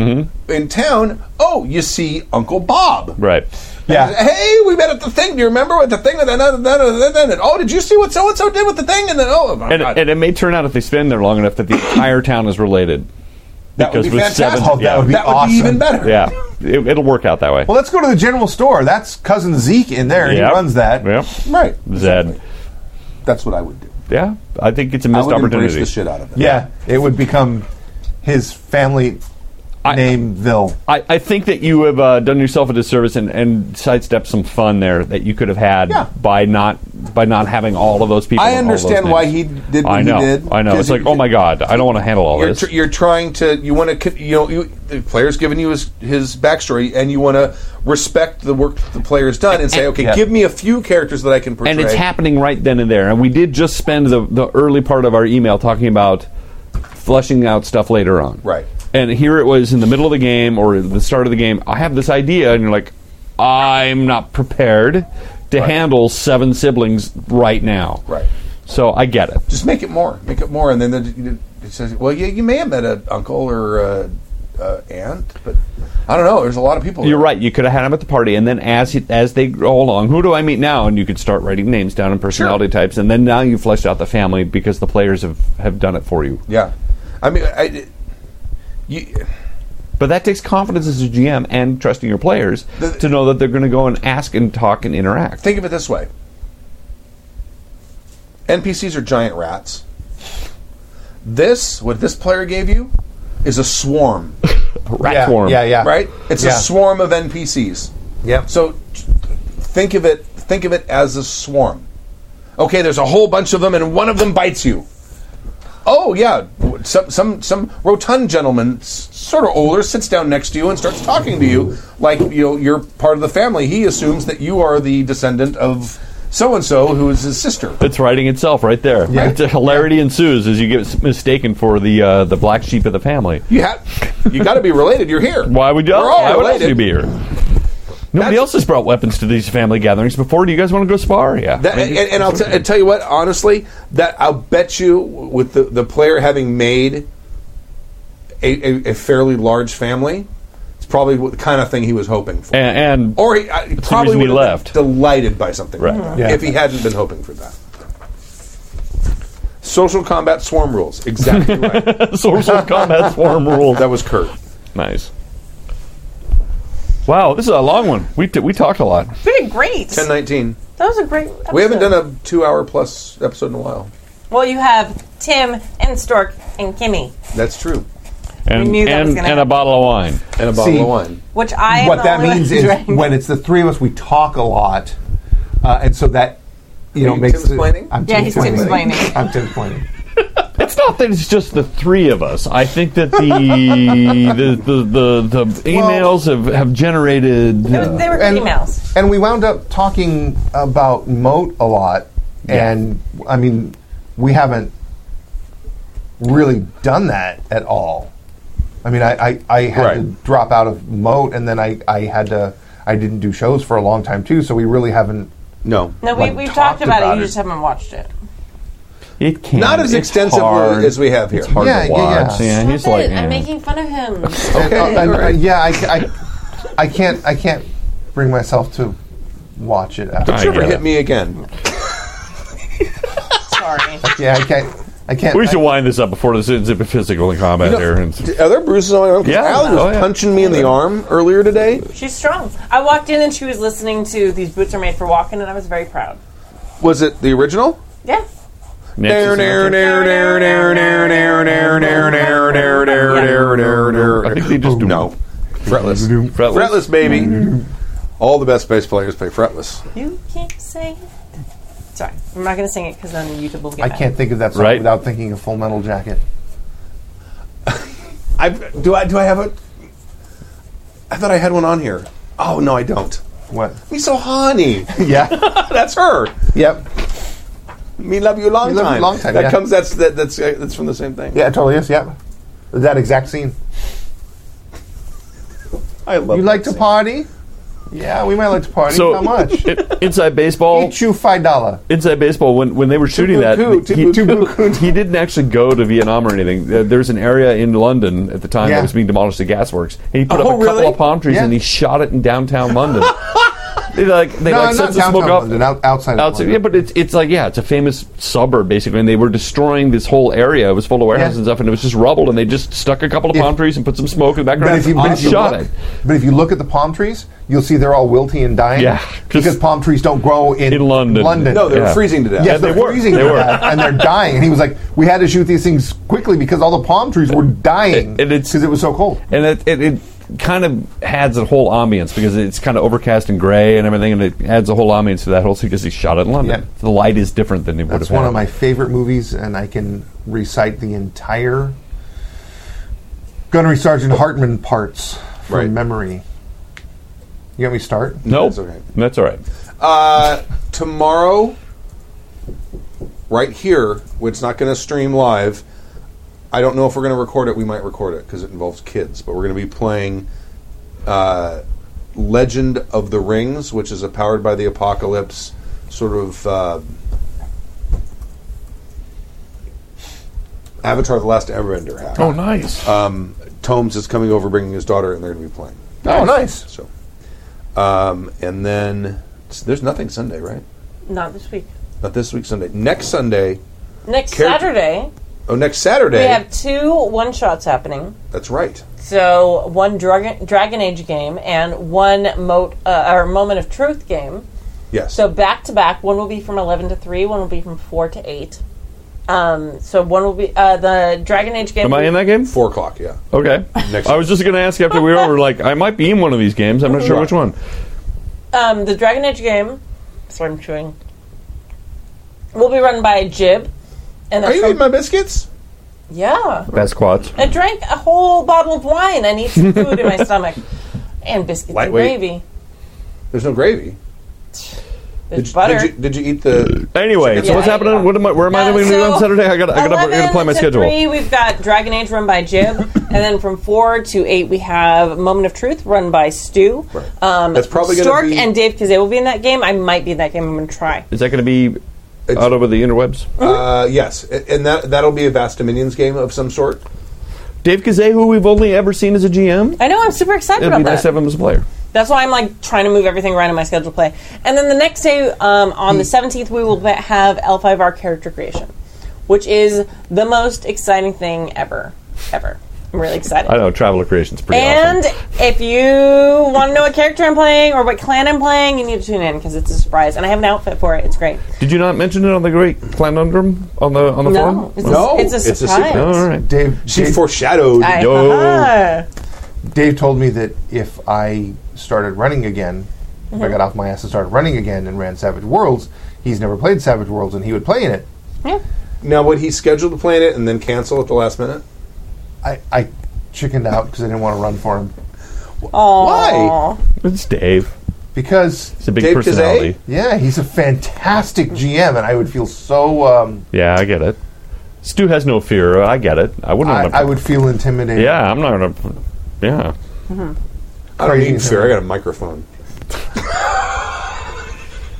Speaker 2: in town, oh, you see Uncle Bob.
Speaker 4: Mm-hmm. right.
Speaker 5: Yeah.
Speaker 2: Hey, we met at the thing. Do you remember what the thing that and then oh, did you see what so and so did with the thing? And then oh, my
Speaker 4: And,
Speaker 2: God.
Speaker 4: and it may turn out if they spend there long enough that the entire town is related.
Speaker 2: that would be
Speaker 4: because with seven-
Speaker 2: fantastic.
Speaker 4: Oh, that yeah.
Speaker 5: would be
Speaker 2: that
Speaker 5: awesome.
Speaker 2: even better.
Speaker 4: Yeah, it, it'll work out that way.
Speaker 5: Well, let's go to the general store. That's cousin Zeke in there. He
Speaker 4: Yep.
Speaker 5: runs that.
Speaker 4: Yep.
Speaker 2: right.
Speaker 4: Zed.
Speaker 2: That's what I would do.
Speaker 4: Yeah, I think it's a
Speaker 2: I
Speaker 4: missed
Speaker 2: would embrace
Speaker 4: opportunity.
Speaker 2: the shit out of it.
Speaker 5: Yeah, it would become his family
Speaker 4: I-
Speaker 5: nameville.
Speaker 4: I, I think that you have uh, done yourself a disservice and, and sidestepped some fun there that you could have had
Speaker 2: Yeah.
Speaker 4: by not by not having all of those people.
Speaker 2: I
Speaker 4: and all those
Speaker 2: understand why
Speaker 4: names.
Speaker 2: he did what
Speaker 4: I know.
Speaker 2: he did.
Speaker 4: I know. It's
Speaker 2: because
Speaker 4: like,
Speaker 2: it-
Speaker 4: oh my god, I don't want to handle all
Speaker 2: You're,
Speaker 4: this.
Speaker 2: tr- you're trying to you want to you know you, the player's giving you his, his backstory and you want to respect the work the player's done and say okay
Speaker 4: Yeah.
Speaker 2: give me a few characters that I can portray
Speaker 4: and it's happening right then and there. And we did just spend the, the early part of our email talking about flushing out stuff later on.
Speaker 2: Right.
Speaker 4: And here it was in the middle of the game or the start of the game. I have this idea, and you're like, I'm not prepared to handle seven siblings right now.
Speaker 2: Right.
Speaker 4: So I get it.
Speaker 2: just make it more make it more and then the, it says well yeah you may have met an uncle or a, a aunt but I don't know there's a lot of people
Speaker 4: You're
Speaker 2: there.
Speaker 4: right. You could have had them at the party, and then as it- as they go along, who do I meet now? And you could start writing names down and personality types, and then now you flesh out the family because the players have, have done it for you.
Speaker 2: yeah I mean I it- you
Speaker 4: But that takes confidence as a GM and trusting your players
Speaker 2: The-
Speaker 4: to know that they're going to go and ask and talk and interact.
Speaker 2: think of it this way NPCs are giant rats this what this player gave you is
Speaker 4: *laughs*
Speaker 2: a swarm
Speaker 4: Rat
Speaker 5: Yeah,
Speaker 4: form.
Speaker 5: yeah, yeah.
Speaker 2: right? It's
Speaker 5: Yeah.
Speaker 2: a swarm of NPCs.
Speaker 5: Yep.
Speaker 2: So t- think of it think of it as a swarm. Okay, there's a whole bunch of them and one of them bites you. Oh yeah, w- some some some rotund gentleman, s- sort of older, sits down next to you and starts talking to you like you know you're part of the family. He assumes that you are the descendant of so and so, who is his sister.
Speaker 4: It's writing itself right there.
Speaker 5: Yeah.
Speaker 4: Right there. Hilarity ensues as you get s- mistaken for the uh, the black sheep of the family.
Speaker 2: You have, you got to be related. You're here.
Speaker 4: Why would you?
Speaker 2: We're all
Speaker 4: Why would else
Speaker 2: related.
Speaker 4: you be here? Nobody
Speaker 2: That's-
Speaker 4: else has brought weapons to these family gatherings before. Do you guys want to go spar? Yeah.
Speaker 2: That, and, and I'll t- I tell you what, honestly, that I'll bet you with the, the player having made a, a, a fairly large family, it's probably what- the kind of thing he was hoping for.
Speaker 4: and, and
Speaker 2: or he I, probably
Speaker 4: reason he
Speaker 2: would have
Speaker 4: left.
Speaker 2: been delighted by something
Speaker 4: Right.
Speaker 2: like that,
Speaker 5: Yeah.
Speaker 2: if he hadn't been hoping for that. Social combat swarm rules. Exactly right.
Speaker 4: *laughs* social combat swarm rule.
Speaker 2: That was Kurt.
Speaker 4: nice. Wow, this is a long one. We t- we talked a lot.
Speaker 3: We did great.
Speaker 2: 1019.
Speaker 3: That was a great. Episode.
Speaker 2: We haven't done a two hour plus episode in a while.
Speaker 3: Well, you have Tim and Stork and Kimmy,
Speaker 2: That's true.
Speaker 4: And
Speaker 3: knew that
Speaker 4: and,
Speaker 3: was gonna
Speaker 4: and a
Speaker 3: happen.
Speaker 4: bottle of wine.
Speaker 2: And a bottle
Speaker 5: See,
Speaker 2: of wine.
Speaker 3: which I am
Speaker 5: what
Speaker 3: the
Speaker 5: that
Speaker 3: only one
Speaker 5: means
Speaker 3: who
Speaker 5: is
Speaker 3: drank.
Speaker 5: when it's the three of us, we talk a lot, uh, and so that you
Speaker 2: Are
Speaker 5: know
Speaker 2: you
Speaker 5: makes
Speaker 2: Tim's
Speaker 5: it-
Speaker 2: planning?
Speaker 5: I'm
Speaker 3: Yeah,
Speaker 5: Tim's
Speaker 3: he's
Speaker 5: planning.
Speaker 3: Tim's planning.
Speaker 5: I'm Tim's planning.
Speaker 4: It's not that it's just the three of us. I think that the
Speaker 2: *laughs*
Speaker 4: the, the, the, the emails have, have generated.
Speaker 3: It was- *laughs* they were
Speaker 5: And-
Speaker 3: emails.
Speaker 5: And we wound up talking about moat a lot, and I mean, we haven't really done that at all. I mean, I, I, I had to
Speaker 2: Right.
Speaker 5: drop out of moat, and then I, I had to I didn't do shows for a long time too, so we really haven't.
Speaker 2: No.
Speaker 3: No, we,
Speaker 5: like,
Speaker 3: we've
Speaker 5: talked
Speaker 3: talked about,
Speaker 5: about
Speaker 3: it.
Speaker 5: it.
Speaker 3: You just haven't watched it.
Speaker 4: It can
Speaker 2: Not as
Speaker 4: it's
Speaker 2: extensively
Speaker 4: hard.
Speaker 2: as we have here.
Speaker 4: It's hard
Speaker 5: Yeah,
Speaker 4: to
Speaker 5: yeah, yeah.
Speaker 4: watch. Yeah, he's
Speaker 7: Stop
Speaker 4: like,
Speaker 7: it.
Speaker 4: eh.
Speaker 7: I'm making fun of him.
Speaker 5: *laughs* Okay,
Speaker 2: all right.
Speaker 5: uh, yeah, I, I, I can't I can't bring myself to watch it. After.
Speaker 4: I
Speaker 2: Don't you ever
Speaker 4: get
Speaker 2: hit
Speaker 4: it.
Speaker 2: me again.
Speaker 3: Sorry.
Speaker 5: Yeah, I can't. I can't.
Speaker 4: We should wind this up before this ends up in physical combat here. And,
Speaker 2: D- Are there bruises on my arm? 'Cause
Speaker 4: Yeah.
Speaker 2: Allie was
Speaker 4: Oh, yeah.
Speaker 2: punching me in the arm earlier today.
Speaker 3: She's strong. I walked in and she was listening to "These Boots Are Made for Walking," and I was very proud.
Speaker 2: Was it the original?
Speaker 3: Yeah.
Speaker 4: Nancy Sinatra. I think they just do
Speaker 2: No. Fretless. Fretless, baby. All the best bass players play fretless.
Speaker 3: You can't sing. it. Sorry, I'm not going to sing it because then YouTube will get.
Speaker 5: I
Speaker 3: mad.
Speaker 5: can't think of that song
Speaker 4: Right.
Speaker 5: without thinking of Full Metal Jacket.
Speaker 2: I do I do I have a I thought I had one on here. Oh no, I don't.
Speaker 5: What? *laughs*
Speaker 2: Me so honey.
Speaker 4: *laughs*
Speaker 5: Yeah.
Speaker 2: *laughs* That's her.
Speaker 5: yep.
Speaker 2: Me love you long
Speaker 5: Me love you
Speaker 2: time.
Speaker 5: long time,
Speaker 2: That
Speaker 5: yeah.
Speaker 2: comes that's that, that's uh, that's from the same thing.
Speaker 5: Yeah, it totally is. Yep. That exact scene.
Speaker 2: I love
Speaker 5: You
Speaker 2: that
Speaker 5: like to
Speaker 2: scene.
Speaker 5: party? Yeah, we might like to party.
Speaker 4: So *laughs*
Speaker 5: How much?
Speaker 4: it- inside baseball,
Speaker 5: Eat you five dollar.
Speaker 4: inside baseball, when when they were shooting that,
Speaker 2: Tubuku,
Speaker 4: he, *laughs*
Speaker 2: Tubuku.
Speaker 4: he didn't actually go to Vietnam or anything. Uh, There's an area in London at the time
Speaker 5: Yeah.
Speaker 4: that was being demolished to gasworks, and he put
Speaker 2: Oh,
Speaker 4: up a couple
Speaker 2: really?
Speaker 4: of palm trees
Speaker 5: Yeah.
Speaker 4: and he shot it in downtown
Speaker 5: *laughs*
Speaker 4: London. they like they
Speaker 5: No,
Speaker 4: like
Speaker 5: not
Speaker 4: set the
Speaker 5: downtown
Speaker 4: smoke off.
Speaker 5: London. Out, outside. of
Speaker 4: Outside,
Speaker 5: London.
Speaker 4: yeah, but it's it's like yeah, it's a famous suburb basically, and they were destroying this whole area. It was full of warehouses
Speaker 5: Yeah.
Speaker 4: and stuff, and it was just rubble, and they just stuck a couple of
Speaker 5: If-
Speaker 4: palm trees and put some smoke in the
Speaker 5: But
Speaker 4: background
Speaker 5: if, you, but,
Speaker 4: and
Speaker 5: if you
Speaker 4: shot
Speaker 5: look,
Speaker 4: it.
Speaker 5: but if you look at the palm trees, you'll see they're all wilty and dying.
Speaker 4: Yeah, 'cause-
Speaker 5: because palm trees don't grow in,
Speaker 4: In London.
Speaker 2: No, they
Speaker 4: Yeah.
Speaker 2: were freezing to death.
Speaker 5: Yes,
Speaker 4: And they
Speaker 5: they're
Speaker 4: were.
Speaker 5: freezing
Speaker 4: They
Speaker 5: to
Speaker 4: were.
Speaker 5: death, and they're dying. And he was like, "We had to shoot these things quickly because all the palm trees were dying
Speaker 4: And it's-
Speaker 5: because it was so cold."
Speaker 4: and it, it, it kind of adds a whole ambience because it's kind of overcast and gray and everything, and it adds a whole ambience to that whole scene because he shot it in London.
Speaker 5: Yeah.
Speaker 4: The light is different than it would have.
Speaker 5: That's one of
Speaker 4: had.
Speaker 5: my favorite movies, and I can recite the entire Gunnery Sergeant Hartman parts from
Speaker 2: Right.
Speaker 5: memory. You want me to start?
Speaker 4: No,
Speaker 2: That's okay.
Speaker 4: that's all right.
Speaker 2: Uh, tomorrow, right here, it's not going to stream live. I don't know if we're going to record it. We might record it because it involves kids. But we're going to be playing uh, Legend of the Rings, which is a powered by the apocalypse sort of uh, Avatar: The Last Airbender hack.
Speaker 4: Oh, nice.
Speaker 2: Um, Tomes is coming over, bringing his daughter, and they're going to be playing.
Speaker 5: Oh, nice.
Speaker 2: So, um, and then s- there's nothing Sunday, right?
Speaker 3: Not this week.
Speaker 2: Not this week Sunday. Next Sunday.
Speaker 3: Next
Speaker 2: Care-
Speaker 3: Saturday,
Speaker 2: Oh, next Saturday.
Speaker 3: we have two one shots happening.
Speaker 2: That's right.
Speaker 3: So one Dragon Dragon Age game and one moat uh, or Moment of Truth game.
Speaker 2: Yes.
Speaker 3: So back to back, one will be from eleven to three, one will be from four to eight. Um, so one will be uh, the Dragon Age game.
Speaker 4: Am I in that game?
Speaker 2: four o'clock. Yeah.
Speaker 4: Okay.
Speaker 2: Next-
Speaker 4: I was just going to ask after we were over, like, I might be in one of these games. I'm not sure which one.
Speaker 3: Um, the Dragon Age game. Sorry, I'm chewing. Will be run by Jib. And
Speaker 2: Are
Speaker 3: that's
Speaker 2: you
Speaker 3: from-
Speaker 2: eating my biscuits?
Speaker 3: yeah.
Speaker 4: Best quads.
Speaker 3: I drank a whole bottle of wine. I need some food
Speaker 2: *laughs*
Speaker 3: in my stomach and biscuits and
Speaker 2: Lightweight.
Speaker 3: gravy.
Speaker 2: There's no gravy. Did you,
Speaker 3: butter.
Speaker 2: did you, did you eat the?
Speaker 7: Anyway, so
Speaker 3: Yeah,
Speaker 7: what's
Speaker 3: I-
Speaker 7: happening? What am I, where am I
Speaker 3: Uh,
Speaker 7: going to be
Speaker 3: so
Speaker 7: on Saturday? I got I got to
Speaker 3: 11
Speaker 7: plan my
Speaker 3: to
Speaker 7: schedule.
Speaker 3: 3, we've got Dragon Age run
Speaker 7: *laughs*
Speaker 3: by Jib, and then from four to eight we have Moment of Truth run by Stu. Um,
Speaker 2: That's probably gonna
Speaker 3: Stork
Speaker 2: be-
Speaker 3: and Dave Kazay will be in that game. I might be in that game. I'm going to try.
Speaker 7: Is that going to be
Speaker 2: It's-
Speaker 7: out over the interwebs?
Speaker 2: Uh, yes, A- and that that'll be a vast Dominions game of some
Speaker 3: *laughs*
Speaker 2: sort.
Speaker 7: Dave Kazay, who we've only ever seen as a GM.
Speaker 3: I know. I'm super excited
Speaker 7: It'd
Speaker 3: about
Speaker 7: be
Speaker 3: that.
Speaker 7: nice to have him as a player.
Speaker 3: That's why I'm like trying to move everything around in my schedule play. And then the next day, um, on the 17th, we will be- have L5R character creation, which is the most exciting thing ever. Ever. I'm really excited.
Speaker 7: I know Traveler Creation's pretty
Speaker 3: And
Speaker 7: awesome.
Speaker 3: if you want to know what character I'm playing or what clan I'm playing, you need to tune in because it's a surprise. And I have an outfit for it. It's great.
Speaker 7: Did you not mention it on the Great Clanundrum on the on the
Speaker 3: No,
Speaker 7: forum?
Speaker 3: it's,
Speaker 2: No,
Speaker 3: a, it's a
Speaker 2: it's a
Speaker 3: surprise.
Speaker 2: secret.
Speaker 7: All right.
Speaker 5: Dave,
Speaker 2: She
Speaker 5: Dave,
Speaker 2: foreshadowed.
Speaker 3: I-
Speaker 7: Yo.
Speaker 3: Ah.
Speaker 5: Dave told me that if I started running again, if I got off my ass and started running again and ran Savage Worlds, he's never played Savage Worlds and he would play in it.
Speaker 2: now, would he schedule to play it and then cancel at the last minute?
Speaker 5: I, I chickened out because I didn't want to run for him.
Speaker 2: Why?
Speaker 7: It's Dave.
Speaker 5: Because,
Speaker 7: It's a big
Speaker 2: Dave Kazay?
Speaker 7: personality.
Speaker 5: yeah, he's a fantastic GM and I would feel so, um,
Speaker 7: Yeah, I get it. Stu has no fear. I get it. I wouldn't.
Speaker 5: I,
Speaker 7: wanna-
Speaker 5: I would feel intimidated.
Speaker 7: Yeah, I'm not gonna. Yeah.
Speaker 2: I don't
Speaker 5: Crazy
Speaker 2: need fear. I got a microphone.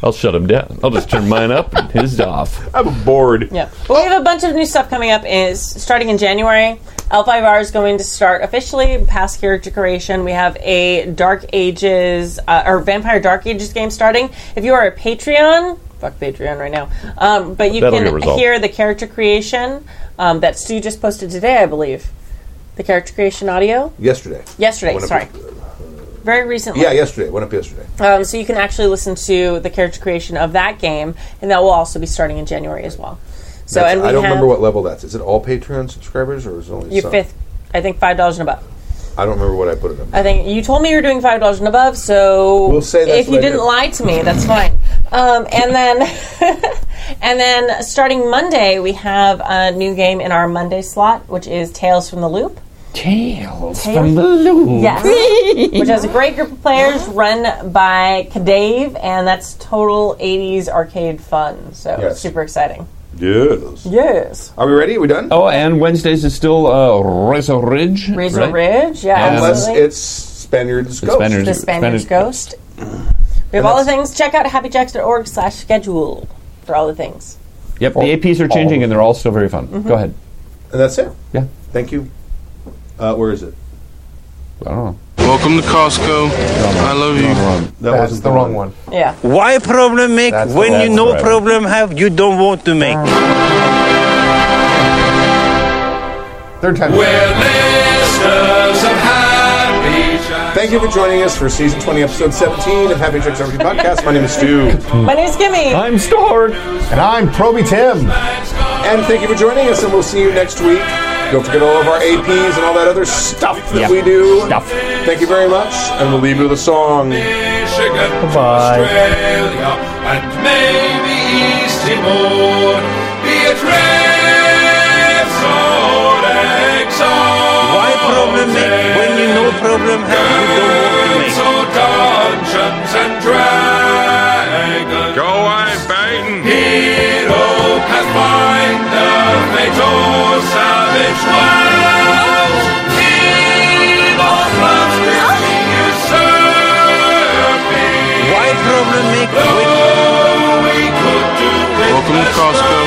Speaker 7: I'll shut him down. I'll just turn mine up and his off.
Speaker 2: I'm bored.
Speaker 3: Yeah. Well, we have a bunch of new stuff coming up. Is starting in January. L5R is going to start officially past character creation. We have a Dark Ages uh, or Vampire Dark Ages game starting. If you are a Patreon, fuck Patreon right now. Um, but you
Speaker 7: That'll get
Speaker 3: can
Speaker 7: resolved.
Speaker 3: hear the character creation um, that Stu just posted today, I believe. The character creation audio
Speaker 2: Yesterday.
Speaker 3: yesterday.
Speaker 2: Went up-
Speaker 3: Sorry, very recently.
Speaker 2: Yeah, yesterday. Went up yesterday.
Speaker 3: Um, so you can actually listen to the character creation of that game, and that will also be starting in January as well. So
Speaker 2: That's-
Speaker 3: and we
Speaker 2: I don't
Speaker 3: have
Speaker 2: remember what level that's. Is it all Patreon subscribers or is it only
Speaker 3: your
Speaker 2: some?
Speaker 3: fifth. I think five dollars and above.
Speaker 2: I don't remember what I put it on.
Speaker 3: I think you told me you were doing five dollars and above. So
Speaker 2: We'll say that's
Speaker 3: if you
Speaker 2: what I
Speaker 3: didn't
Speaker 2: did.
Speaker 3: lie to me, that's fine. Um, and then, *laughs* and then starting Monday, we have a new game in our Monday slot, which is Tales from the Loop.
Speaker 6: Tales from the loop.
Speaker 3: Yes. Which has a great *laughs* group of players run by Kadave, and that's total 80s arcade fun. So
Speaker 2: Yes.
Speaker 3: super exciting.
Speaker 2: Yes.
Speaker 3: Yes.
Speaker 2: Are we ready? Are we done?
Speaker 4: Oh, and Wednesdays is still uh, Razor Ridge.
Speaker 3: Razor
Speaker 4: right?
Speaker 3: Ridge. Yeah,
Speaker 2: Unless
Speaker 3: absolutely.
Speaker 2: it's Spaniards Ghost.
Speaker 4: Spaniards.
Speaker 3: the Spanish
Speaker 4: Spanish-
Speaker 3: Ghost. We have all the things. Check out happyjacks.org slash schedule for all the things.
Speaker 4: Yep, the APs are changing, and they're all still very fun.
Speaker 3: Mm-hmm.
Speaker 4: Go ahead.
Speaker 2: And that's it.
Speaker 4: Yeah.
Speaker 2: Thank you. Uh, where is it?
Speaker 4: I don't know.
Speaker 8: Welcome to Costco. I love you.
Speaker 2: That
Speaker 5: That's the wrong one.
Speaker 3: Yeah.
Speaker 9: Why problem make
Speaker 5: That's
Speaker 9: when
Speaker 5: the
Speaker 9: you
Speaker 5: last
Speaker 9: no
Speaker 5: driver.
Speaker 9: problem have you don't want to make?
Speaker 5: Third time.
Speaker 2: Thank you for joining us for season 20, episode 17 of Happy Tricks Everything Podcast. My name is Stu.
Speaker 3: My name's Kimmy.
Speaker 7: I'm Stark.
Speaker 5: And I'm Proby Tim.
Speaker 2: And thank you for joining us, and we'll see you next week. Don't forget all of our APs and all that other stuff that
Speaker 7: Yep.
Speaker 2: we do.
Speaker 7: Stuff.
Speaker 2: Thank you very much, and we'll leave you with a song.
Speaker 8: Australia and maybe East Timor. Beatrice or exile.
Speaker 9: Why problem make when you no problem have you don't want to make?
Speaker 8: So dungeons and dragons. Go away, Baden. Hero can find the fatal savage wild. Evil loves to usurp me.
Speaker 9: Why problem make when
Speaker 8: Welcome to Costco.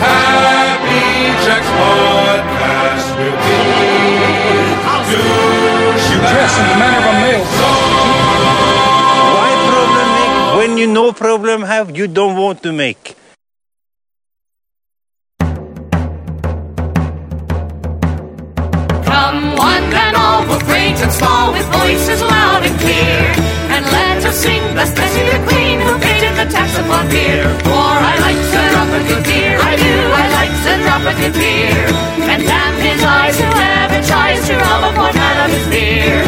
Speaker 8: Happy Jack's podcast will
Speaker 10: Dress in the manner of a male.
Speaker 9: why problem make when you no problem have you don't want to make?
Speaker 10: Come one and all, we're great and small, with voices loud and clear. And let us sing, blessed be the Queen who painted the tax upon beer. For I like to drop a good beer, I do, I like to drop a good beer. And damn his eyes who advertise to rob a one out of his beer.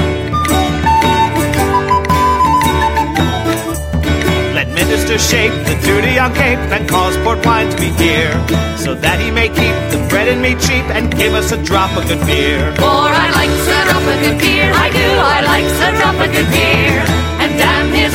Speaker 11: Let minister shape the duty on cape and cause port wine to be dear, so that he may keep the bread and meat cheap and give us a drop of good beer.
Speaker 10: For I like to drop a good beer, I do, I like to drop a good beer. And damn his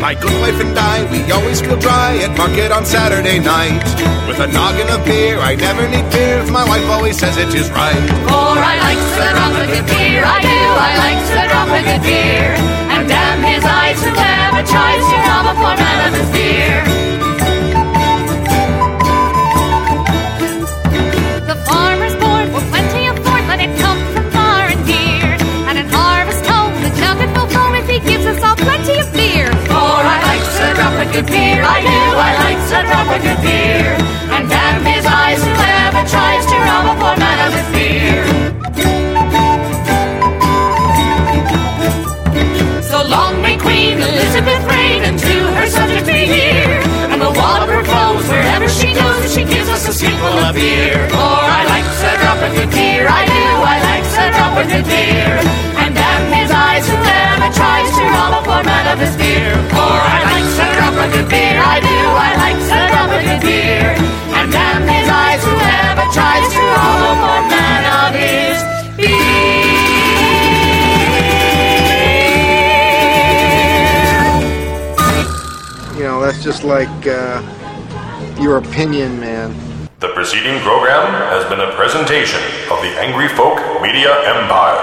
Speaker 2: My good wife and I, we always go dry at market on Saturday night. With a noggin of beer, I never need fear if my wife always says it is right.
Speaker 10: For I like to drop a good beer, I do, I like to drop a good beer. And damn his eyes who ever tries to rob a poor man of his beer. The farmer's board will plenty afford, let it come from far and near. And in harvest home, the jug it will foam if he gives us all plenty of beer. For I like to drop a good beer, I do, I like to drop a good beer. And damn his eyes who ever tries to rob a poor man of his beer. So long may Queen Elizabeth reign and to her subjects be dear. And the wall of her foes, wherever she goes, she gives us a skinful of beer. For I like to drop a good beer, I do, I like to drop a good beer. And damn his eyes, whoever tries to rob a poor man of his beer. For I like to drop a good beer, I do, I like to drop a good beer. And damn his eyes, whoever tries to rob a poor man of his
Speaker 8: You know, that's just like uh, your opinion, man.
Speaker 12: The preceding program has been a presentation of the Angry Folk Media Empire.